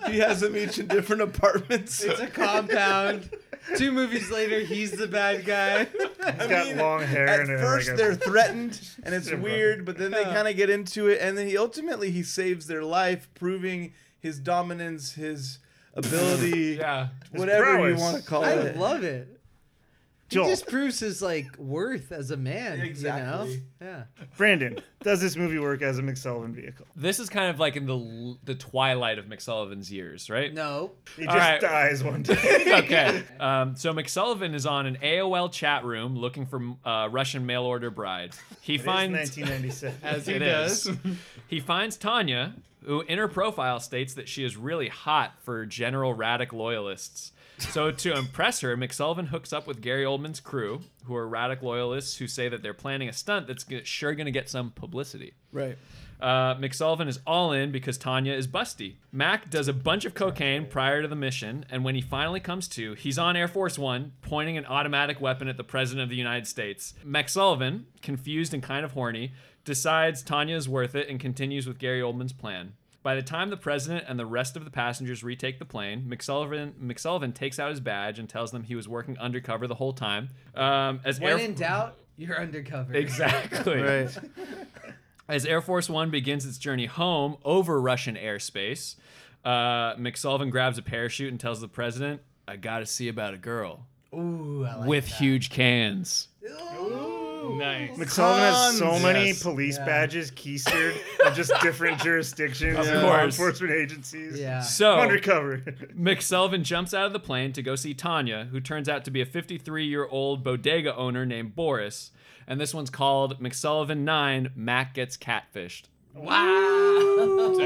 L: He has them each in different apartments.
F: It's a compound. Two movies later, he's the bad guy.
A: He's got long hair
L: At
A: and
L: first
A: like a-
L: they're threatened and it's
A: They're
L: weird, but then they kind of get into it, and then he ultimately he saves their life, proving his dominance, his ability,
K: yeah,
L: whatever you
F: prowess.
L: want to call
F: I
L: it.
F: love it.
A: Joel.
F: He just proves his like worth as a man.
A: Exactly.
F: You know? Yeah.
A: Brandon, does this movie work as a McSullivan vehicle?
K: This is kind of like in the the twilight of McSullivan's years, right?
F: No.
A: He
K: All
A: just
K: right.
A: dies one day.
K: okay. Um, so McSullivan is on an AOL chat room looking for uh, Russian mail order bride. He
A: It is
K: finds
A: 1997.
K: It is. he finds Tanya, who in her profile states that she is really hot for General Raddick loyalists. So to impress her, McSullivan hooks up with Gary Oldman's crew, who are Raddick loyalists who say that they're planning a stunt that's g- sure going to get some publicity.
L: Right.
K: Uh, McSullivan is all in because Tanya is busty. Mac does a bunch of cocaine prior to the mission, and when he finally comes to, he's on Air Force One, pointing an automatic weapon at the President of the United States. McSullivan, confused and kind of horny, decides Tanya is worth it and continues with Gary Oldman's plan. By the time the president and the rest of the passengers retake the plane, McSullivan, McSullivan takes out his badge and tells them he was working undercover the whole time. Um, as
F: When
K: Air-
F: in doubt, you're undercover.
K: Exactly. As Air Force One begins its journey home over Russian airspace, uh, McSullivan grabs a parachute and tells the president, I gotta see about a girl.
F: Ooh, I like
K: with huge cans.
M: Nice.
A: McSullivan has so
M: Tons.
A: many
M: Yes.
A: police
M: Yeah.
A: badges keistered of just different jurisdictions
K: Of
A: and law
K: course.
A: enforcement agencies.
K: Yeah. So-
A: I'm undercover.
K: McSullivan jumps out of the plane to go see Tanya, who turns out to be a 53 year old bodega owner named Boris. And this one's called McSullivan 9 Mac Gets Catfished.
F: Wow.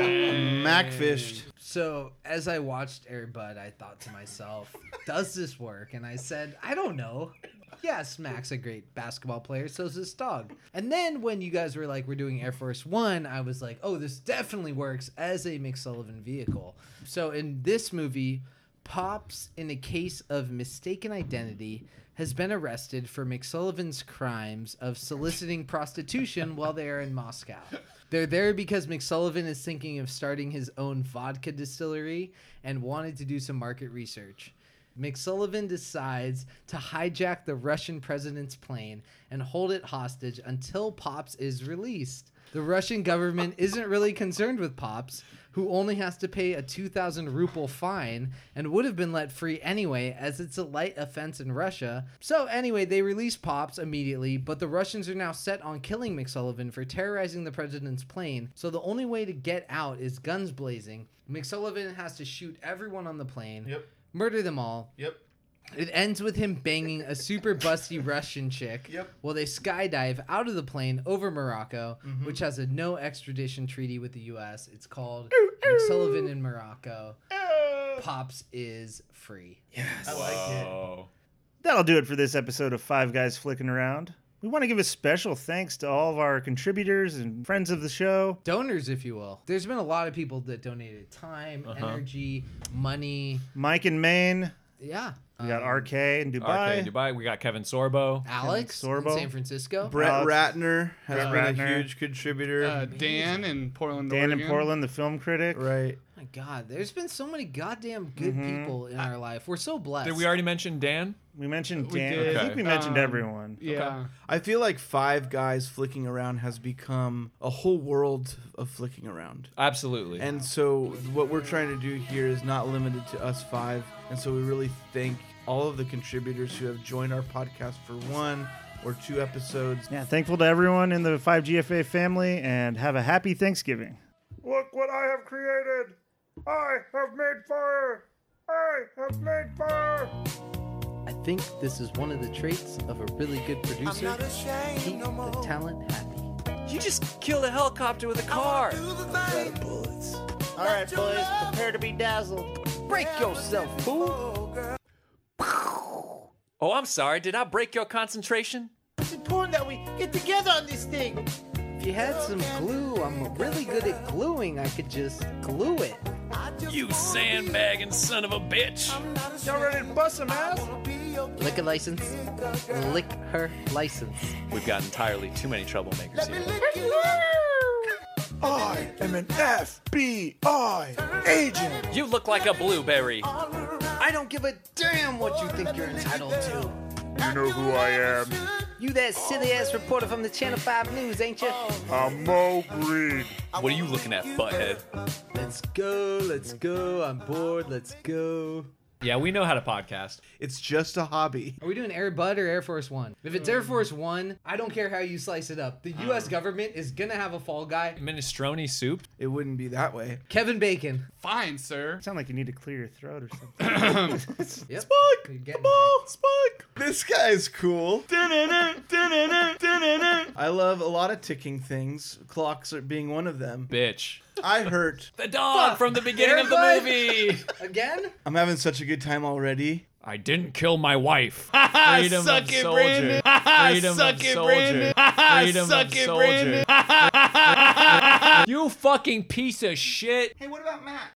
L: Macfished.
F: So as I watched Air Bud, I thought to myself, does this work? And I said, I don't know. Yes, Mac's a great basketball player, so's this dog. And then when you guys were like, we're doing Air Force One, I was like, oh, this definitely works as a McSullivan vehicle. So in this movie, Pops, in a case of mistaken identity, has been arrested for McSullivan's crimes of soliciting prostitution while they are in Moscow. They're there because McSullivan is thinking of starting his own vodka distillery and wanted to do some market research. McSullivan decides to hijack the Russian president's plane and hold it hostage until Pops is released. The Russian government isn't really concerned with Pops, who only has to pay a 2,000 ruble fine and would have been let free anyway, as it's a light offense in Russia. So, anyway, they release Pops immediately, but the Russians are now set on killing McSullivan for terrorizing the president's plane, so the only way to get out is guns blazing. McSullivan has to shoot everyone on the plane.
L: Yep.
F: Murder them all.
L: Yep.
F: It ends with him banging a super busty Russian chick
L: Yep.
F: while they skydive out of the plane over Morocco, which has a no extradition treaty with the U.S. It's called McSullivan in Morocco. Pops is free.
A: Yes.
F: I like it.
K: Oh.
A: That'll do it for this episode of Five Guys Flicking Around. We want to give a special thanks to all of our contributors and friends of the show.
F: Donors, if you will. There's been a lot of people that donated time,
A: Uh-huh.
F: energy, money.
A: Mike in Maine.
F: Yeah. Um,
A: We
M: Um,
A: got RK in
K: RK
A: Dubai.
K: in Dubai. We got Kevin Sorbo.
F: Alex in
A: Sorbo.
F: San Francisco.
L: Brett
A: Alex-
L: Ratner has
A: Brett
L: been
A: Ratner.
L: a huge contributor.
M: Uh, Dan in Portland,
A: Dan in
M: Oregon.
A: Portland, the film critic.
L: right.
F: Oh my God, there's been so many goddamn good people in our life. We're so blessed.
K: Did we already mention Dan?
A: We mentioned
M: We
A: Dan.
M: did.
A: I think we
M: Okay.
A: mentioned
M: Um,
A: everyone.
M: Yeah.
L: I feel like Five Guys Flicking Around has become a whole world of flicking around.
K: Absolutely.
L: And so what we're trying to do here is not limited to us five. And so we really thank all of the contributors who have joined our podcast for one or two episodes.
A: Yeah, thankful to everyone in the 5GFA family and have a happy Thanksgiving.
C: Look what I have created! I have made fire! I have made fire!
F: I think this is one of the traits of a really good producer. Keep the talent happy.
B: You just killed a helicopter with a car.
N: All right, boys, prepare to be dazzled. Break yourself, fool.
B: Oh, I'm sorry. Did I break your concentration?
I: It's important that we get together on this thing.
F: If you had some glue, I'm really good at gluing. I could just glue it.
B: You sandbagging son of a bitch.
I: Y'all ready to bust some ass?
F: Lick a license. Lick her license.
K: We've got entirely too many troublemakers here.
C: I am an FBI agent!
B: You look like a blueberry.
F: I don't give a damn what you think you're entitled to.
C: You know who I am.
F: You that silly ass reporter from the Channel 5 News, ain't you?
C: I'm Mo Green.
K: What are you looking at, butthead?
F: Let's go, let's go. I'm bored, let's go.
K: Yeah, we know how to podcast.
L: It's just a hobby.
F: Are we doing Air Bud or Air Force One? If it's Air Force One, I don't care how you slice it up. The U.S. government is gonna have a fall guy.
K: Minestrone soup.
L: It wouldn't be that way.
F: Kevin Bacon.
M: Fine, sir.
A: Sound like you need to clear your throat or something.
F: Yep.
L: Spike!
F: You're getting
L: Ball! Spike! This guy's cool. I love a lot of ticking things, clocks are being one of them.
K: Bitch.
L: I hurt.
B: The dog from the beginning of the
F: Everybody-
B: movie.
F: there. Again?
L: I'm having such a good time already.
K: I didn't kill my wife.
M: Freedom
K: Freedom
M: of Suck
K: of
M: it, soldier.
K: soldier.
M: Brandon. Freedom of Suck
K: Freedom
M: it,
K: of soldier.
M: soldier. Brandon. Freedom
K: Freedom
M: of Suck
K: of
M: it, soldier.
K: soldier. you fucking piece of shit.
I: Hey, what about Matt?